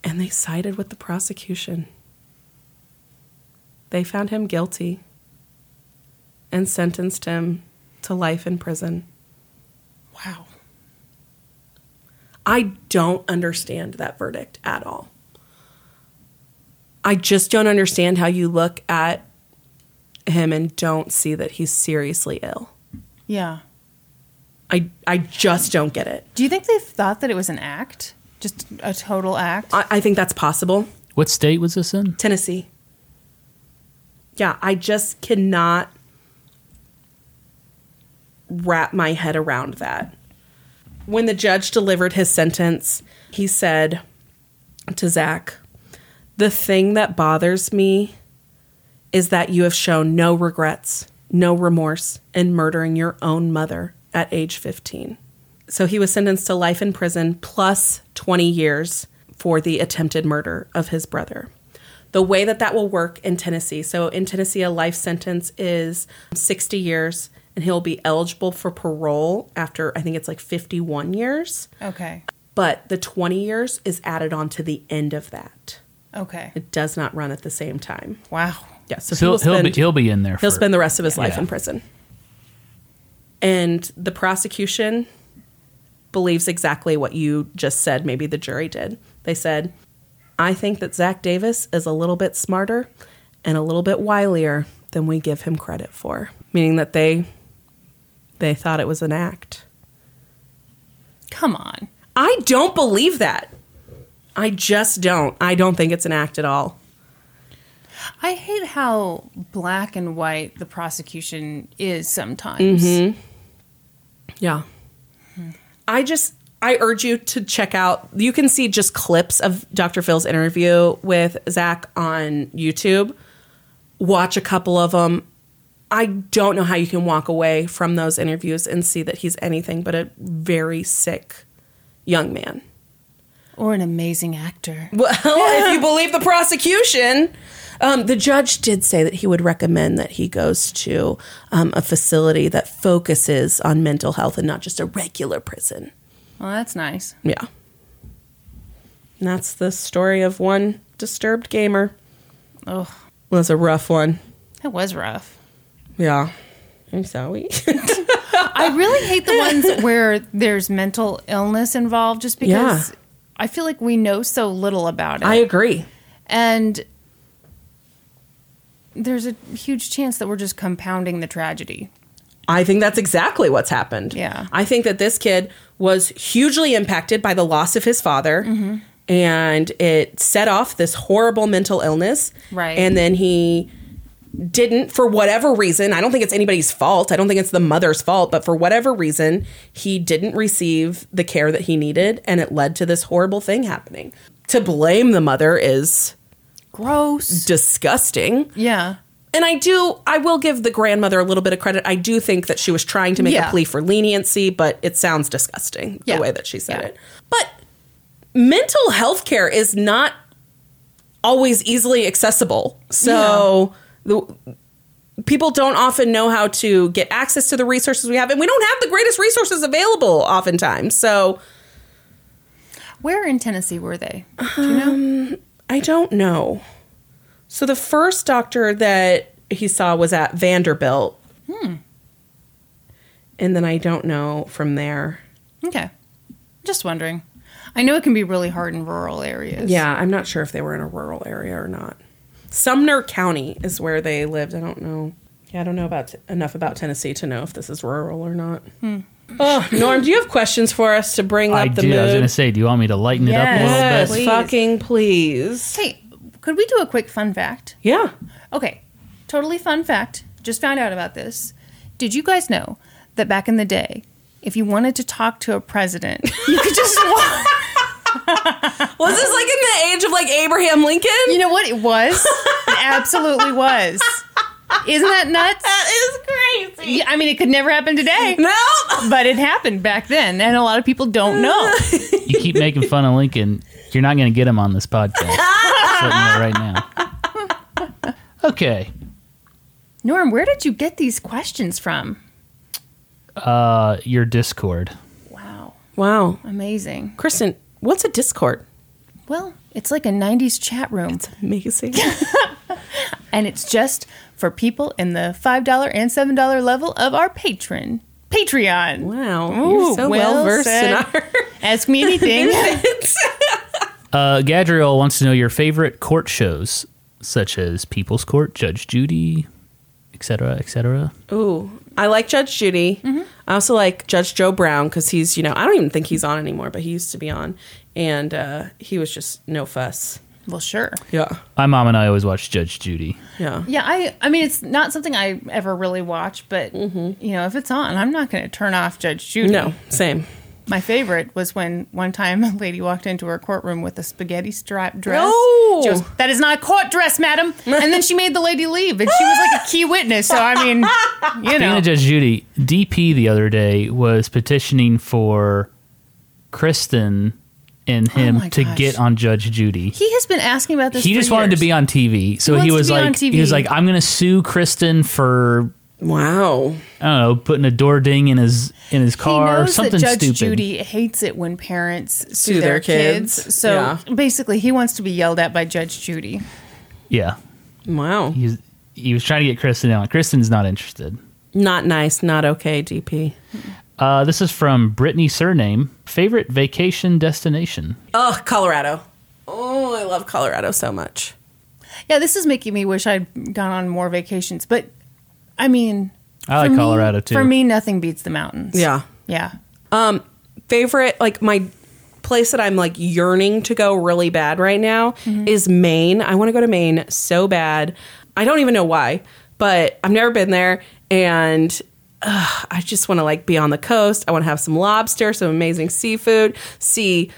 and they sided with the prosecution. They found him guilty and sentenced him to life in prison.
Wow.
I don't understand that verdict at all. I just don't understand how you look at him and don't see that he's seriously ill.
Yeah.
I I just don't get it.
Do you think they thought that it was an act? Just a total act?
I, I think that's possible.
What state was this in?
Tennessee. Yeah, I just cannot wrap my head around that. When the judge delivered his sentence, he said to Zach, The thing that bothers me is that you have shown no regrets, no remorse in murdering your own mother at age 15. So he was sentenced to life in prison plus 20 years for the attempted murder of his brother. The way that that will work in Tennessee so, in Tennessee, a life sentence is 60 years, and he'll be eligible for parole after I think it's like 51 years.
okay.
But the 20 years is added on to the end of that.
Okay.
It does not run at the same time.
Wow.
Yeah, so,
So
he will
he'll, he'll, be,
spend-
he'll be in there.
He'll
for-
spend the rest of his life
Yeah.
in prison. And the prosecution believes exactly what you just said. Maybe the jury did. They said, I think that Zach Davis is a little bit smarter and a little bit wilier than we give him credit for. Meaning that they they thought it was an act.
Come on.
I don't believe that. I just don't. I don't think it's an act at all.
I hate how black and white the prosecution is sometimes.
Mm-hmm. Yeah. I just I urge you to check out. You can see just clips of Dr. Phil's interview with Zach on YouTube. Watch a couple of them. I don't know how you can walk away from those interviews and see that he's anything but a very sick young *laughs* man.
Or an amazing actor.
Well, Oh, if you believe the prosecution, um, the judge did say that he would recommend that he goes to um, a facility that focuses on mental health and not just a regular prison.
Well, that's nice.
Yeah. And that's the story of one disturbed gamer.
Ugh,
Was a rough one.
that was rough.
Yeah. I'm *laughs* sorry.
I really hate the
*laughs*
ones where there's mental illness involved just because
Yeah.
I feel like we know so little about it.
agree.
and there's a huge chance that we're just compounding the tragedy.
I think that's exactly what's happened.
Yeah.
I think that this kid was hugely impacted by the loss of his father. And it set off this horrible mental illness.
Right.
And then he didn't, for whatever reason, I don't think it's anybody's fault. I don't think it's the mother's fault, but for whatever reason, he didn't receive the care that he needed. And it led to this horrible thing happening. To blame the mother is
Gross.
disgusting.
Yeah.
And I do, I will give the grandmother a little bit of credit. I do think that she was trying to make
Yeah.
a plea for leniency, but it sounds disgusting
Yeah.
the way that she said
Yeah.
it. But mental health care is not always easily accessible. So the, people don't often know how to get access to the resources we have. And we don't have the greatest resources available oftentimes. So
Where in Tennessee were they?
I don't know. So the first doctor that he saw was at Vanderbilt. Hmm. And then I don't know from there.
Okay. Just wondering. I know it can be really hard in rural areas.
Yeah, I'm not sure if they were in a rural area or not. Sumner County is where they lived. I don't know. Yeah, I don't know about enough about Tennessee to know if this is rural or not. Oh, Norm, do you have questions for us to bring
I
up the
did. I was
mood?
going to say, do you want me to lighten it up a little
yes,
bit?
Please.
fucking please.
Hey, could we do a quick fun fact?
Yeah.
Okay, totally fun fact. Just found out about this. Did you guys know that back in the day, if you wanted to talk to a president, you could just *laughs* walk.
Was this like in the age of like Abraham Lincoln?
You know what it was? It absolutely was. Isn't that nuts?
that is crazy.
Yeah, I mean, it could never happen today,
No.
but it happened back then, and a lot of people don't know.
You keep making fun of Lincoln. You're not going to get him on this podcast. Just letting you know right now. Okay.
Norm, where did you get these questions from?
Uh, your Discord.
Wow,
Wow.
amazing.
Kristen, what's a Discord?
Well, it's like a 90s chat room.
*laughs* Amazing.
and it's just for people in the $5 and $7 level of our patron Patreon.
Wow.
Ooh,
You're so well versed in
said.
our.
*laughs*
*laughs*
Ask me anything.
Uh, Gadriel wants to know your favorite court shows, such as People's Court, Judge Judy, etc., etc.
Ooh, I like Judge Judy. I also like Judge Joe Brown because he's, you know, I don't even think he's on anymore, but he used to be on, and uh, he was just no fuss.
Well, sure.
Yeah,
My mom and I always watched Judge Judy.
yeah.
Yeah, I I mean it's not something I ever really watch, but you know, if it's on, I'm not going to turn off Judge Judy.
Mm-hmm. No, same.
My favorite was when one time a lady walked into her courtroom with a spaghetti strap dress.
No.
She goes, that is not a court dress,
*laughs*
madam. And then she made the lady leave, and she was like a key witness. So I
*laughs*
mean, you
Speaking
know,
of Judge Judy, DP the other day was petitioning for Kristen and him
Oh my
to
gosh.
get on Judge Judy.
he has been asking about this.
He
for
just wanted to
years.
be on TV, so
wants
he,
to
was
be on
like,
TV.
he was like, I'm going to sue Kristen for
Wow.
I don't know, putting a door ding in his in his
He
car,
knows
something
that Judge
stupid.
Judy hates it when parents sue, their,
Sue their
kids.
kids.
So
Yeah.
basically, he wants to be yelled at by Judge Judy.
Yeah,
Wow.
he was, he was trying to get Kristen on. Kristen's not interested.
Not nice. Not okay. DP.
Uh, this is from Brittany surname favorite vacation destination.
Ugh, Colorado. Oh, I love Colorado so much.
Yeah, this is making me wish I'd gone on more vacations. But I mean,
I like
for me-
Colorado, too.
For me, nothing beats the mountains.
Yeah.
yeah.
Um, favorite like my place that I'm like yearning to go really bad right now
Mm-hmm.
is Maine. I want to go to Maine so bad. I don't even know why, but I've never been there and ugh, I just want to like be on the coast. I want to have some lobster, some amazing seafood, see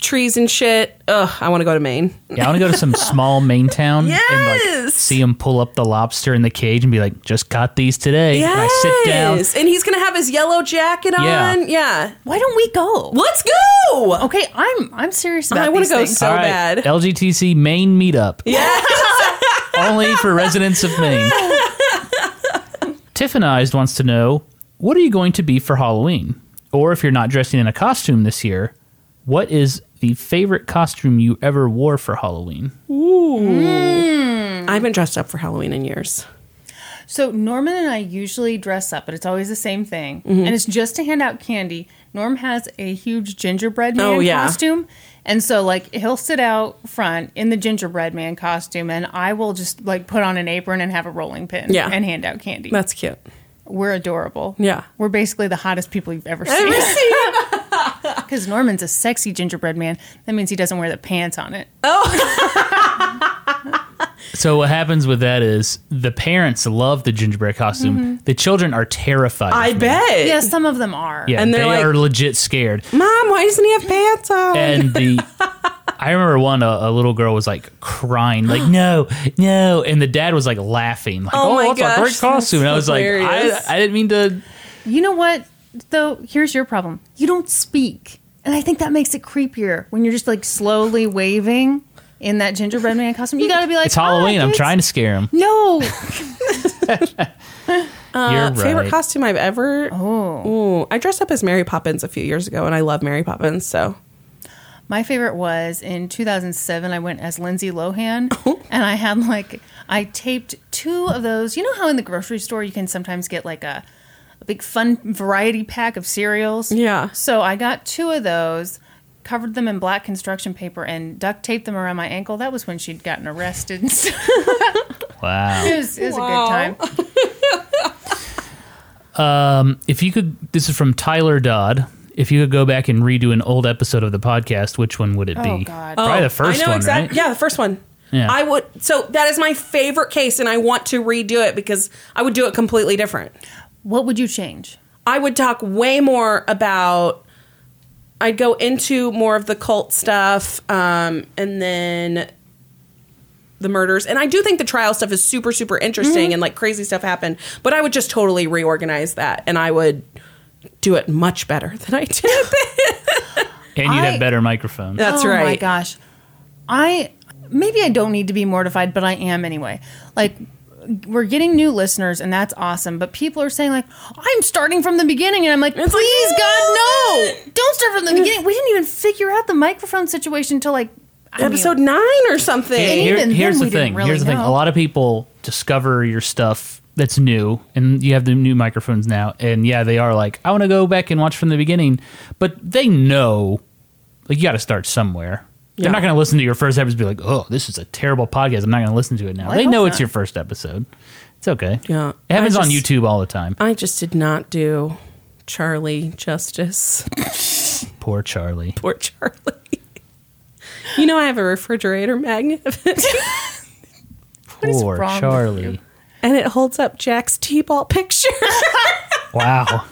trees and shit. Ugh, I want to go to Maine.
Yeah, I want to go to some small Maine town and like
Yes!
see him pull up the lobster in the cage and be like, "Just caught these today." And I sit down.
Yes. And he's going to have his yellow jacket
Yeah.
on. Yeah.
Why don't we go?
Let's go.
Okay, I'm I'm serious about.
I
want
wanna
to
go so-
All right,
bad.
LGTC Maine meetup. *laughs* only for residents of
*laughs*
Maine. Tiffinized wants to know what are you going to be for Halloween? Or if you're not dressing in a costume this year, what is the favorite costume you ever wore for Halloween? Mm.
I haven't dressed up for Halloween in years.
So Norman and I usually dress up, but it's always the same thing,
Mm-hmm.
and it's just to hand out candy. Norm has a huge gingerbread man
Oh, yeah.
costume, and so like he'll sit out front in the gingerbread man costume, and I will just like put on an apron and have a rolling pin,
Yeah.
and hand out candy.
That's cute.
We're adorable.
Yeah.
We're basically the hottest people you've
*laughs*
ever seen. *laughs* Because Norman's a sexy gingerbread man. That means he doesn't wear the pants on it.
Oh.
So, what happens with that is the parents love the gingerbread costume, the children are terrified.
Mm-hmm. I
of me.
bet.
Yeah, some of them are.
Yeah,
And
they
they're like-
are
*laughs*
legit scared.
Mom, why doesn't he have pants on?
and the I remember one a, a little girl was like crying like no no and the dad was like laughing like
Oh
oh,
my
that's
gosh,
a great costume and I was
hilarious.
like I, I didn't mean to
You know what, though? Here's your problem you don't speak. And I think that makes it creepier when you're just like slowly waving in that gingerbread man costume. You gotta be like, "Ah,
it's Halloween
Ah,
I'm trying to scare him
No.
you're right
Favorite costume I've ever. Oh, I dressed up as Mary Poppins a few years ago, and I love Mary Poppins. So
My favorite was in 2007, I went as Lindsay
*laughs*
Lohan, and I had like, I taped two of those. You know how in the grocery store you can sometimes get like a, a big fun variety pack of cereals?
Yeah.
So I got two of those, covered them in black construction paper, and duct taped them around my ankle. That was when she'd gotten arrested. *laughs* and stuff.
wow
it was, it was
Wow.
a good time.
Um, if you could this is from Tyler Dodd if you could go back and redo an old episode of the podcast which one would it
Oh,
be
God.
probably the first
I know
one
exact-
right
Yeah, the first one.
Yeah.
I would. So that is my favorite case, and I want to redo it because I would do it completely different.
What would you change?
I would talk way more about. I'd go into more of the cult stuff, um, and then the murders. And I do think the trial stuff is super, super interesting, and like crazy stuff happened. But I would just totally reorganize that, and I would do it much better than I did.
and you'd
I-
have better microphones
That's
oh
right.
my gosh. I maybe I don't need to be mortified, but I am anyway. Like we're getting new listeners and that's awesome, but people are saying like I'm starting from the beginning and I'm like,
It's like,
"Please God, no.
no."
Don't start from the beginning. We didn't even figure out the microphone situation until like I don't
Episode
even-
nine or something.
And even then,
here's
we
the
didn't
thing.
really
here's the thing.
know.
A lot of people discover your stuff that's new, and you have the new microphones now. And yeah, they are like, I want to go back and watch from the beginning, but they know, like, you got to start somewhere.
Yeah.
They're not going to listen to your first episode and be like, oh, this is a terrible podcast. I'm not going to listen to it now.
I
they
hope
know it's
not.
your first episode. It's okay.
Yeah.
It happens
I
on
just-
YouTube all the time.
I just did not do Charlie justice. *laughs*
Poor Charlie.
Poor Charlie. You know, I have a refrigerator magnet *laughs*
is
Poor
wrong with you?
Charlie.
and it holds up Jack's T ball picture.
*laughs*
Wow.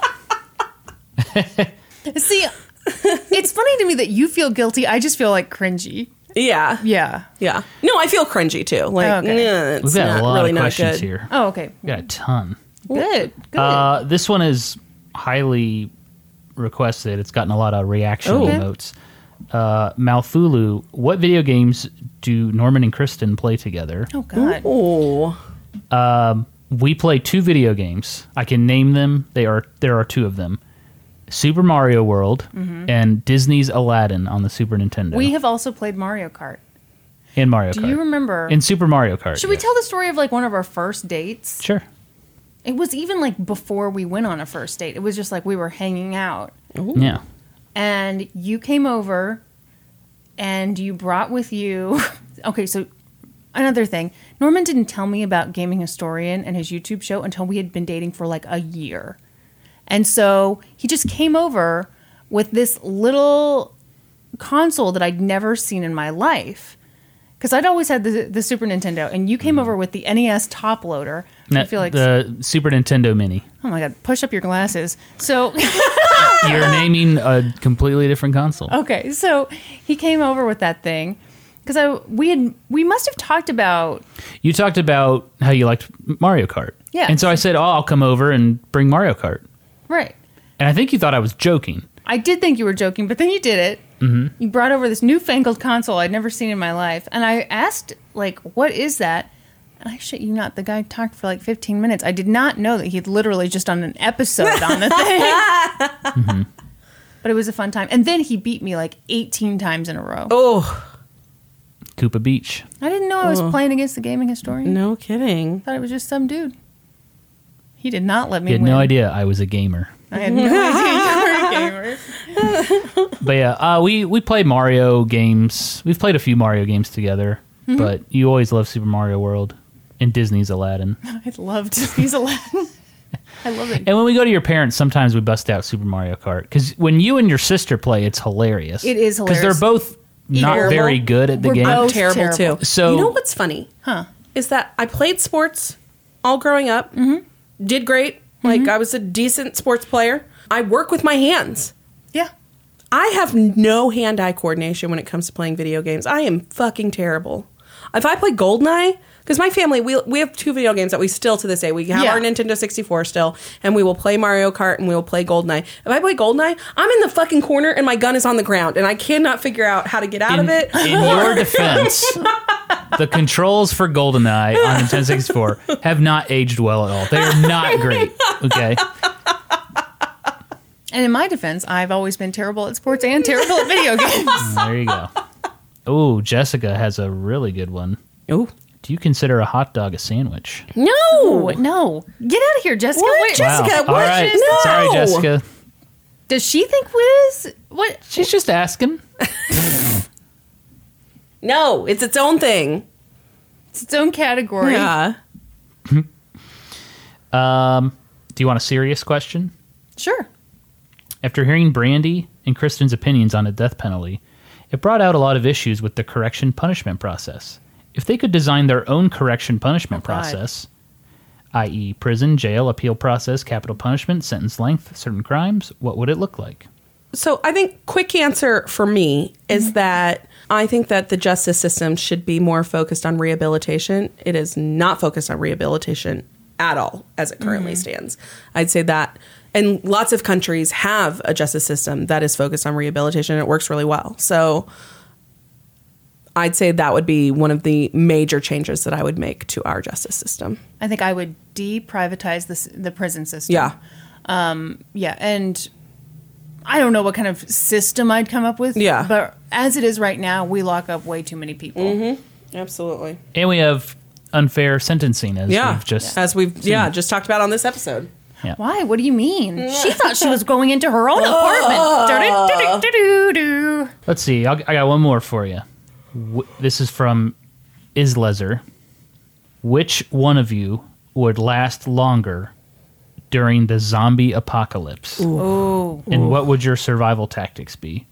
See, it's funny to me that you feel guilty. I just feel like cringy.
yeah.
Yeah.
Yeah. No, I feel cringy too. Like,
Okay.
yeah, it's
We've got
not,
a lot
really
of
not
questions
good.
here.
Oh, okay.
We've got a ton.
Good. Good.
Uh, this one is highly requested. It's gotten a lot of reaction
Oh.
emotes. Uh, Malfulu, what video games do Norman and Kristen play together?
oh God.
Oh,
We play two video games. I can name them. They are there are two of them: Super Mario World and Disney's Aladdin on the Super Nintendo.
Mm-hmm. We have also played Mario Kart.
in Mario
Do
Kart.
you remember?
in Super Mario Kart?
Should we
yes.
tell the story of like one of our first dates?
Sure.
It was even like before we went on a first date. It was just like we were hanging out.
Yeah.
and you came over and you brought with you *laughs* okay so another thing norman didn't tell me about gaming historian and his youtube show until we had been dating for like a year and so he just came over with this little console that i'd never seen in my life because i'd always had the, the super nintendo and you came over with the nes top loader i
Na-
feel like
E the Super Nintendo Mini.
oh my god push up your glasses so *laughs*
You're naming a completely different console.
Okay, so he came over with that thing because I we had we must have talked about
You talked about how you liked Mario Kart.
Yeah.
And so I said, "Oh, I'll come over and bring Mario Kart."
right.
And I think you thought I was joking.
I did think you were joking, but then you did it. Mm-hmm. You brought over this newfangled console I'd never seen in my life, and I asked like, "What is that?" And I shit you not, the guy talked for like 15 minutes. I did not know that he'd literally just done an episode on the thing. But it was a fun time. And then he beat me like 18 times in a row.
oh,
Koopa Beach.
I didn't know I was playing against the gaming historian.
no kidding.
thought it was just some dude. He did not let me
You had
win.
no idea I was a gamer.
I had no idea you were a *laughs* gamer.
But yeah, uh, we we play Mario games. We've played a few Mario games together.
Mm-hmm.
But you always love Super Mario World and Disney's Aladdin.
I loved Disney's Aladdin. *laughs* I love it.
And when we go to your parents, sometimes we bust out Super Mario Kart because when you and your sister play, it's hilarious.
It is
because
hilarious.
they're both not
Terrible.
very good at the
We're
game.
both-
terrible,
Oh, terrible.
too.
So-
you know what's funny?
Huh.
Is that I played sports all growing up,
Mm-hmm.
did great. Like I was a decent sports player. I work with my hands.
Yeah.
I have no hand-eye coordination when it comes to playing video games. I am fucking terrible. If I play Goldeneye, because my family we we have two video games that we still to this day we have
Yeah.
our Nintendo 64 still, and we will play Mario Kart and we will play Goldeneye. If I play Goldeneye, I'm in the fucking corner and my gun is on the ground and I cannot figure out how to get out
in,
of it.
in
*laughs*
your defense, the controls for GoldenEye on Nintendo 64 have not aged well at all. They are not great. Okay.
And in my defense, I've always been terrible at sports and terrible at video games.
Mm, There you go. Oh, Jessica has a really good one.
Oh
Do you consider a hot dog a sandwich?
*laughs* Oh,
*gasps* no!
no. Get out of here, Jessica.
What,
Wait,
Jess- Jessica,
All
what?
right.
No!
Sorry, Jessica.
Does she think what is what?
She's just asking.
No, it's its own thing.
It's its own category.
Yeah.
Do you want a serious question?
Sure.
After hearing Brandy and Kristen's opinions on a death penalty, it brought out a lot of issues with the correction punishment process. If they could design their own correction punishment
God.
process, i.e., prison, jail, appeal process, capital punishment, sentence length, certain crimes, what would it look like?
So I think quick answer for me is that I think that the justice system should be more focused on rehabilitation. It is not focused on rehabilitation at all as it currently stands. I'd say that and lots of countries have a justice system that is focused on rehabilitation and it works really well. So I'd say that would be one of the major changes that I would make to our justice system.
I think I would deprivatize the s- the prison system.
Yeah.
yeah and i don't know what kind of system i'd come up with
Yeah.
but as it is right now we lock up way too many people
Absolutely.
And we have unfair sentencing, as
Yeah.
we've just.
as we've yeah, just talked about on this episode.
why what do you mean she thought she was going into her own
*laughs*
apartment Do-do-do-do-do-do.
Let's see. I'll, I got one more for you. Wh- this is from Islezer. Which one of you would last longer during the zombie apocalypse?
Oh,
And what would your survival tactics be?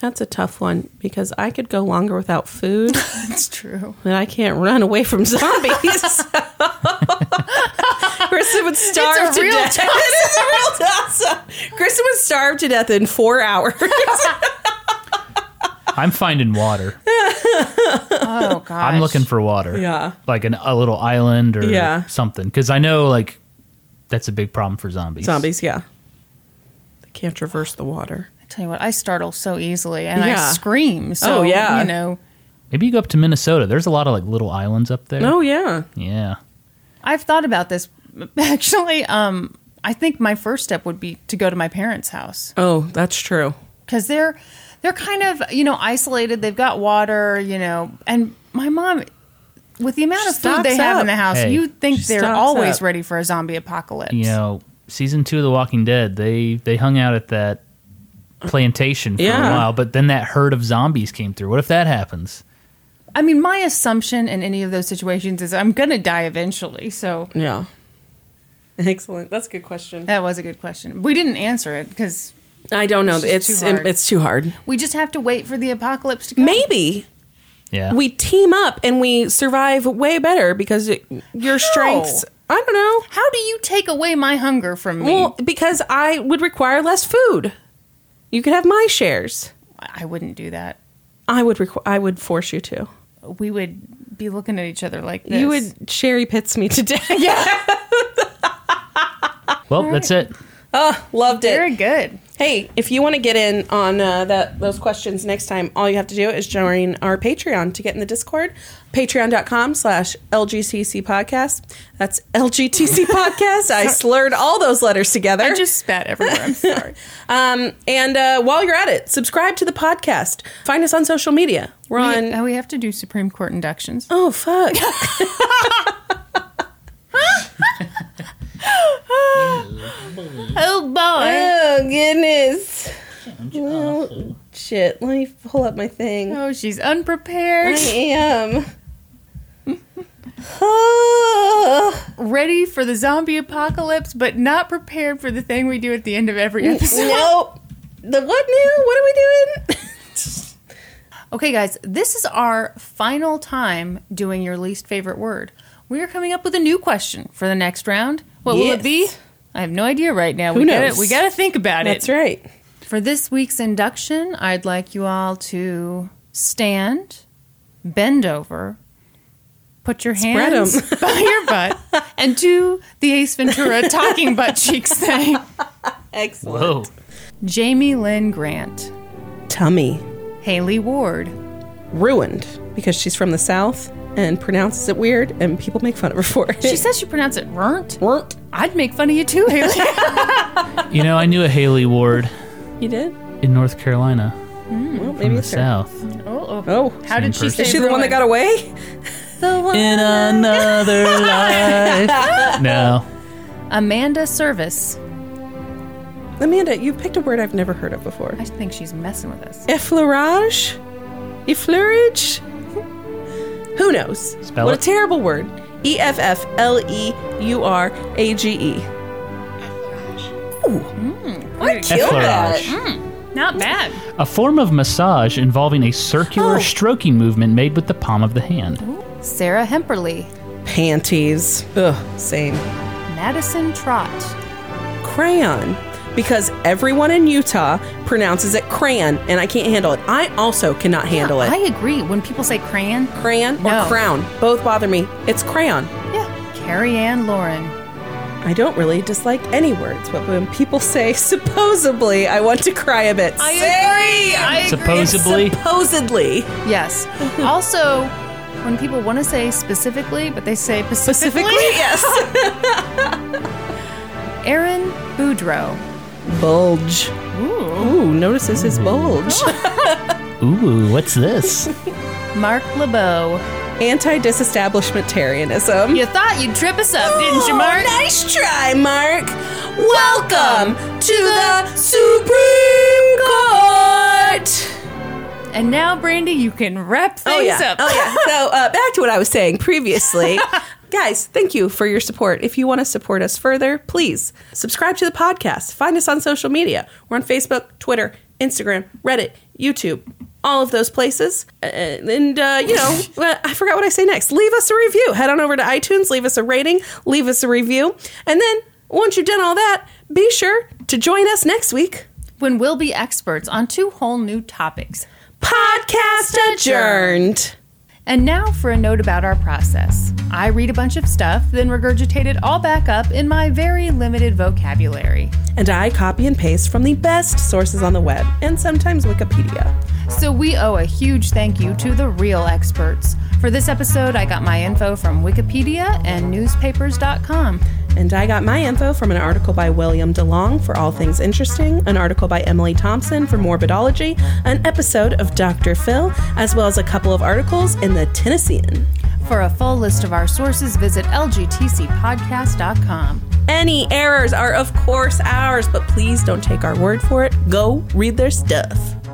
That's a tough one because I could go longer without food, *laughs*
that's true.
and I can't run away from *laughs* zombies. Kristen would starve
It's a
to
real
death. *laughs* It's a real toss-up. Kristen would starve to death in four hours. *laughs*
I'm finding
*laughs*
water.
*laughs* Oh god.
I'm looking for water.
Yeah.
Like an, a little island or
Yeah.
something. Because I know, like, that's a big problem for zombies.
Zombies, yeah. They can't traverse the water.
I tell you what, I startle so easily and
Yeah.
I scream. So
Oh, yeah.
you know,
Maybe you go up to Minnesota. There's a lot of, like, little islands up there.
Oh yeah.
Yeah.
I've thought about this *laughs* actually. Um, I think my first step would be to go to my parents' house
Oh, that's true.
because they're they're kind of you know isolated. They've got water, you know, and my mom. With the amount
She
of food they
stocks
have
up.
in the house,
Hey,
you'd think
she
they're
stocks
always
up.
ready for a zombie apocalypse.
You know, season two of The Walking Dead, they, they hung out at that plantation for
Yeah.
a while, but then that herd of zombies came through. What if that happens?
I mean, my assumption in any of those situations is I'm going to die eventually. So
Yeah. Excellent. That's a good question.
that was a good question. We didn't answer it because
I don't know.
It's
It's
just
it's
too hard.
too, hard.
we just have to wait for the apocalypse to come.
Maybe
Yeah.
we team up and we survive way better because it, your strengths. I don't know.
How do you take away my hunger from me?
Well, because I would require less food. You could have my shares.
I wouldn't do that.
I would requ- I would force you to.
We would be looking at each other like this.
You
*laughs*
would Sherry pits me today.
Yeah.
well, that's it.
oh, *laughs* loved it.
Very good.
Hey, if you want to get in on uh, that those questions next time, all you have to do is join our Patreon to get in the Discord. Patreon.com slash LGCC podcast. That's LGTC *laughs* podcast. I slurred all those letters together.
I just spat everywhere. I'm *laughs* sorry.
um, and uh, while you're at it, subscribe to the podcast. Find us on social media. We're on.
we, uh, we have to do Supreme Court inductions.
oh, fuck. *laughs*
Oh boy.
oh, goodness. Well, shit. Let me pull up my thing.
Oh, she's unprepared.
I am.
*laughs*
Oh,
Ready for the zombie apocalypse, but not prepared for the thing we do at the end of every episode.
nope. The what now? What are
*laughs*
we doing?
Okay, guys, this is our final time doing your least favorite word. We are coming up with a new question for the next round. What will it be?
Yes.
I have no idea right now.
Who
we
knows?
Gotta, we got to think about
That's
it.
right.
For this week's induction, I'd like you all to stand, bend over, put your
Spread 'em.
hands *laughs* by your butt, and do the Ace Ventura talking butt
*laughs*
cheeks thing.
Excellent.
Whoa.
Jamie Lynn Grant,
Tummy
Haley Ward,
ruined because she's from the South and pronounces it weird, and people make fun of her for it. *laughs*
She says she pronounced it Rent.
weren't.
I'd make fun of you too,
*laughs*
Haley.
You know, I knew a Haley Ward
You did?
in North Carolina
Well,
Hmm. from
maybe
the
it's her.
South.
Oh,
Oh.
how did she
person.
say?
Is she the one that got away?
the one?
in *laughs* another life. No.
Amanda Service.
Amanda, you picked a word I've never heard of before.
I think she's messing with us.
Effleurage? Effleurage? Who knows?
Spell
what
it.
a terrible word. E F F L E U R A G E. Ooh. I killed
Effleurage.
that.
Not bad.
A form of massage involving a circular
Oh.
stroking movement made with the palm of the hand.
Sarah Hemperly.
Panties. Ugh, same.
Madison Trot.
Crayon. Because everyone in Utah pronounces it crayon, and I can't handle it. I also cannot handle it.
I agree. When people say crayon,
crayon
No.
or crown. Both bother me. It's crayon.
yeah. Carrie Ann Lauren.
I don't really dislike any words, but when people say *laughs* supposedly, I want to cry a bit.
I
Say-
*laughs*
Supposedly.
supposedly.
Yes. also, when people want to say specifically, but they say
Specifically,
specifically.
yes.
Aaron Boudreau.
Bulge.
Ooh. Oh.
Ooh, notices his bulge. *laughs*
Ooh, what's this?
Mark LeBeau.
Anti disestablishmentarianism.
You thought you'd trip us up, didn't you, Mark?
Oh, Nice try, Mark. Welcome to the Supreme Court.
And now, Brandy, you can wrap things
Oh, yeah.
up.
Oh yeah. So uh, back to what I was saying previously. Guys, thank you for your support. If you want to support us further, please subscribe to the podcast. Find us on social media. We're on Facebook, Twitter, Instagram, Reddit, YouTube, all of those places. Uh, And, uh, you know, well, I forgot what I say next. Leave us a review. Head on over to iTunes, leave us a rating, leave us a review. And then, once you've done all that, be sure to join us next week.
When we'll be experts on two whole new topics.
Podcast adjourned.
And now for a note about our process. I read a bunch of stuff, then regurgitate it all back up in my very limited vocabulary.
And I copy and paste from the best sources on the web and sometimes Wikipedia.
So we owe a huge thank you to the real experts. For this episode, I got my info from Wikipedia and newspapers.com.
And I got my info from an article by William DeLong for All Things Interesting, an article by Emily Thompson for Morbidology, an episode of Dr. Phil, as well as a couple of articles in the Tennessean.
For a full list of our sources, visit lgtcpodcast.com.
Any errors are, of course, ours, but please don't take our word for it. Go read their stuff.